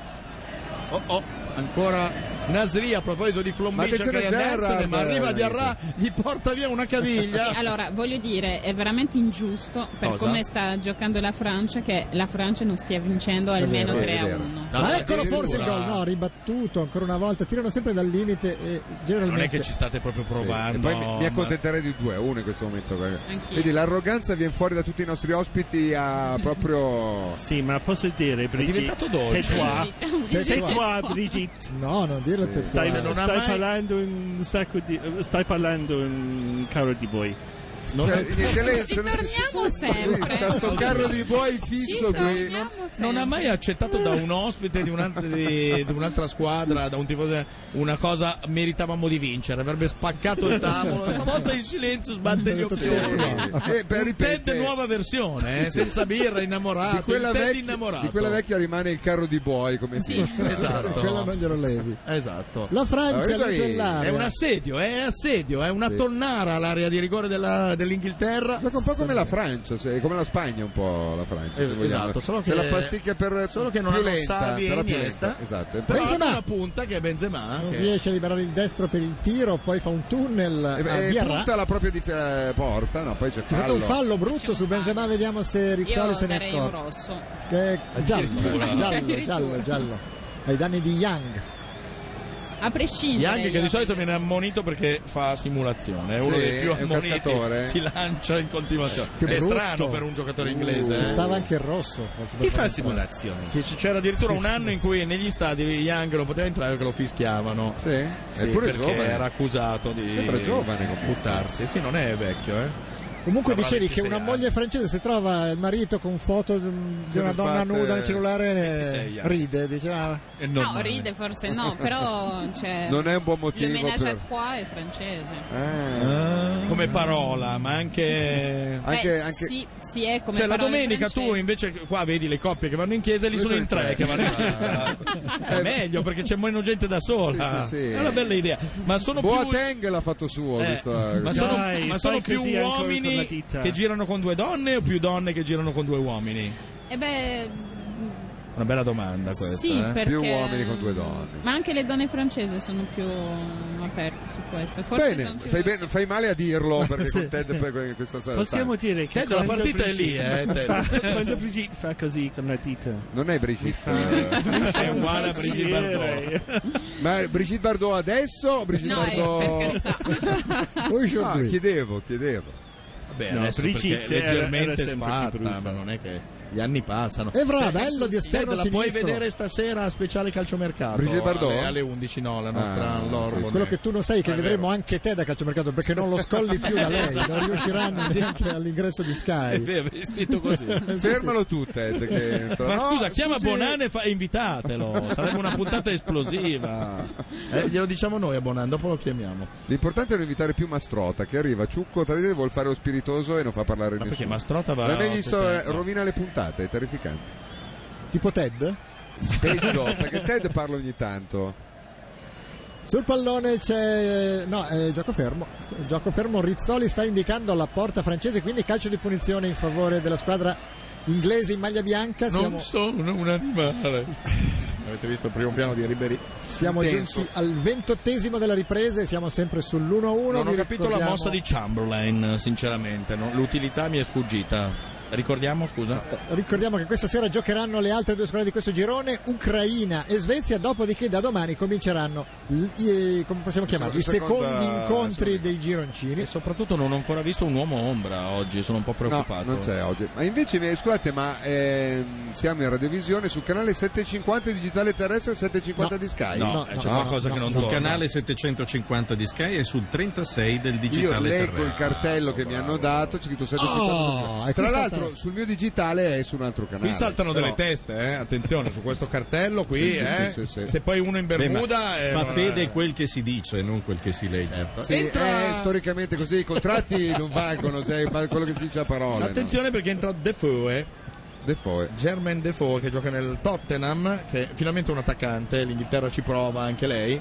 Speaker 3: Oh, oh, ancora Nasri a proposito di
Speaker 4: Ma
Speaker 3: Flombi cerca
Speaker 4: attenzione
Speaker 3: di
Speaker 4: a
Speaker 3: andarsene,
Speaker 4: Gerrard,
Speaker 3: ma arriva
Speaker 4: eh,
Speaker 3: Diarra, gli porta via una
Speaker 6: Sì,
Speaker 3: caviglia.
Speaker 6: allora, voglio dire, è veramente ingiusto per
Speaker 3: Cosa?
Speaker 6: come sta giocando la Francia che la Francia non stia vincendo almeno 3 a 1.
Speaker 2: Ma eccolo forse il gol, no, ribattuto ancora una volta, tirano sempre dal limite e generalmente
Speaker 3: Ah. Non è che ci state proprio
Speaker 4: Sì.
Speaker 3: provando.
Speaker 4: E poi mi, mi
Speaker 3: Oh, ma-
Speaker 4: accontenterei di 2 a 1 in questo momento. perché-
Speaker 6: Anch'io.
Speaker 4: Vedi, l'arroganza viene fuori da tutti i nostri ospiti a proprio...
Speaker 10: Sì, ma posso dire, Brigitte...
Speaker 4: diventato dolce.
Speaker 10: Sei toi,
Speaker 4: Brigitte.
Speaker 10: sei
Speaker 6: diciamo
Speaker 10: toi,
Speaker 4: Brigitte.
Speaker 10: Brigitte.
Speaker 2: No, non dirlo te
Speaker 10: Stai,
Speaker 2: Cioè, non ha
Speaker 10: stai
Speaker 2: mai-
Speaker 10: parlando un sacco di... Stai parlando un caro di voi. Non
Speaker 4: Cioè, niente, lei-
Speaker 6: Ci torniamo sempre.
Speaker 4: C'ha sto carro di buoi
Speaker 6: Ci
Speaker 4: fisso qui.
Speaker 6: torniamo
Speaker 3: Non ha mai accettato da un ospite di, un'altra- di- di un'altra squadra, da un tifoso, una cosa meritavamo di vincere. Avrebbe spaccato il tavolo. Stavolta in silenzio sbatte gli occhiali.
Speaker 4: Eh, beh,
Speaker 3: Un
Speaker 4: ripete.
Speaker 3: Ted nuova versione, eh,
Speaker 4: Sì.
Speaker 3: senza birra, innamorato.
Speaker 4: Di quella,
Speaker 3: il Ted
Speaker 4: vecchia,
Speaker 3: innamorato.
Speaker 4: di quella vecchia rimane il carro di buoi come
Speaker 3: Sì,
Speaker 4: fissa.
Speaker 3: esatto.
Speaker 2: Quella non glielo levi.
Speaker 3: Esatto.
Speaker 2: La Francia
Speaker 4: Allora,
Speaker 2: è
Speaker 3: È un assedio, è assedio, è una
Speaker 4: Sì.
Speaker 3: tonnara l'area di rigore della- dell'Inghilterra.
Speaker 4: Gioca un po' come la Francia, se- come la Spagna un po' la Francia, se
Speaker 3: Eh,
Speaker 4: vogliamo.
Speaker 3: esatto, solo
Speaker 4: Se
Speaker 3: che-
Speaker 4: la pasticchia per
Speaker 3: solo che non
Speaker 4: più
Speaker 3: hanno
Speaker 4: lenta,
Speaker 3: Xavi e
Speaker 4: però più
Speaker 3: Iniesta.
Speaker 4: lenta, Esatto. E
Speaker 3: Però
Speaker 4: poi-
Speaker 3: hanno una punta che è Benzema.
Speaker 2: Non
Speaker 3: che-
Speaker 2: riesce a liberare il destro per il tiro, poi fa un tunnel
Speaker 3: Eh,
Speaker 4: e-
Speaker 2: a
Speaker 4: e
Speaker 2: Diarra.
Speaker 4: punta la propria dif- eh, porta, no, poi c'è
Speaker 2: C'è
Speaker 4: fallo.
Speaker 2: stato un fallo brutto su Benzema, vediamo se Rizzoli
Speaker 6: Io
Speaker 2: se ne
Speaker 6: darei un
Speaker 2: accorge.
Speaker 6: rosso.
Speaker 2: Che è
Speaker 4: Addirittura.
Speaker 2: Eh, giallo, giallo,
Speaker 6: Addirittura.
Speaker 2: giallo, giallo. Ai danni di Young.
Speaker 6: A prescindere.
Speaker 3: Yang che
Speaker 6: io-
Speaker 3: di solito viene ammonito perché fa simulazione, è uno
Speaker 4: Sì,
Speaker 3: dei più
Speaker 4: è un
Speaker 3: ammoniti,
Speaker 4: cascatore.
Speaker 3: si lancia in continuazione.
Speaker 2: Che
Speaker 3: è
Speaker 2: brutto.
Speaker 3: strano per un giocatore
Speaker 4: Uh,
Speaker 3: inglese.
Speaker 2: Ci
Speaker 3: eh.
Speaker 2: stava anche il rosso, forse. per
Speaker 3: Chi fa
Speaker 2: fare
Speaker 3: simulazioni? Che c- C'era addirittura un anno in cui negli stadi Young non poteva entrare perché lo fischiavano.
Speaker 4: Sì,
Speaker 3: Sì,
Speaker 4: eppure
Speaker 3: perché
Speaker 4: giovane.
Speaker 3: era accusato di
Speaker 4: Sembra giovane comunque.
Speaker 3: buttarsi. Sì, non è vecchio, eh.
Speaker 2: Comunque
Speaker 3: Avrà
Speaker 2: dicevi che
Speaker 3: 26
Speaker 2: una
Speaker 3: anni.
Speaker 2: moglie francese se trova il marito con foto di un- di
Speaker 3: Se
Speaker 2: una
Speaker 3: ne
Speaker 2: donna
Speaker 3: sbatte-
Speaker 2: nuda nel cellulare
Speaker 3: 26
Speaker 2: eh,
Speaker 3: anni.
Speaker 2: ride, diceva
Speaker 6: No, ride forse no, però cioè,
Speaker 4: Non è un buon
Speaker 6: Le
Speaker 4: motivo
Speaker 6: ménage à
Speaker 4: per... Eh.
Speaker 6: trois è francese.
Speaker 4: Ah.
Speaker 3: Come parola, ma anche...
Speaker 6: Beh, Sì, sì, è come
Speaker 3: Cioè, la
Speaker 6: parola in
Speaker 3: domenica tu
Speaker 6: francese.
Speaker 3: invece qua vedi le coppie che vanno in chiesa e lì
Speaker 4: Lui
Speaker 3: sono in
Speaker 4: sono
Speaker 3: tre
Speaker 4: in
Speaker 3: che
Speaker 4: tre.
Speaker 3: vanno in chiesa. È meglio perché c'è meno gente da sola.
Speaker 4: Esatto. Sì, sì, sì.
Speaker 3: È una bella idea. Ma sono più
Speaker 4: Boateng l'ha fatto suo.
Speaker 3: Eh,
Speaker 4: questo-
Speaker 3: ma sono,
Speaker 10: Dai,
Speaker 3: ma
Speaker 10: fai
Speaker 3: sono più
Speaker 10: così ancora con la
Speaker 3: uomini
Speaker 10: dita.
Speaker 3: che girano con due donne o più donne che girano con due uomini?
Speaker 6: Eh beh,
Speaker 3: Una bella domanda questa.
Speaker 6: Sì,
Speaker 3: eh.
Speaker 6: perché- Più uomini con
Speaker 4: due donne.
Speaker 6: ma anche le donne francesi sono più aperte su questo. Forse sono
Speaker 4: Bene,
Speaker 6: più
Speaker 4: fai, bene- fai male a dirlo perché con Ted per que- questa sera.
Speaker 10: Possiamo dire che...
Speaker 3: Ted, la
Speaker 10: quando
Speaker 3: partita è lì, eh,
Speaker 10: Brigitte
Speaker 3: Ted.
Speaker 10: fa- quando Brigitte fa così con la dita...
Speaker 4: Non è Brigitte.
Speaker 3: È uguale a Brigitte Bardot.
Speaker 4: Ma Brigitte Bardot adesso o Brigitte
Speaker 6: No, è
Speaker 4: Bardot...
Speaker 2: Aujourd'hui.
Speaker 4: Ah, chiedevo, chiedevo.
Speaker 3: Vabbè,
Speaker 10: No,
Speaker 3: adesso
Speaker 10: Brigitte
Speaker 3: perché è
Speaker 10: era- era
Speaker 3: leggermente
Speaker 10: sempre più
Speaker 3: sfatta,
Speaker 10: brutta.
Speaker 3: ma non è che gli anni passano.
Speaker 2: E brava,
Speaker 3: Cioè,
Speaker 2: bello di esterno
Speaker 3: Ted, la puoi
Speaker 2: sinistro.
Speaker 3: vedere stasera a speciale calciomercato.
Speaker 4: Brigitte Bardot?
Speaker 3: Alle, alle 11 no, la nostra
Speaker 4: Ah, sì,
Speaker 3: Lorone.
Speaker 2: quello che tu non sai è che
Speaker 3: È
Speaker 2: vedremo anche te da calciomercato perché non lo scolli più da lei, non riusciranno neanche all'ingresso di
Speaker 3: È
Speaker 2: Sky.
Speaker 3: vero, vestito così.
Speaker 4: Fermalo tu, Ted. Che...
Speaker 3: Ma
Speaker 4: No,
Speaker 3: scusa, chiama
Speaker 4: scusi.
Speaker 3: Bonan e fa- e invitatelo. Sarebbe una puntata esplosiva. Eh, glielo diciamo noi a Bonan, dopo lo chiamiamo.
Speaker 4: L'importante è non invitare più Mastrota che arriva ciucco tra di te e vuol fare lo spaventoso e non fa parlare
Speaker 3: Ma
Speaker 4: nessuno.
Speaker 3: perché Mastrota va
Speaker 4: L'avete
Speaker 3: a
Speaker 4: visto?
Speaker 3: ottocentottanta?
Speaker 4: Eh, Rovina le puntate, è terrificante.
Speaker 2: Tipo Ted?
Speaker 4: Peggio, perché Ted parla ogni tanto.
Speaker 2: Sul pallone c'è. No, eh, gioco fermo. Gioco fermo. Rizzoli sta indicando la porta francese, quindi calcio di punizione in favore della squadra inglese in maglia bianca. Siamo,
Speaker 3: Non sono un animale. Avete visto il primo piano di Ribéry?
Speaker 2: siamo giunti al ventottesimo della ripresa e siamo sempre sull'1-1.
Speaker 3: Non ho
Speaker 2: Vi
Speaker 3: capito la
Speaker 2: ricordiamo-
Speaker 3: mossa di Chamberlain, sicuramente. no? L'utilità mi è sfuggita. Ricordiamo, scusa?
Speaker 2: Ricordiamo che questa sera giocheranno le altre due squadre di questo girone, Ucraina e Svezia, dopodiché da domani cominceranno l- i- come possiamo chiamarli, i
Speaker 3: Seconda- Eh,
Speaker 2: secondi incontri dei gironcini.
Speaker 3: E soprattutto non ho ancora visto un uomo ombra oggi, sono un po' preoccupato.
Speaker 4: No, non c'è oggi. Ma invece, eh, scusate, ma ehm, siamo in radiovisione sul canale 750 digitale terrestre e 750 di Sky?
Speaker 5: No, eh, c'è qualcosa che non
Speaker 4: sul
Speaker 5: Sul
Speaker 4: canale
Speaker 5: canale 750 di Sky e sul 36 del
Speaker 4: Io
Speaker 5: digitale
Speaker 4: leggo
Speaker 5: terrestre.
Speaker 4: il cartello che mi hanno dato, c'è scritto 750.
Speaker 5: Oh, e qui
Speaker 4: Tra
Speaker 5: salta-
Speaker 4: l'altro, sul mio digitale è su un altro canale.
Speaker 3: Qui saltano
Speaker 4: Però-
Speaker 3: delle teste, eh? attenzione su questo cartello qui.
Speaker 4: Sì, sì,
Speaker 3: eh?
Speaker 4: sì, sì, sì.
Speaker 3: Se poi uno in
Speaker 5: Beh,
Speaker 3: Bermuda.
Speaker 5: ma,
Speaker 3: eh, non
Speaker 5: ma
Speaker 3: è- Certo.
Speaker 5: fede è quel che si dice, non quel che si legge.
Speaker 4: Sì, eh, storicamente così i contratti non valgono, cioè, ma quello che si dice a parole. no?
Speaker 3: Attenzione Eh, perché entra Defoe.
Speaker 4: Defoe.
Speaker 3: German Defoe che gioca nel Tottenham, che è finalmente un attaccante, l'inghilterra ci prova anche lei.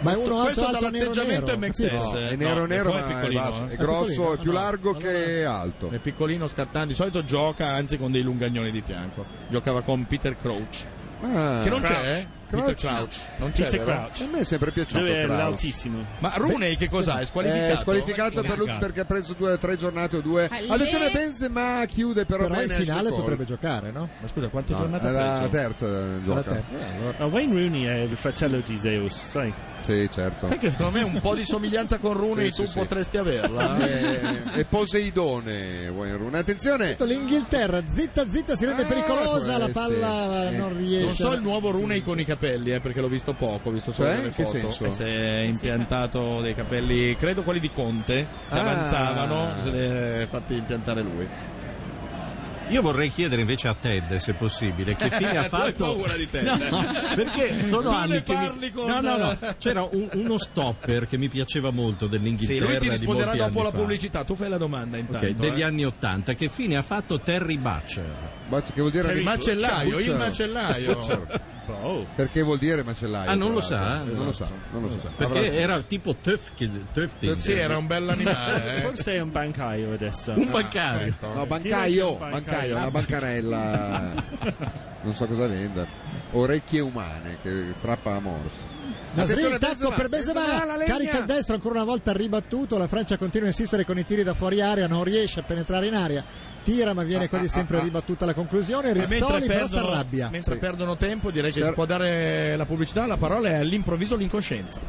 Speaker 2: Ma è uno
Speaker 3: questo
Speaker 2: alto, alto, nero,
Speaker 3: dall'atteggiamento è
Speaker 2: nero, capito?
Speaker 3: Mexes.
Speaker 4: No, è nero nero,
Speaker 3: Defoe
Speaker 4: ma è
Speaker 3: piccolino,
Speaker 4: basso.
Speaker 3: eh.
Speaker 4: È grosso, è più largo che alto.
Speaker 3: È piccolino, scattante, di solito gioca anzi con dei lungagnoni di fianco. Giocava con Peter Crouch.
Speaker 4: Ah.
Speaker 3: che non c'è, eh?
Speaker 4: Crouch.
Speaker 3: Peter Crouch. Non c'è,
Speaker 4: Peter
Speaker 3: vero?
Speaker 4: Crouch. A me è sempre piaciuto
Speaker 10: Dove è
Speaker 4: Crouch.
Speaker 10: l'altissimo?
Speaker 3: Ma Rooney che cos'ha? Eh, È squalificato?
Speaker 4: È squalificato per lui perché ha preso due, tre giornate o due.
Speaker 3: Alle-
Speaker 4: Attenzione, Benzema chiude però,
Speaker 2: Però in
Speaker 4: bene
Speaker 2: finale
Speaker 4: al suo
Speaker 2: potrebbe
Speaker 4: gol.
Speaker 2: giocare, no? eh,
Speaker 3: Ma scusa, quante
Speaker 4: No, giornate ha è la preso? terza gioca.
Speaker 10: Ah, Wayne Rooney è il fratello di Zeus, sai?
Speaker 4: Sì, certo.
Speaker 3: Sai che secondo me un po' di somiglianza con Rooney
Speaker 4: Sì,
Speaker 3: tu
Speaker 4: sì, sì.
Speaker 3: potresti averla.
Speaker 4: Eh, e Poseidone Wayne Rooney. attenzione
Speaker 2: L'Inghilterra zitta zitta si rende pericolosa, la palla non riesce.
Speaker 3: Non so il nuovo Rooney con i capelli, eh, perché l'ho visto poco, ho visto solo
Speaker 4: Cioè?
Speaker 3: delle
Speaker 4: In che
Speaker 3: foto.
Speaker 4: senso?
Speaker 3: E Eh, si è impiantato dei capelli, credo quelli di Conte, che
Speaker 5: Ah.
Speaker 3: avanzavano, se li è fatti impiantare lui.
Speaker 5: Io vorrei chiedere invece a Ted, se possibile, che fine ha
Speaker 3: Tu hai
Speaker 5: fatto.
Speaker 3: paura di Ted.
Speaker 5: No, perché sono
Speaker 3: Tu ne
Speaker 5: anni che.
Speaker 3: parli
Speaker 5: Mi...
Speaker 3: con-
Speaker 5: No, no, no. C'era un- uno stopper che mi piaceva molto
Speaker 3: Sì,
Speaker 5: dell'Inghilterra.
Speaker 3: lui ti
Speaker 5: di
Speaker 3: risponderà
Speaker 5: molti
Speaker 3: dopo
Speaker 5: anni
Speaker 3: la
Speaker 5: fa.
Speaker 3: pubblicità, tu fai la domanda
Speaker 5: Ok,
Speaker 3: intanto.
Speaker 5: degli
Speaker 3: eh.
Speaker 5: anni Ottanta, che fine ha fatto Terry Butcher?
Speaker 4: che Certo. vuol dire
Speaker 3: Terry Il Butcher. macellaio, il macellaio.
Speaker 5: Butcher.
Speaker 4: Perché vuol dire macellaio?
Speaker 5: Ah, non lo
Speaker 4: tra l'altro?
Speaker 5: sa?
Speaker 4: Non lo sa, non lo sa.
Speaker 5: Perché
Speaker 4: Avrà-
Speaker 5: era tipo Tufkin- Tufting.
Speaker 3: Eh.
Speaker 10: Forse è un bancaio adesso.
Speaker 4: Ah,
Speaker 5: Un bancario.
Speaker 4: No, bancaio, bancaio,
Speaker 3: Ah,
Speaker 4: una bancarella. non so cosa venda. Orecchie umane che strappa a morso.
Speaker 2: Nasri,
Speaker 4: Attenzione,
Speaker 2: il tacco
Speaker 4: Benzema,
Speaker 2: per
Speaker 4: Benzema, la
Speaker 2: Benzema,
Speaker 4: legna.
Speaker 2: carica il destro ancora una volta ribattuto, la Francia continua a insistere con i tiri da fuori area, non riesce a penetrare in area, tira ma viene quasi sempre ribattuta la conclusione,
Speaker 3: E
Speaker 2: Rizzoli però si arrabbia.
Speaker 3: mentre perdono tempo, direi che
Speaker 2: Sì.
Speaker 3: si può dare la pubblicità, la parola è all'improvviso l'incoscienza.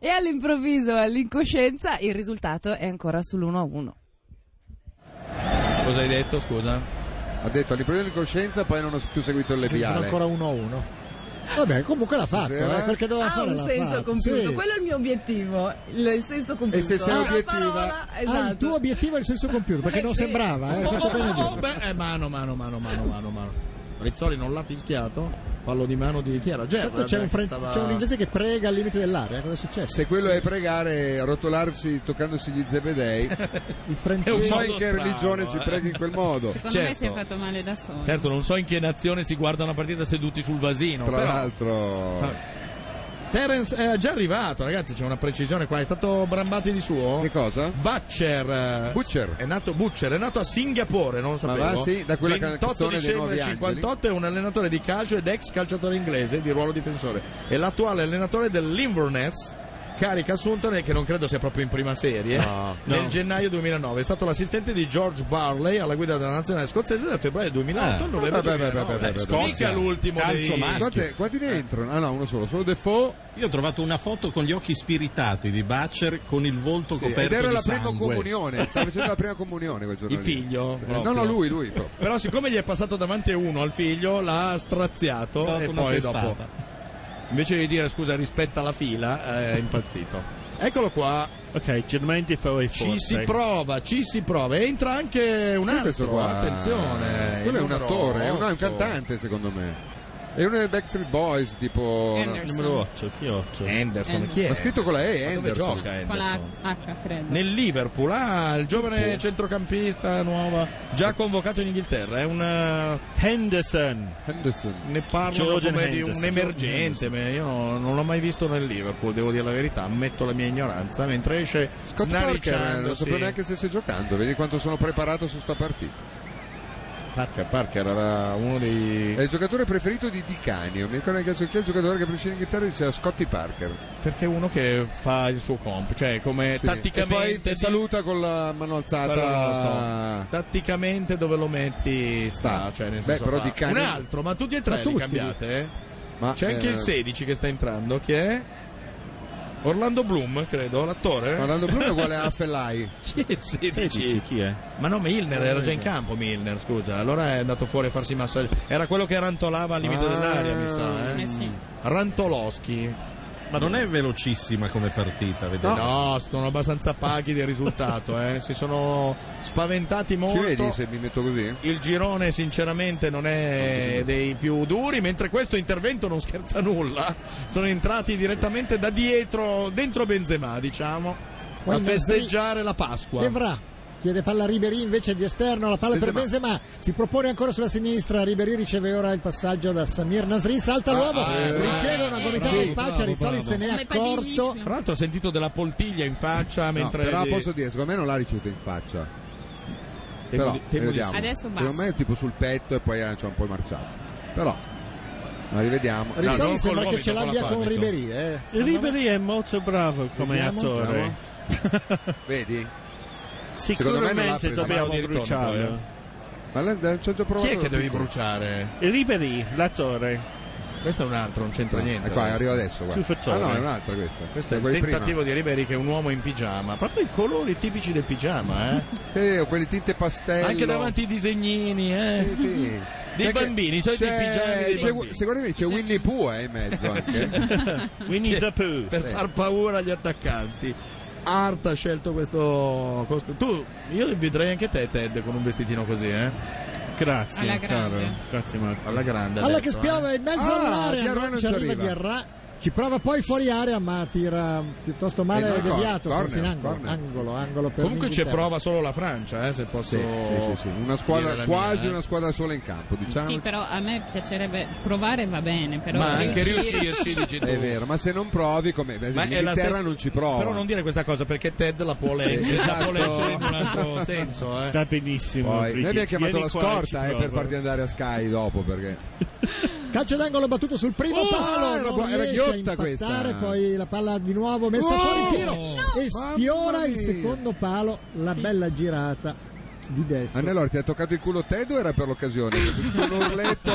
Speaker 7: E all'improvviso, all'incoscienza, il risultato è ancora sull'1-1.
Speaker 3: Cosa hai detto, scusa?
Speaker 4: Ha detto all'improvviso di coscienza, poi non ho più seguito le
Speaker 2: Sono
Speaker 4: biale.
Speaker 2: ancora 1-1. Vabbè, comunque l'ha fatto,
Speaker 4: Stasera?
Speaker 2: eh, quel che doveva
Speaker 7: Ha
Speaker 2: fare
Speaker 7: Ah, un
Speaker 2: l'ha
Speaker 7: senso
Speaker 2: fatto,
Speaker 7: compiuto,
Speaker 2: sì.
Speaker 7: quello è il mio obiettivo, il il senso compiuto.
Speaker 4: se sei
Speaker 7: La
Speaker 4: obiettiva-
Speaker 7: parola,
Speaker 2: Ah, il
Speaker 7: esatto.
Speaker 2: tuo obiettivo è il senso compiuto, perché non sembrava, eh, è
Speaker 3: Oh,
Speaker 2: fatto
Speaker 3: oh,
Speaker 2: bene
Speaker 3: oh,
Speaker 2: dirlo.
Speaker 3: oh, beh, eh, mano, mano, mano, mano, mano, mano. Rizzoli non l'ha fischiato, fallo di mano di chi era? Gerrard,
Speaker 2: Tanto c'è un,
Speaker 3: eh,
Speaker 2: fran-
Speaker 3: stava-
Speaker 2: c'è un inglese che prega al limite dell'area, cosa è successo?
Speaker 4: Se quello è pregare, rotolarsi toccandosi gli zebedei,
Speaker 2: il
Speaker 4: non so
Speaker 3: modo
Speaker 4: in che
Speaker 3: strano,
Speaker 4: religione si
Speaker 3: eh.
Speaker 4: prega in quel modo.
Speaker 6: Secondo me si è fatto male da solo.
Speaker 3: Certo, non so in che nazione si guarda una partita seduti sul vasino.
Speaker 4: Tra
Speaker 3: però- Ah.
Speaker 4: l'altro,
Speaker 3: Terence è già arrivato, ragazzi, c'è una precisione qua, è stato Brambati di suo. Che
Speaker 4: cosa?
Speaker 3: Butcher. eh,
Speaker 4: Butcher.
Speaker 3: È nato Butcher, è nato a Singapore, non lo
Speaker 4: Ma
Speaker 3: sapevo.
Speaker 4: va, sì, da quella canzone dei
Speaker 3: dicembre
Speaker 4: Nuovi
Speaker 3: 58 è un allenatore di calcio ed ex calciatore inglese di ruolo difensore. È l'attuale allenatore dell'Inverness. Carica assunta nel- che non credo sia proprio in prima serie eh,
Speaker 4: No.
Speaker 3: nel
Speaker 4: No.
Speaker 3: gennaio 2009 è stato l'assistente di George Barley alla guida della nazionale scozzese dal febbraio 2008 al novembre
Speaker 4: Ah. Vabbè, vabbè,
Speaker 3: 2009.
Speaker 4: vabbè, vabbè, vabbè.
Speaker 3: mica l'ultimo dei...
Speaker 4: Quante- Quanti ne entrano? Ah no, uno solo, solo Defoe.
Speaker 5: Io ho trovato una foto con gli occhi spiritati di Butcher con il volto
Speaker 4: Sì,
Speaker 5: coperto
Speaker 4: ed era
Speaker 5: di
Speaker 4: la prima
Speaker 5: sangue.
Speaker 4: comunione, stava facendo la prima comunione quel giorno.
Speaker 3: Il
Speaker 4: lì.
Speaker 3: figlio?
Speaker 4: Sì.
Speaker 3: Proprio.
Speaker 4: No, no, lui, lui. proprio.
Speaker 3: Però siccome gli è passato davanti uno al figlio, l'ha
Speaker 4: Ha
Speaker 3: straziato
Speaker 4: dato
Speaker 3: e
Speaker 4: una
Speaker 3: poi
Speaker 4: testata.
Speaker 3: dopo, invece di dire scusa rispetta la fila, eh, è impazzito. Eccolo qua.
Speaker 10: Ok, Germain Defoe è
Speaker 3: Ci
Speaker 10: forte.
Speaker 3: si prova, ci si prova. E Entra anche un altro,
Speaker 4: Questo qua.
Speaker 3: attenzione.
Speaker 4: Quello è
Speaker 3: il
Speaker 4: un
Speaker 3: numero
Speaker 4: attore, è un, è un
Speaker 3: Eh, otto.
Speaker 4: cantante secondo me. È uno dei Backstreet Boys, tipo.
Speaker 3: Eh,
Speaker 10: Anderson. Numero 8, chi 8?
Speaker 3: Anderson, chi è?
Speaker 4: Ma scritto con la E,
Speaker 3: Ma dove
Speaker 4: Anderson.
Speaker 3: gioca
Speaker 6: Con
Speaker 3: Anderson?
Speaker 6: la H, credo.
Speaker 3: Nel Liverpool, ah, il giovane centrocampista nuova, già convocato in Inghilterra, è un eh,
Speaker 10: Henderson.
Speaker 3: Ne parlano
Speaker 10: Jordan
Speaker 3: come di
Speaker 10: Henderson,
Speaker 3: un emergente, ma io no- non l'ho mai visto nel Liverpool, devo dire la verità, ammetto la mia ignoranza, mentre esce
Speaker 4: Scott Parker, non sapevo
Speaker 3: snaricciandosi.
Speaker 4: neanche se stai giocando, vedi quanto sono preparato su sta partita.
Speaker 3: Parker, Parker era uno dei...
Speaker 4: È il giocatore preferito di Di Canio. Mi ricordo che chi è il giocatore che preferisce l'Inghilterra diceva Scotty Parker.
Speaker 3: Perché è uno che fa il suo comp, cioè come
Speaker 4: Sì.
Speaker 3: tatticamente...
Speaker 4: E poi ti saluta con la mano alzata.
Speaker 3: Però non lo so. Tatticamente dove lo metti sta, cioè nel
Speaker 4: Ah. Beh,
Speaker 3: senso
Speaker 4: però
Speaker 3: fa-
Speaker 4: Di Canio-
Speaker 3: Un altro, ma tutti e tre
Speaker 4: Ma
Speaker 3: li
Speaker 4: tutti.
Speaker 3: cambiate? eh?
Speaker 4: Ma,
Speaker 3: C'è anche
Speaker 4: eh,
Speaker 3: il 16 che sta entrando, che è Orlando Bloom, credo, l'attore.
Speaker 4: Orlando Bloom è uguale a Fellai.
Speaker 3: Chi è il 16?
Speaker 10: 16, chi è?
Speaker 3: Ma no, Milner era
Speaker 4: Eh.
Speaker 3: già in campo, Milner, scusa. Allora è andato fuori a farsi massaggio. Era quello che rantolava al limite
Speaker 10: Ah.
Speaker 3: dell'aria, mi sa, eh.
Speaker 6: Eh sì.
Speaker 3: Rantoloschi.
Speaker 19: Ma non è velocissima come partita,
Speaker 4: Ah.
Speaker 19: vedete?
Speaker 3: No, sono abbastanza paghi del risultato, eh. Si sono spaventati
Speaker 4: Ci
Speaker 3: molto.
Speaker 4: vedi se mi metto così?
Speaker 3: Il girone sinceramente non è dei più duri, mentre questo intervento non scherza nulla. Sono entrati direttamente da dietro, dentro Benzema, diciamo, a
Speaker 2: Guarda,
Speaker 3: festeggiare la Pasqua.
Speaker 2: Evra chiede palla a Ribery invece di esterno, la palla per
Speaker 3: Benzema.
Speaker 2: Benzema, si propone ancora sulla sinistra, Ribery riceve ora il passaggio da Samir Nasri, salta l'uomo,
Speaker 3: ah, eh,
Speaker 2: riceve una gomitata
Speaker 3: sì,
Speaker 2: in faccia,
Speaker 3: bravo,
Speaker 2: Rizzoli
Speaker 3: bravo.
Speaker 2: se ne è accorto.
Speaker 3: Tra l'altro ho sentito della poltiglia in faccia
Speaker 4: No,
Speaker 3: mentre...
Speaker 4: però posso dire, secondo me non l'ha ricevuto in faccia.
Speaker 3: Temo
Speaker 4: però,
Speaker 3: di- temo di
Speaker 4: vediamo.
Speaker 6: sì. Adesso basta.
Speaker 4: Secondo me è tipo sul petto e poi eh, c'è un po' marciato. Però, ma rivediamo.
Speaker 2: Rizzoli
Speaker 4: No, non
Speaker 2: sembra
Speaker 4: col
Speaker 2: che ce
Speaker 4: gomito,
Speaker 2: l'abbia
Speaker 4: la
Speaker 2: con
Speaker 4: palma.
Speaker 2: Ribery, eh.
Speaker 10: Ribery è molto bravo come
Speaker 2: Vediamo.
Speaker 10: attore.
Speaker 4: Vedi? Secondo me non l'ha
Speaker 10: Sicuramente
Speaker 4: presa.
Speaker 10: dobbiamo
Speaker 4: Mano di ritorno,
Speaker 10: bruciarlo.
Speaker 4: poi, Ma l'ha- ci ho già provato.
Speaker 3: Chi è che
Speaker 4: da
Speaker 3: devi
Speaker 4: piccolo.
Speaker 3: bruciare?
Speaker 4: eh.
Speaker 10: Ribery, l'attore.
Speaker 3: Questo è un altro, non c'entra niente.
Speaker 4: E Eh, qua
Speaker 3: adesso.
Speaker 4: arriva adesso,
Speaker 10: Sul
Speaker 4: guarda. Ah
Speaker 10: fattore.
Speaker 4: no, è un'altra questa.
Speaker 3: Questo è il
Speaker 4: quelli prima.
Speaker 3: tentativo di Ribery che è un uomo in pigiama, proprio i colori tipici del pigiama, eh?
Speaker 4: Eh, ho quelli tinte pastello.
Speaker 3: Anche davanti ai disegnini, eh?
Speaker 4: Sì, sì.
Speaker 3: Dei
Speaker 4: Perché
Speaker 3: bambini, i soliti
Speaker 4: c'è-
Speaker 3: pigiami dei
Speaker 4: c'è-
Speaker 3: bambini. Certo.
Speaker 4: Secondo me c'è Winnie Pooh eh, in mezzo anche.
Speaker 10: Winnie the Pooh.
Speaker 3: per far paura agli attaccanti. Art ha scelto questo. costo- Tu, io vedrei anche te, Ted, con un vestitino così, eh?
Speaker 10: Grazie,
Speaker 6: Alla grande.
Speaker 10: caro. Grazie Marco.
Speaker 3: Alla grande. ha
Speaker 2: Alla
Speaker 3: detto,
Speaker 2: che
Speaker 3: eh.
Speaker 2: spiove in mezzo
Speaker 4: Ah,
Speaker 2: all'area,
Speaker 4: Diarra
Speaker 2: non,
Speaker 4: non
Speaker 2: ci
Speaker 4: ci
Speaker 2: arriva
Speaker 4: arriva.
Speaker 2: Diarra, ci prova poi fuori area ma tira piuttosto
Speaker 4: Eh, no,
Speaker 2: male
Speaker 4: è cor-
Speaker 2: deviato,
Speaker 4: corner,
Speaker 2: forse in angolo,
Speaker 4: corner.
Speaker 2: angolo, angolo per
Speaker 3: Comunque ci
Speaker 2: l'Inghilterra.
Speaker 3: prova solo la Francia, eh, se posso.
Speaker 4: Sì, sì, sì, sì. Una
Speaker 3: dire
Speaker 4: squadra,
Speaker 3: la
Speaker 4: quasi
Speaker 3: mia, eh.
Speaker 4: una squadra sola in campo, diciamo.
Speaker 6: Sì, però a me piacerebbe provare va bene, però eh,
Speaker 3: Ma anche
Speaker 6: riuscire-
Speaker 3: riuscirci, dici tu.
Speaker 4: È vero, ma se non provi, come beh,
Speaker 3: Ma è la
Speaker 4: l'Inghilterra
Speaker 3: stessa-
Speaker 4: non ci prova. esatto.
Speaker 3: Però non dire questa cosa perché Ted la può leggere, la può leggere in un altro senso, eh.
Speaker 10: Sta benissimo.
Speaker 4: Poi, noi abbiamo
Speaker 10: Brigitte.
Speaker 4: chiamato
Speaker 10: Vieni
Speaker 4: la
Speaker 10: qua,
Speaker 4: scorta
Speaker 10: ci
Speaker 4: eh,
Speaker 10: provo.
Speaker 4: per farti andare a Sky dopo perché
Speaker 2: Calcio d'angolo battuto sul primo
Speaker 4: Oh,
Speaker 2: palo,
Speaker 4: era
Speaker 2: non
Speaker 4: bu- era
Speaker 2: riesce a
Speaker 4: ghiotta
Speaker 2: impattare,
Speaker 4: questa.
Speaker 2: poi la palla di nuovo messa
Speaker 4: Oh,
Speaker 2: fuori tiro
Speaker 4: no,
Speaker 2: e
Speaker 4: mamma
Speaker 2: sfiora il
Speaker 4: mia.
Speaker 2: secondo palo, la bella girata di destra.
Speaker 4: Annelore ti ha toccato il culo Ted o era per l'occasione? Con un urletto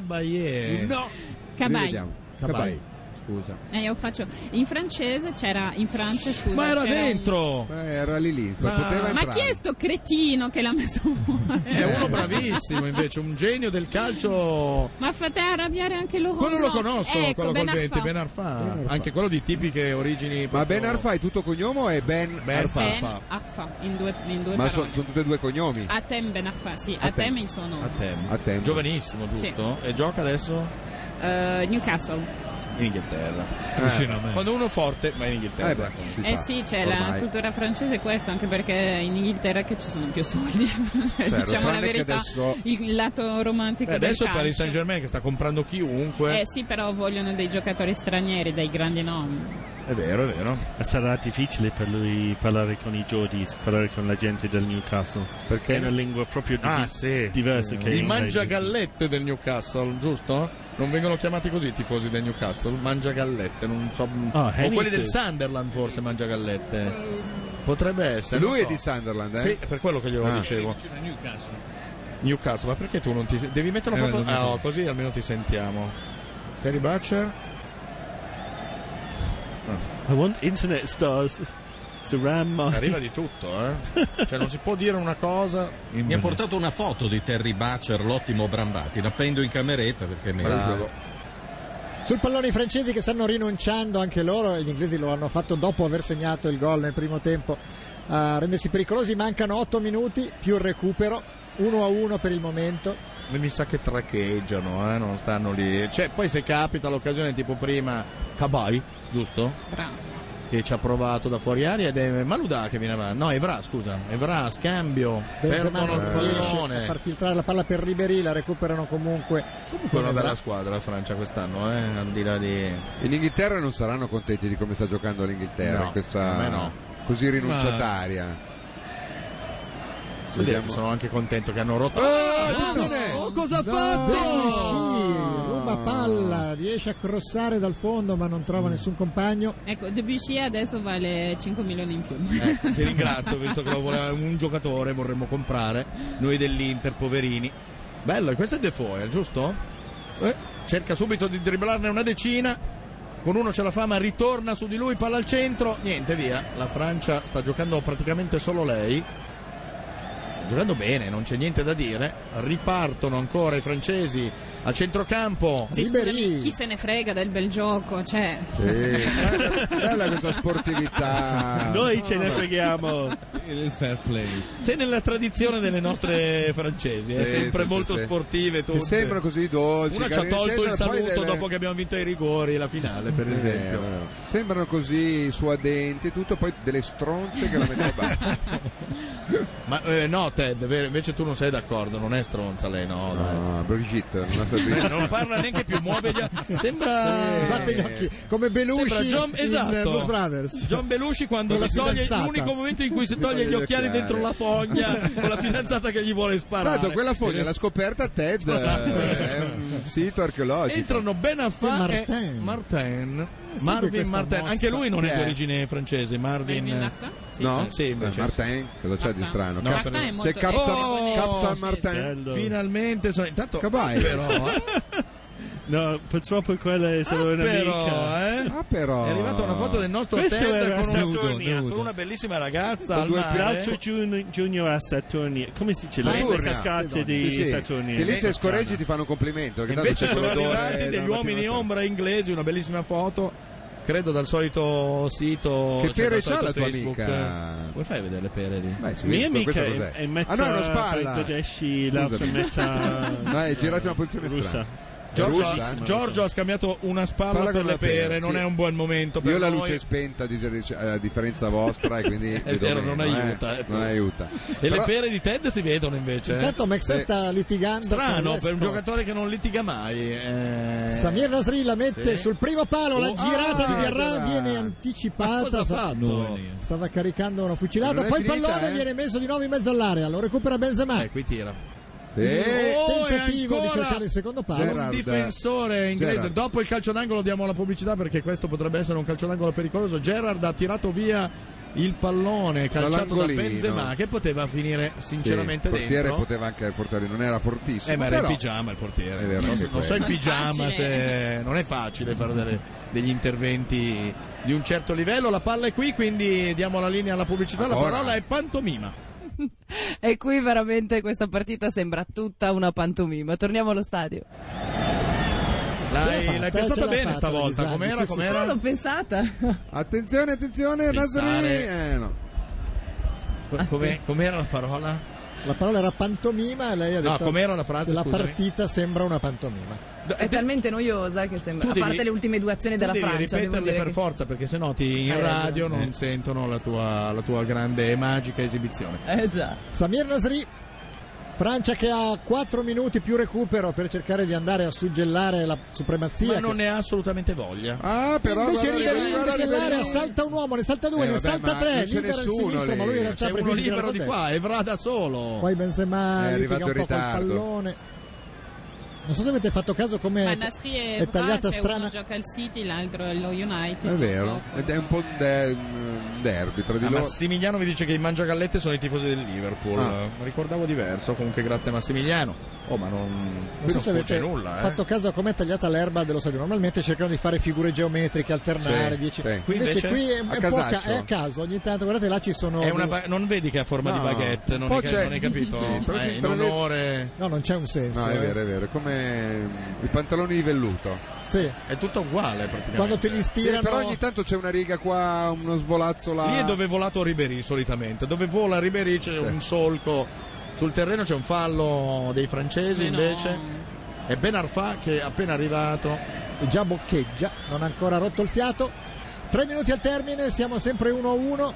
Speaker 3: Caballé.
Speaker 4: No
Speaker 6: Cabai.
Speaker 4: Rivediamo.
Speaker 3: Cabai.
Speaker 4: Cabai.
Speaker 3: Scusa.
Speaker 6: Eh, io faccio in francese c'era in Francia scusa,
Speaker 3: Ma era
Speaker 6: c'era un-
Speaker 3: dentro!
Speaker 4: Eh, era lì lì
Speaker 3: Ma-
Speaker 4: poteva
Speaker 6: Ma
Speaker 4: entrare.
Speaker 6: chi è sto cretino che l'ha messo fuori?
Speaker 3: È uno bravissimo invece, un genio del calcio.
Speaker 6: Ma fate arrabbiare anche loro.
Speaker 3: Quello lo
Speaker 6: no?
Speaker 3: conosco,
Speaker 6: Ecco,
Speaker 3: quello
Speaker 6: Ben
Speaker 3: col 20,
Speaker 6: Arfa.
Speaker 3: Ben Arfa. Anche quello di tipiche origini.
Speaker 4: Ma
Speaker 3: proprio-
Speaker 4: Ben Arfa è tutto cognome o è Ben,
Speaker 3: Ben
Speaker 4: Arfa?
Speaker 6: Ben
Speaker 3: Arfa.
Speaker 6: Arfa, Eh, in due, in due
Speaker 4: Ma
Speaker 6: parole.
Speaker 4: so- sono tutti e due
Speaker 3: Ah.
Speaker 4: cognomi
Speaker 6: Atem Ben Arfa, sì, Atem è il suo nome.
Speaker 3: Atem.
Speaker 4: a tempo.
Speaker 3: Giovanissimo, giusto? E gioca adesso
Speaker 6: Eh, Newcastle.
Speaker 3: in Inghilterra.
Speaker 4: Eh.
Speaker 8: Vicino a me.
Speaker 3: Quando uno è forte va in Inghilterra.
Speaker 4: Eh beh, si
Speaker 6: Eh
Speaker 4: sa,
Speaker 6: sì, c'è la
Speaker 4: ormai.
Speaker 6: cultura francese è questa, anche perché in Inghilterra che ci sono più soldi. Cioè,
Speaker 4: Certo,
Speaker 6: diciamo la
Speaker 4: tranne che
Speaker 6: verità,
Speaker 4: adesso-
Speaker 6: il lato romantico
Speaker 3: Eh, adesso
Speaker 6: del
Speaker 3: è Paris
Speaker 6: calcio.
Speaker 3: Saint Germain che sta comprando chiunque.
Speaker 6: Eh sì, però vogliono dei giocatori stranieri, dei grandi nomi.
Speaker 3: È vero, è vero.
Speaker 10: Eh. Sarà difficile per lui parlare con i Jordis, parlare con la gente del Newcastle.
Speaker 4: Perché?
Speaker 10: È una lingua proprio di-
Speaker 3: Ah, sì.
Speaker 10: diversa che
Speaker 3: I
Speaker 10: inglese.
Speaker 3: mangiagallette del Newcastle, giusto? Non vengono chiamati così i tifosi del Newcastle? Mangiagallette, non so.
Speaker 10: Ah,
Speaker 3: o quelli
Speaker 10: Hennings.
Speaker 3: del Sunderland forse mangiagallette.
Speaker 6: Ehm.
Speaker 3: Potrebbe essere. non
Speaker 4: Lui è
Speaker 3: so.
Speaker 4: di Sunderland eh?
Speaker 3: Sì, è per quello che glielo
Speaker 4: Ah.
Speaker 3: dicevo. Newcastle, ma perché tu non ti devi metterlo proprio
Speaker 8: non mi
Speaker 3: Ah, oh, così almeno ti sentiamo. Terry Butcher?
Speaker 10: I want internet stars to ram my...
Speaker 3: Arriva di tutto, eh. Cioè non si può dire una cosa.
Speaker 19: Mi ha portato una foto di Terry Butcher, l'ottimo Brambati. La prendo in cameretta perché mi
Speaker 3: Bravo.
Speaker 2: Sul pallone i francesi che stanno rinunciando anche loro, e gli inglesi lo hanno fatto dopo aver segnato il gol nel primo tempo a rendersi pericolosi, mancano 8 minuti più il recupero, 1 a 1 per il momento.
Speaker 3: mi sa che traccheggiano, eh, non stanno lì. Cioè, poi se capita l'occasione tipo prima Cabai, giusto? Che ci ha provato da fuori aria ed è Maluda che viene avanti. No, Evra, scusa. Evra, scambio.
Speaker 2: Benzema
Speaker 3: Perdono il
Speaker 2: non riesce a
Speaker 3: pallone.
Speaker 2: far filtrare la palla per Ribery, la recuperano comunque.
Speaker 3: Comunque è una bella squadra la Francia quest'anno, eh, al di là di...
Speaker 4: In Inghilterra non saranno contenti di come sta giocando l'Inghilterra,
Speaker 3: No,
Speaker 4: questa
Speaker 3: a me no.
Speaker 4: così rinunciataria.
Speaker 3: Posso dire che sono anche contento che hanno rotto... Ah,
Speaker 2: Oh,
Speaker 20: cosa ha
Speaker 2: fatto? Debussy, ruba palla, riesce a crossare dal fondo ma non trova nessun compagno.
Speaker 6: Ecco, Debussy adesso vale 5 milioni in più.
Speaker 3: Eh, ti ringrazio, visto che lo voleva un giocatore, vorremmo comprare. Noi dell'Inter, poverini. Bello, e questo è De Foyer, giusto? Eh, cerca subito di dribblarne una decina. Con uno ce la fa, ma ritorna su di lui, palla al centro. Niente, via. La Francia sta giocando praticamente solo lei. Giocando bene, non c'è niente da dire. Ripartono ancora i francesi a centrocampo.
Speaker 6: Sì, scusami, chi se ne frega del bel gioco? Cioè,
Speaker 4: Bella questa sportività.
Speaker 10: Noi ce ne freghiamo.
Speaker 3: Il fair play. Sei nella tradizione delle nostre francesi, eh,
Speaker 4: Sì,
Speaker 3: sempre
Speaker 4: sì,
Speaker 3: molto
Speaker 4: sì, sì.
Speaker 3: sportive.
Speaker 4: Che
Speaker 3: Tutte.
Speaker 4: sembrano così dolci,
Speaker 3: Una ci ha
Speaker 4: carine,
Speaker 3: tolto il
Speaker 4: eccetera, poi
Speaker 3: saluto
Speaker 4: delle-
Speaker 3: dopo che abbiamo vinto i rigori e la finale, per
Speaker 4: Eh,
Speaker 3: esempio.
Speaker 4: vero. Sembrano così suadenti e tutto, poi delle stronze che la mettono avanti.
Speaker 3: Ma eh, no, Ted, vero, invece tu non sei d'accordo, non è stronza lei, no?
Speaker 4: No, Eh, Brigitte, non la
Speaker 3: Beh, non parla neanche più, muove gli
Speaker 4: Eh.
Speaker 3: occhi. Sembra.
Speaker 2: Batte Ah, gli occhi come
Speaker 3: Sembra
Speaker 2: Belushi
Speaker 3: John,
Speaker 2: in, eh,
Speaker 3: esatto.
Speaker 2: Blues Brothers.
Speaker 3: John Belushi quando
Speaker 2: Con
Speaker 3: si
Speaker 2: la
Speaker 3: toglie
Speaker 2: fidanzata.
Speaker 3: l'unico momento in cui si toglie gli
Speaker 4: Toglie gli
Speaker 3: occhiali
Speaker 4: occhiali.
Speaker 3: dentro la fogna con la fidanzata che gli vuole sparare.
Speaker 4: Tanto quella foglia l'ha scoperta Ted, eh, è un sito archeologico.
Speaker 3: Entrano Ben Affan e Martin.
Speaker 4: Eh, sì,
Speaker 3: Marvin
Speaker 4: questa
Speaker 3: Martin,
Speaker 4: mossa.
Speaker 3: anche lui non
Speaker 4: Chi
Speaker 3: è
Speaker 4: è?
Speaker 3: di origine francese, Marvin.
Speaker 6: Marvin
Speaker 4: no?
Speaker 3: eh, sì, invece
Speaker 4: Eh, Martin, cosa c'è di strano?
Speaker 3: ah. No,
Speaker 4: Cap-
Speaker 3: Martin è molto- Oh!
Speaker 4: c'è Cap
Speaker 3: è
Speaker 4: San,
Speaker 3: molto
Speaker 4: Cap
Speaker 3: bonito.
Speaker 4: San Martin.
Speaker 3: Finalmente sono intanto
Speaker 4: Cabai.
Speaker 3: però, eh,
Speaker 10: No, purtroppo quella è solo una
Speaker 3: però, eh.
Speaker 4: Ah, però.
Speaker 3: È arrivata una foto del nostro
Speaker 10: Questo
Speaker 3: Ted
Speaker 10: era
Speaker 3: con una,
Speaker 10: Saturnia,
Speaker 3: con
Speaker 10: nudo.
Speaker 3: una bellissima ragazza al
Speaker 10: Due Piazza
Speaker 4: eh.
Speaker 3: mare.
Speaker 10: Jun- Junior a Saturni. Come si dice? Le, le
Speaker 4: Saturnia.
Speaker 10: cascate
Speaker 4: Sì,
Speaker 10: di
Speaker 4: sì.
Speaker 10: Saturni.
Speaker 4: Che lì se scoreggi ti fanno un complimento. Che tanto
Speaker 3: Invece
Speaker 4: c'è eh,
Speaker 3: sono
Speaker 4: quell'odore
Speaker 3: arrivati
Speaker 4: dalla
Speaker 3: degli
Speaker 4: mattina
Speaker 3: uomini
Speaker 4: alla
Speaker 3: ombra inglesi, una bellissima foto. Credo dal solito sito.
Speaker 4: Che pere
Speaker 3: dal
Speaker 4: c'ha
Speaker 3: solito
Speaker 4: la tua
Speaker 3: Facebook.
Speaker 4: amica?
Speaker 3: Vuoi fare vedere le pere lì?
Speaker 4: Vai, su
Speaker 10: Mia
Speaker 4: YouTube,
Speaker 10: amica
Speaker 4: questo
Speaker 10: è,
Speaker 4: cos'è?
Speaker 10: è mezza cioè,
Speaker 4: Ah, no, è uno spalla.
Speaker 10: Bangladeshi, l'altra
Speaker 4: Scusami.
Speaker 10: metà
Speaker 4: No, è girata in una posizione
Speaker 10: russa.
Speaker 4: strana.
Speaker 3: Giorgio,
Speaker 4: Russa?
Speaker 3: ha- Giorgio ha scambiato una spalla
Speaker 4: Parla
Speaker 3: per
Speaker 4: con
Speaker 3: le
Speaker 4: la
Speaker 3: pere,
Speaker 4: pera,
Speaker 3: non
Speaker 4: sì.
Speaker 3: è un buon momento per
Speaker 4: Io la
Speaker 3: noi.
Speaker 4: luce è spenta a dis- a differenza vostra e quindi vedo
Speaker 3: vero,
Speaker 4: meno,
Speaker 3: non
Speaker 4: eh.
Speaker 3: aiuta, eh.
Speaker 4: Non aiuta.
Speaker 3: E le
Speaker 4: Però-
Speaker 3: pere di Ted si vedono invece. eh.
Speaker 2: Intanto Max
Speaker 3: Sì.
Speaker 2: sta litigando.
Speaker 3: Strano
Speaker 2: con
Speaker 3: per un
Speaker 2: Lescott.
Speaker 3: giocatore che non litiga mai. eh.
Speaker 2: Samir Nasri la mette
Speaker 3: Sì.
Speaker 2: sul primo palo, la
Speaker 3: Oh,
Speaker 2: girata
Speaker 3: ah,
Speaker 2: di Guerra
Speaker 3: dai.
Speaker 2: viene
Speaker 3: Ma cosa
Speaker 2: anticipata.
Speaker 3: ha
Speaker 2: Sa-
Speaker 3: fatto?
Speaker 2: No, Stava caricando una fucilata,
Speaker 3: Non è
Speaker 2: poi il
Speaker 3: finita,
Speaker 2: pallone
Speaker 3: eh.
Speaker 2: viene messo di nuovo in mezzo all'area, lo recupera Benzema.
Speaker 3: Eh, qui tira.
Speaker 2: Eh,
Speaker 3: Oh, e
Speaker 2: tentativo di
Speaker 3: ancora
Speaker 2: cercare il secondo palo.
Speaker 3: Un difensore inglese.
Speaker 2: Gerrard.
Speaker 3: Dopo il calcio d'angolo diamo la pubblicità perché questo potrebbe essere un calcio d'angolo pericoloso. Gerard ha tirato via il pallone calciato da
Speaker 4: Dall'angolino.
Speaker 3: Benzema che poteva finire sinceramente
Speaker 4: Sì, Il portiere
Speaker 3: dentro.
Speaker 4: poteva anche forzare, non era fortissimo.
Speaker 3: Eh, ma era in
Speaker 4: però-
Speaker 3: pigiama il portiere.
Speaker 4: È vero
Speaker 3: non,
Speaker 4: anche
Speaker 3: so- non so in
Speaker 4: quello.
Speaker 3: pigiama se non è facile fare delle- degli interventi di un certo livello. La palla è qui, quindi diamo la linea alla pubblicità.
Speaker 4: Ancora?
Speaker 3: La parola è pantomima.
Speaker 7: E qui veramente questa partita sembra tutta una pantomima. Torniamo allo stadio.
Speaker 3: L'hai,
Speaker 4: fatta,
Speaker 3: l'hai
Speaker 4: ce
Speaker 3: pensata
Speaker 4: l'ha
Speaker 3: bene
Speaker 4: fatta,
Speaker 3: stavolta.
Speaker 4: Lisandro,
Speaker 3: Com'era?
Speaker 4: sì, sì,
Speaker 3: com'era?
Speaker 4: sì.
Speaker 7: L'ho pensata.
Speaker 4: Attenzione, attenzione,
Speaker 3: Pensare.
Speaker 4: Nasri. Eh, no.
Speaker 3: Co- com'è- com'era la parola?
Speaker 2: La parola era pantomima e lei ha
Speaker 3: No,
Speaker 2: detto
Speaker 3: com'era la frase,
Speaker 2: La
Speaker 3: scusami?
Speaker 2: partita sembra una pantomima.
Speaker 7: È talmente noiosa che sembra.
Speaker 3: Tu
Speaker 7: A
Speaker 3: devi-
Speaker 7: parte le ultime due azioni
Speaker 3: Tu
Speaker 7: della
Speaker 3: devi
Speaker 7: Francia, devo
Speaker 3: ripeterle
Speaker 7: dire.
Speaker 3: per
Speaker 7: che-
Speaker 3: forza perché sennò ti, in
Speaker 7: Eh,
Speaker 3: radio
Speaker 7: ragione.
Speaker 3: non sentono la tua, la tua grande e magica esibizione.
Speaker 7: Eh già.
Speaker 2: Samir Nasri, Francia che ha 4 minuti più recupero per cercare di andare a suggellare la supremazia.
Speaker 3: Ma non
Speaker 2: che-
Speaker 3: ne ha assolutamente voglia.
Speaker 4: Ah,
Speaker 2: Invece Ribery entra nell'area, salta un uomo, ne salta due,
Speaker 3: Eh,
Speaker 2: ne
Speaker 3: vabbè,
Speaker 2: salta
Speaker 3: ma
Speaker 2: tre,
Speaker 3: non c'è
Speaker 2: libera il
Speaker 3: nessuno
Speaker 2: sinistro,
Speaker 3: lì.
Speaker 2: ma lui in realtà
Speaker 3: C'è uno
Speaker 2: preferisce
Speaker 3: libero
Speaker 2: girare
Speaker 3: di
Speaker 2: con
Speaker 3: qua,
Speaker 2: destra.
Speaker 3: Evra da solo.
Speaker 2: Poi Benzema
Speaker 3: È
Speaker 2: litiga
Speaker 3: arrivato
Speaker 2: un po'
Speaker 3: in
Speaker 2: col
Speaker 3: ritardo.
Speaker 2: pallone. Non so se avete fatto caso
Speaker 6: Ma
Speaker 2: come
Speaker 6: Nasri e
Speaker 2: è tagliata
Speaker 6: Bra, che
Speaker 2: strana.
Speaker 6: uno gioca al City, l'altro allo United.
Speaker 4: È
Speaker 6: non
Speaker 4: vero,
Speaker 6: so.
Speaker 4: ed è un po' un, de- un derby tra di
Speaker 3: Ah,
Speaker 4: loro.
Speaker 3: Massimiliano mi dice che i mangiagallette sono i tifosi del Liverpool.
Speaker 4: Ah.
Speaker 3: Mi Ricordavo diverso, comunque grazie a Massimiliano. Oh, ma non,
Speaker 2: Non
Speaker 3: qui
Speaker 2: so
Speaker 3: non
Speaker 2: se
Speaker 3: sfugge
Speaker 2: avete
Speaker 3: nulla, eh.
Speaker 2: fatto caso a com'è tagliata l'erba dello stadio. Normalmente cercano di fare figure geometriche, alternare,
Speaker 3: Sì,
Speaker 2: dieci-
Speaker 3: sì.
Speaker 2: Invece,
Speaker 3: Qui invece
Speaker 2: qui è,
Speaker 3: a
Speaker 2: è, poca-
Speaker 3: casaccio.
Speaker 2: è a caso, ogni tanto guardate là ci sono...
Speaker 3: È una
Speaker 2: due-
Speaker 3: ba- non vedi che ha forma
Speaker 2: No.
Speaker 3: di baguette, non,
Speaker 2: Poi
Speaker 3: hai, ca-
Speaker 2: c'è-
Speaker 3: non hai capito?
Speaker 2: Sì, però
Speaker 3: Eh,
Speaker 2: sì,
Speaker 3: in
Speaker 2: però vedi-
Speaker 3: onore.
Speaker 2: No, non c'è un senso.
Speaker 4: No, è
Speaker 2: eh.
Speaker 4: vero, è vero, è come i pantaloni di velluto.
Speaker 2: Sì.
Speaker 3: È Eh, tutto uguale praticamente.
Speaker 2: Quando te li stirano-
Speaker 4: Sì, però ogni tanto c'è una riga qua, uno svolazzo là.
Speaker 3: Lì è dove è volato Ribery solitamente, dove vola Ribery c'è un solco Sul terreno c'è un fallo dei francesi
Speaker 6: Eh no.
Speaker 3: invece. È Ben Arfa che è appena arrivato.
Speaker 2: E già boccheggia, non ha ancora rotto il fiato. Tre minuti al termine, siamo sempre 1-1.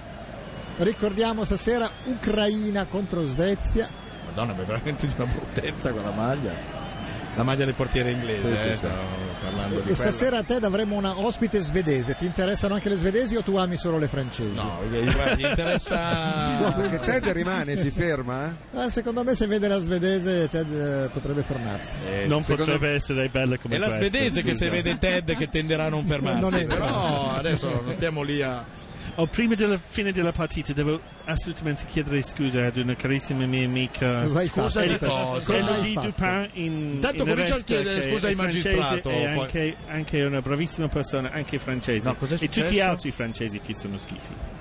Speaker 2: Ricordiamo stasera Ucraina contro Svezia.
Speaker 3: Madonna, ma è veramente di una bruttezza quella maglia. La maglia del portiere inglese,
Speaker 2: Sì, sì,
Speaker 3: eh,
Speaker 2: sì.
Speaker 3: stavo parlando di
Speaker 2: E
Speaker 3: quella.
Speaker 2: stasera a te avremo una ospite svedese. Ti interessano anche le svedesi o tu ami solo le francesi?
Speaker 3: No, guarda, gli interessa.
Speaker 4: Perché Ted rimane, si ferma?
Speaker 2: Eh, secondo me se vede la svedese Ted eh, potrebbe fermarsi.
Speaker 10: non
Speaker 3: secondo-
Speaker 10: potrebbe essere bella come
Speaker 3: Eh, È la
Speaker 10: questa,
Speaker 3: svedese che se
Speaker 10: scusa.
Speaker 3: vede Ted che tenderà a non fermarsi.
Speaker 10: Non
Speaker 2: Esatto.
Speaker 10: entra.
Speaker 3: Però adesso non stiamo lì a.
Speaker 10: Oh, prima della fine della partita devo assolutamente chiedere scusa ad una carissima mia amica.
Speaker 3: Cosa hai fatto? Scusa di
Speaker 10: El-
Speaker 3: cosa?
Speaker 10: Elodie
Speaker 3: Cosa hai
Speaker 10: Dupin
Speaker 3: fatto?
Speaker 10: in
Speaker 3: Intanto
Speaker 10: in
Speaker 3: comincia a
Speaker 10: Arrest,
Speaker 3: chiedere
Speaker 10: che
Speaker 3: scusa
Speaker 10: è
Speaker 3: ai
Speaker 10: francese
Speaker 3: magistrato,
Speaker 10: E
Speaker 3: poi.
Speaker 10: anche, anche una bravissima persona, anche francese.
Speaker 3: cos'è
Speaker 10: e tutti gli
Speaker 3: successo?
Speaker 10: altri francesi che sono schifi.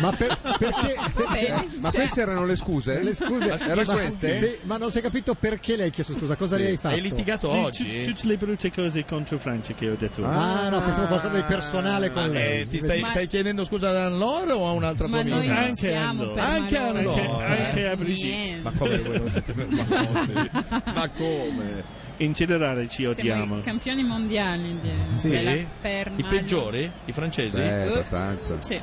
Speaker 2: Ma per- perché?
Speaker 4: Ma
Speaker 6: cioè,
Speaker 4: queste erano le scuse?
Speaker 2: Le scuse
Speaker 4: Erano
Speaker 2: ma-
Speaker 4: queste?
Speaker 2: sì, ma non si è capito perché lei ha chiesto scusa, cosa le hai fatto?
Speaker 10: Tu- tu- Tutte le brutte cose contro Francia che ho detto.
Speaker 2: Ah, no, pensavo qualcosa di personale
Speaker 3: Ma,
Speaker 2: con lei.
Speaker 3: eh, ti stai,
Speaker 10: Ma-
Speaker 3: stai chiedendo scusa a loro o a un'altra
Speaker 10: Ma
Speaker 3: tua amica?
Speaker 10: noi non Anche siamo a loro. per
Speaker 3: Anche a
Speaker 10: Manolo.
Speaker 6: cioè,
Speaker 3: loro.
Speaker 10: Anche- anche a Brigitte.
Speaker 3: Ma come voi non siete per Manolo? Ma come?
Speaker 10: In generale ci
Speaker 6: Siamo
Speaker 10: odiamo.
Speaker 6: i campioni mondiali di,
Speaker 10: Sì?
Speaker 6: della ferma.
Speaker 10: I peggiori?
Speaker 3: I francesi?
Speaker 4: Eh,
Speaker 6: Eh,
Speaker 4: abbastanza.
Speaker 6: Sì.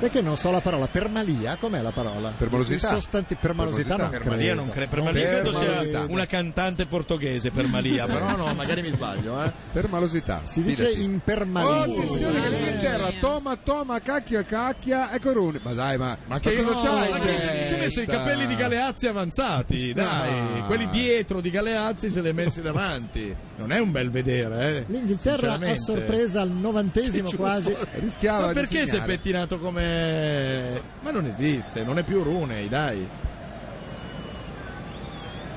Speaker 2: Sai che non so la parola, permalia, com'è la parola?
Speaker 3: Permalosità.
Speaker 2: I sostanti- permalosità, non
Speaker 3: Permalia
Speaker 2: credo.
Speaker 3: non credo. Permalia credo sia
Speaker 2: Permalosità.
Speaker 3: una cantante portoghese, Permalia. Però no, magari mi sbaglio. Eh.
Speaker 4: Permalosità.
Speaker 2: Si dice
Speaker 4: Fidati.
Speaker 2: impermalia.
Speaker 4: Oh, attenzione che l'Inghilterra toma, toma, cacchia, cacchia e corone. Ma dai, ma, ma
Speaker 3: Che
Speaker 4: cosa
Speaker 3: no,
Speaker 4: c'hai?
Speaker 3: ma
Speaker 4: in
Speaker 3: che si- si è messo i
Speaker 4: testa?
Speaker 3: capelli di Galeazzi avanzati, dai,
Speaker 4: No.
Speaker 3: quelli dietro di Galeazzi se li è messi davanti. Non è un bel vedere, eh.
Speaker 2: L'Inghilterra a
Speaker 3: sinceramente.
Speaker 2: sorpresa al novantesimo quasi.
Speaker 3: Ma perché si è pettinato come. Ma non esiste, non è più Runei, dai.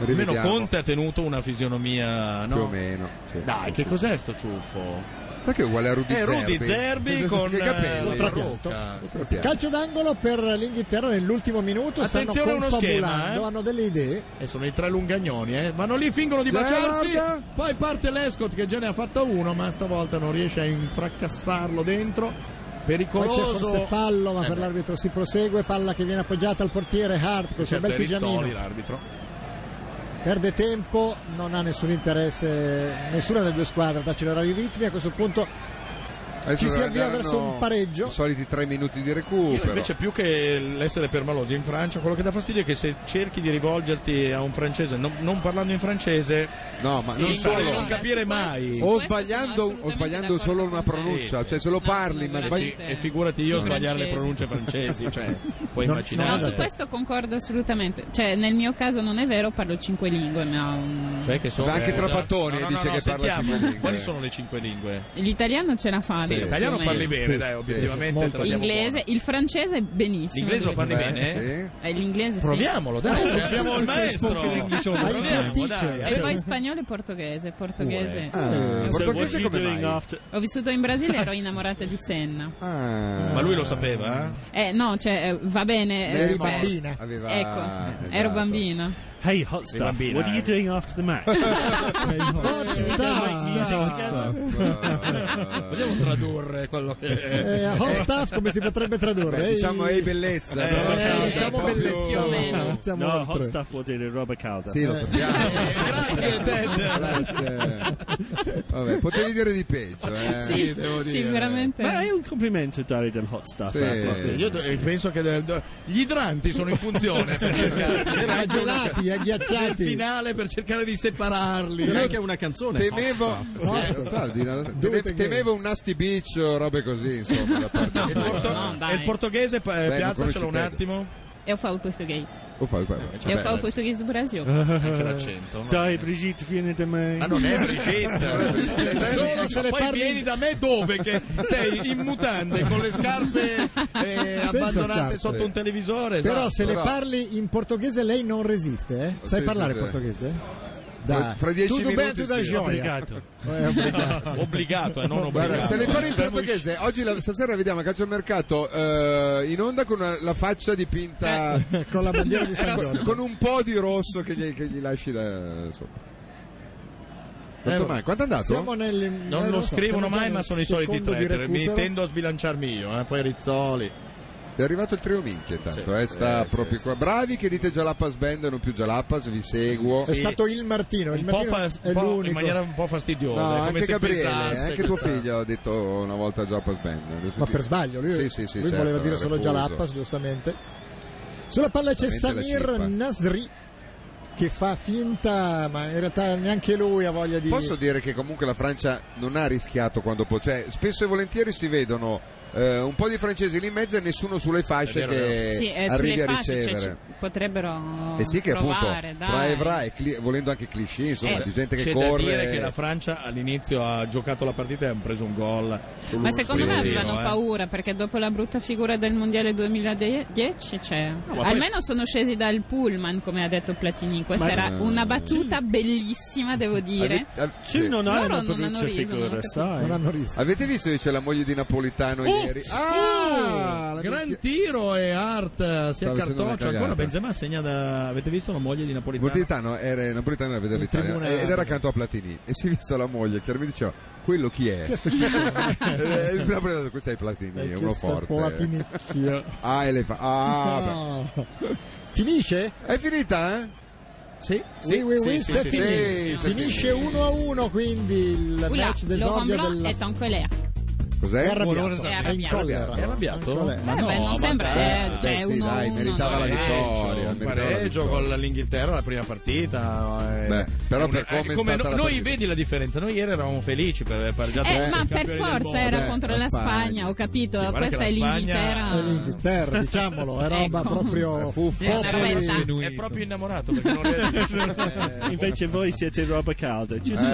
Speaker 3: Almeno
Speaker 4: Rivediamo.
Speaker 3: Conte ha tenuto una fisionomia, no?
Speaker 4: Più o meno. sì.
Speaker 3: Dai, che cos'è sto ciuffo?
Speaker 4: Sai che è uguale a Rudy
Speaker 3: Eh, Rudy
Speaker 4: Zerbi?
Speaker 3: Zerbi con,
Speaker 4: Che
Speaker 3: eh,
Speaker 4: capelli.
Speaker 3: la rocca.
Speaker 2: Calcio d'angolo per l'Inghilterra nell'ultimo minuto.
Speaker 3: Attenzione a
Speaker 2: stanno
Speaker 3: uno
Speaker 2: confabulando,
Speaker 3: schema, eh.
Speaker 2: hanno delle idee.
Speaker 3: E sono i tre lungagnoni, eh. Vanno lì, fingono di
Speaker 2: Guarda!
Speaker 3: baciarsi. Poi parte Lescott che già ne ha fatto uno, ma stavolta non riesce a infracassarlo dentro.
Speaker 2: Poi c'è
Speaker 3: Pericoloso.
Speaker 2: forse fallo, ma
Speaker 3: Eh,
Speaker 2: per
Speaker 3: beh,
Speaker 2: l'arbitro si prosegue. Palla che viene appoggiata al portiere Hart col suo
Speaker 3: certo,
Speaker 2: bel
Speaker 3: è Rizzoli
Speaker 2: pigiamino.
Speaker 3: l'arbitro.
Speaker 2: Perde tempo, non ha nessun interesse, nessuna delle due squadre ad accelerare i ritmi. A questo punto
Speaker 4: Adesso
Speaker 2: ci si avvia
Speaker 4: daranno
Speaker 2: verso un
Speaker 4: I
Speaker 2: pareggio.
Speaker 4: soliti tre minuti di
Speaker 3: Io
Speaker 4: recupero.
Speaker 3: invece più che l'essere permalosi in Francia, quello che dà fastidio è che se cerchi di rivolgerti a un francese non, non parlando in francese,
Speaker 4: no, ma
Speaker 3: non,
Speaker 4: non solo.
Speaker 3: capire mai.
Speaker 4: O sbagliando, o sbagliando solo una pronuncia, cioè se lo parli, ma
Speaker 3: E
Speaker 4: sbagli.
Speaker 3: fi- E figurati io a
Speaker 4: No.
Speaker 3: sbagliare le pronunce francesi, cioè, puoi
Speaker 6: No,
Speaker 3: immaginare.
Speaker 6: su questo concordo assolutamente. Cioè, nel mio caso non è vero, parlo cinque lingue, ma um,
Speaker 3: Cioè che sono...
Speaker 4: Ma anche Trapattoni
Speaker 3: No, no,
Speaker 4: dice
Speaker 3: no,
Speaker 4: che parla
Speaker 3: sentiamo,
Speaker 4: cinque lingue.
Speaker 3: Quali sono le cinque lingue?
Speaker 6: l'italiano ce la faccio.
Speaker 3: Sì, l'italiano
Speaker 6: più o meno.
Speaker 3: parli bene, dai, obiettivamente. te la diamo
Speaker 6: L'inglese, il francese benissimo.
Speaker 3: L'inglese lo parli
Speaker 6: devo dire.
Speaker 3: bene, eh?
Speaker 6: Eh, l'inglese sì.
Speaker 3: Proviamolo, dai, se abbiamo il maestro.
Speaker 6: Spoken English all the
Speaker 3: Proviamo,
Speaker 6: time.
Speaker 3: dai,
Speaker 6: E
Speaker 3: adesso.
Speaker 6: poi spagnolo e portoghese. Portoghese.
Speaker 3: Eh,
Speaker 4: Ah,
Speaker 6: Sì.
Speaker 10: So what
Speaker 4: portoghese
Speaker 10: you
Speaker 4: come
Speaker 10: doing
Speaker 4: mai?
Speaker 10: after?
Speaker 6: Ho vissuto in Brasile e ero innamorata di Senna.
Speaker 4: Ah.
Speaker 3: Ma lui lo sapeva? eh?
Speaker 6: Eh, no, cioè, eh, va bene. eh,
Speaker 4: Eri
Speaker 6: eh,
Speaker 4: bambina. Aveva-
Speaker 3: Ah,
Speaker 6: Ecco,
Speaker 4: esatto.
Speaker 6: ero bambina.
Speaker 10: Hey, hot stuff.
Speaker 19: bambina,
Speaker 10: What are you
Speaker 19: eh.
Speaker 10: doing after the match?
Speaker 3: Vogliamo tradurre quello che...
Speaker 2: Eh, a home staff come si potrebbe tradurre?
Speaker 4: Beh,
Speaker 2: Ehi.
Speaker 4: diciamo ehi bellezza.
Speaker 2: Eh,
Speaker 4: però
Speaker 2: eh,
Speaker 4: sai,
Speaker 2: diciamo
Speaker 4: un po' più-
Speaker 2: bellezza, no, diciamo
Speaker 10: no,
Speaker 2: oltre.
Speaker 10: hot stuff vuol dire roba calda.
Speaker 4: Sì, lo sappiamo.
Speaker 3: Grazie Ted.
Speaker 4: Grazie. Eh, Vabbè, potevi dire di peggio, eh.
Speaker 10: Sì, devo
Speaker 6: sì, dire. veramente.
Speaker 10: Ma è un complimento dare del hot stuff.
Speaker 4: Sì.
Speaker 10: eh, sì.
Speaker 3: Io do- penso che de- do- gli idranti sono in funzione per cercare-
Speaker 2: Gelati, agghiacciati.
Speaker 3: nel finale per cercare di separarli.
Speaker 4: Direi che è
Speaker 19: una canzone.
Speaker 4: Temevo,
Speaker 3: Sì.
Speaker 4: Sì, sa, di-
Speaker 3: Dovete
Speaker 4: teme- temevo un nasty beach o robe così, insomma. da parte
Speaker 3: Il,
Speaker 4: sua.
Speaker 3: porto-
Speaker 6: No, dai.
Speaker 3: e il portoghese, eh,
Speaker 4: non
Speaker 3: piazzacelo
Speaker 4: conosci
Speaker 3: un
Speaker 4: Ted.
Speaker 3: attimo.
Speaker 6: Eu falo português.
Speaker 4: Lo Oh, fai qua.
Speaker 3: Cioè,
Speaker 6: Eu
Speaker 4: Vabbè.
Speaker 6: falo português do Brasil.
Speaker 3: Anche l'accento.
Speaker 10: Dai, Brigitte, vieni da me.
Speaker 3: Ma non è Brigitte,
Speaker 10: Se
Speaker 3: solo
Speaker 10: le
Speaker 3: se poi
Speaker 10: parli-
Speaker 3: vieni da me dove? Che sei in mutande con le scarpe eh,
Speaker 2: Senza
Speaker 3: abbandonate
Speaker 2: scarpe.
Speaker 3: sotto un televisore.
Speaker 2: Però
Speaker 3: esatto.
Speaker 2: se le parli in portoghese lei non resiste, eh? Sai
Speaker 3: Sì,
Speaker 2: parlare
Speaker 3: sì, sì.
Speaker 2: portoghese?
Speaker 4: Fra- fra dieci
Speaker 2: Tudo bem,
Speaker 4: minuti
Speaker 2: tudo
Speaker 4: sì.
Speaker 2: jóia.
Speaker 4: Obbligato.
Speaker 2: Eh, obbligato.
Speaker 3: obbligato, eh, non obbligato.
Speaker 4: Guarda, se le parli in portoghese, oggi la, stasera vediamo a calcio al mercato eh, in onda con una- la faccia dipinta
Speaker 2: con la bandiera di San Giorgio.
Speaker 4: con un po' di rosso che gli, che gli lasci da sopra. Quanto,
Speaker 3: Eh,
Speaker 4: mai? Quanto è andato?
Speaker 2: Siamo nel, eh,
Speaker 3: Non lo
Speaker 2: so,
Speaker 3: scrivono
Speaker 2: siamo già
Speaker 3: mai,
Speaker 2: nel
Speaker 3: ma sono i soliti
Speaker 2: secondo
Speaker 3: tre.
Speaker 2: di
Speaker 3: per- Mi
Speaker 2: recupero.
Speaker 3: tendo a sbilanciarmi io, eh, poi Rizzoli.
Speaker 4: È arrivato il trio minchia intanto, eh, sta proprio qua. Bravi che dite Jalapas Band e non più Jalapas, vi seguo.
Speaker 2: È stato il Martino, il
Speaker 4: Un po'
Speaker 2: Martino
Speaker 4: fa-
Speaker 2: è
Speaker 4: un po' in
Speaker 2: l'unico.
Speaker 4: maniera
Speaker 3: un po' fastidiosa.
Speaker 4: No,
Speaker 3: come
Speaker 4: anche
Speaker 3: se
Speaker 4: Gabriele, eh,
Speaker 3: pensasse
Speaker 4: anche
Speaker 3: che
Speaker 4: tuo
Speaker 3: sta-
Speaker 4: figlio ha detto una volta Jalapas Band. Adesso
Speaker 2: Ma
Speaker 4: ti-
Speaker 2: per sbaglio, lui,
Speaker 4: Sì, sì, sì,
Speaker 2: lui
Speaker 4: certo,
Speaker 2: voleva dire
Speaker 4: era
Speaker 2: solo
Speaker 4: fuso.
Speaker 2: Jalapas, giustamente. Sulla palla c'è
Speaker 4: Veramente la
Speaker 2: Samir
Speaker 4: cippa.
Speaker 2: Nasri che fa finta, ma in realtà neanche lui ha voglia di.
Speaker 4: Posso dire che comunque la Francia non ha rischiato quando può, cioè spesso e volentieri si vedono eh, un po' di francesi lì in mezzo e nessuno sulle fasce che
Speaker 6: sì, eh,
Speaker 4: arrivi
Speaker 6: sulle
Speaker 4: a
Speaker 6: fasce cioè,
Speaker 4: ricevere.
Speaker 6: ci potrebbero
Speaker 4: e sì che
Speaker 6: provare,
Speaker 4: appunto
Speaker 6: dai.
Speaker 4: tra Evra e Cli- volendo anche cliché insomma
Speaker 6: Eh,
Speaker 4: di gente che
Speaker 3: C'è
Speaker 4: corre
Speaker 3: da dire che la Francia all'inizio ha giocato la partita e hanno preso un gol.
Speaker 6: Ma secondo me
Speaker 3: sull'ultimo
Speaker 6: avevano
Speaker 3: tiro, eh.
Speaker 6: paura perché dopo la brutta figura del mondiale 2010, cioè,
Speaker 3: ma poi-
Speaker 6: almeno sono scesi dal pullman, come ha detto Platini. Questa
Speaker 10: Ma-
Speaker 6: era una battuta bellissima, devo dire.
Speaker 10: Sì, non ha
Speaker 6: Loro non hanno
Speaker 10: una brutta
Speaker 6: riso, non ho
Speaker 10: figura, certo sai.
Speaker 4: avete visto che c'è la moglie di
Speaker 3: Uh,
Speaker 4: Napolitano ieri Ah!
Speaker 2: Uh,
Speaker 3: Oh, gran tiro e Art si
Speaker 4: Stava facendo una
Speaker 3: accartoccia
Speaker 4: cagata.
Speaker 3: ancora Benzema segna da avete visto la moglie di Napolitano
Speaker 4: Napolitano era, Napolitano era a vedere l'Italia
Speaker 3: tribunale.
Speaker 4: ed era accanto a Platini e si è vista la moglie chiaramente diceva quello chi è?
Speaker 2: Chi è sto cazzo?
Speaker 4: Eh, il Napolitano, questo è Platini è uno
Speaker 2: Chi sta
Speaker 4: forte
Speaker 2: Platinicchio?
Speaker 4: ah e lei fa ah beh.
Speaker 2: No. Finisce?
Speaker 4: È finita, eh?
Speaker 3: Sì,
Speaker 2: oui, oui, oui,
Speaker 4: sì,
Speaker 2: c'est
Speaker 4: sì,
Speaker 2: fini.
Speaker 4: sì, sì,
Speaker 2: Finisce
Speaker 4: sì.
Speaker 2: 1 a 1 quindi il
Speaker 6: Oula,
Speaker 2: match
Speaker 6: Laurent
Speaker 2: d'esordio
Speaker 6: Blanc
Speaker 2: della
Speaker 6: è Toncolea.
Speaker 4: Cos'è?
Speaker 2: È arrabbiato. È
Speaker 6: È
Speaker 2: in
Speaker 6: arrabbiato.
Speaker 2: collera.
Speaker 3: È arrabbiato?
Speaker 2: In collera.
Speaker 6: Ma Eh, no, beh, non ma sembra, dai. eh, cioè,
Speaker 4: Beh, sì, dai,
Speaker 6: uno-
Speaker 4: meritava la
Speaker 3: uno-
Speaker 4: vittoria.
Speaker 3: un
Speaker 4: meritava la
Speaker 3: pareggio
Speaker 4: vittoria.
Speaker 3: con l'Inghilterra la prima partita eh.
Speaker 4: Beh, però per come è
Speaker 3: Eh,
Speaker 4: stata
Speaker 3: no-
Speaker 4: la
Speaker 3: noi
Speaker 4: partita.
Speaker 3: vedi la differenza noi ieri eravamo felici per aver pareggiato
Speaker 6: Eh,
Speaker 3: con i
Speaker 6: ma per
Speaker 3: campioni del mondo.
Speaker 6: forza era
Speaker 3: Eh,
Speaker 6: contro la Spagna, ho capito.
Speaker 3: guarda
Speaker 6: Questa
Speaker 3: che
Speaker 6: è
Speaker 3: la Spagna-
Speaker 6: l'Inghilterra.
Speaker 2: È l'Inghilterra, diciamolo, è roba
Speaker 6: Ah. Ecco.
Speaker 2: proprio
Speaker 6: Sì, è una
Speaker 2: proprio-
Speaker 6: roba-
Speaker 3: è proprio innamorato perché non Eh,
Speaker 10: Eh, Invece voi siete roba calda, giusto?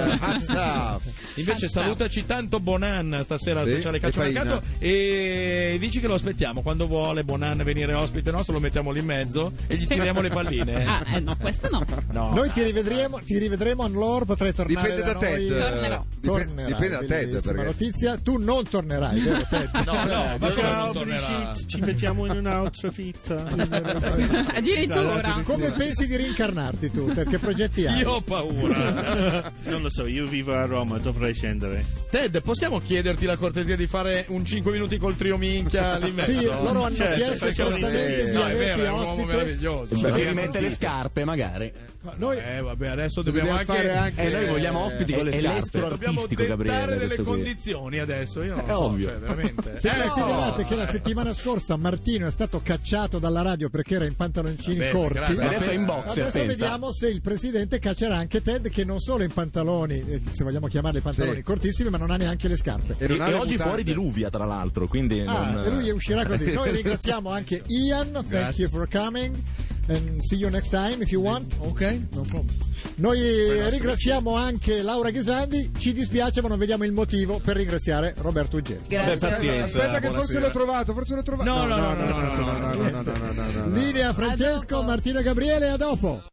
Speaker 3: Invece salutaci tanto Bonan stasera sì,
Speaker 10: Sì,
Speaker 3: c'è le
Speaker 10: e
Speaker 3: calciomercato e dici che lo aspettiamo quando vuole Bonan venire ospite nostro lo mettiamo lì in mezzo e gli
Speaker 6: Sì.
Speaker 3: tiriamo le palline.
Speaker 6: Ah, eh, no, questo no.
Speaker 3: No.
Speaker 2: Noi ti rivedremo, ti rivedremo a Nlor, potrai tornare
Speaker 4: Dipende da
Speaker 2: te.
Speaker 4: Ted. Tornerò. Dipende- dipende da Ted, perché-
Speaker 2: notizia, tu non tornerai, vero Ted?
Speaker 3: No, no, ma
Speaker 10: Ciao
Speaker 3: non tornerà.
Speaker 10: Brigitte, ci vediamo in un'altra fitta.
Speaker 6: Addirittura.
Speaker 2: Come pensi di rincarnarti tu? Ted? Che progetti hai?
Speaker 3: Io ho paura.
Speaker 10: non lo so, io vivo a Roma, dovrei scendere.
Speaker 3: Ted, possiamo chiederti la cortesia di fare un 5 minuti col trio minchia lì in mezzo?
Speaker 2: Sì, loro hanno
Speaker 3: Certo,
Speaker 2: chiesto
Speaker 3: facciamo
Speaker 2: espressamente
Speaker 3: sì.
Speaker 2: di
Speaker 3: No, è
Speaker 2: averti
Speaker 3: vero, è un uomo
Speaker 2: ospite.
Speaker 3: meraviglioso.
Speaker 2: Ci
Speaker 3: Ci
Speaker 2: abbiamo
Speaker 3: mette
Speaker 2: sentito.
Speaker 3: scarpe magari.
Speaker 2: Noi-
Speaker 3: eh, vabbè, adesso
Speaker 2: Se
Speaker 3: dobbiamo,
Speaker 2: dobbiamo
Speaker 3: anche... Eh,
Speaker 2: fare anche-
Speaker 3: E Eh, noi vogliamo ospiti con le
Speaker 2: È- è
Speaker 3: scarpe.
Speaker 2: l'estro
Speaker 3: dobbiamo
Speaker 2: artistico,
Speaker 3: dettare
Speaker 2: Gabriele,
Speaker 3: delle
Speaker 2: questo qui.
Speaker 3: condizioni adesso, io non
Speaker 2: È
Speaker 3: lo so,
Speaker 2: ovvio.
Speaker 3: cioè, veramente.
Speaker 2: Se
Speaker 3: Eh,
Speaker 2: considerate
Speaker 3: no.
Speaker 2: che la settimana scorsa Martino è stato cacciato dalla radio perché era in pantaloncini
Speaker 3: Vabbè,
Speaker 2: corti,
Speaker 3: Ah, grazie. Adesso è in boxer,
Speaker 2: adesso
Speaker 3: pensa.
Speaker 2: vediamo se il presidente caccerà anche Ted che non solo è in pantaloni, eh, se vogliamo chiamarli pantaloni
Speaker 1: Sì.
Speaker 2: cortissimi, ma non ha neanche le scarpe.
Speaker 1: E, e oggi fuori diluvia, tra l'altro, quindi
Speaker 2: Ah,
Speaker 1: non...
Speaker 2: e lui
Speaker 3: eh.
Speaker 2: uscirà così. Noi ringraziamo anche Ian, thank
Speaker 1: Grazie.
Speaker 2: you for coming. And see you next time if you want.
Speaker 21: Ok, no problem.
Speaker 2: Noi
Speaker 21: nostre
Speaker 2: ringraziamo anche Laura Ghislandi. Ci dispiace, ma non vediamo il motivo per ringraziare Roberto Uggeri.
Speaker 4: Vabbè, Aspetta che forse l'ho trovato, forse l'ho trovato.
Speaker 2: No,
Speaker 4: no, no, no, no, no, no, no, no, no, no, no, no.
Speaker 2: Linea Francesco, Martino e Gabriele, a dopo.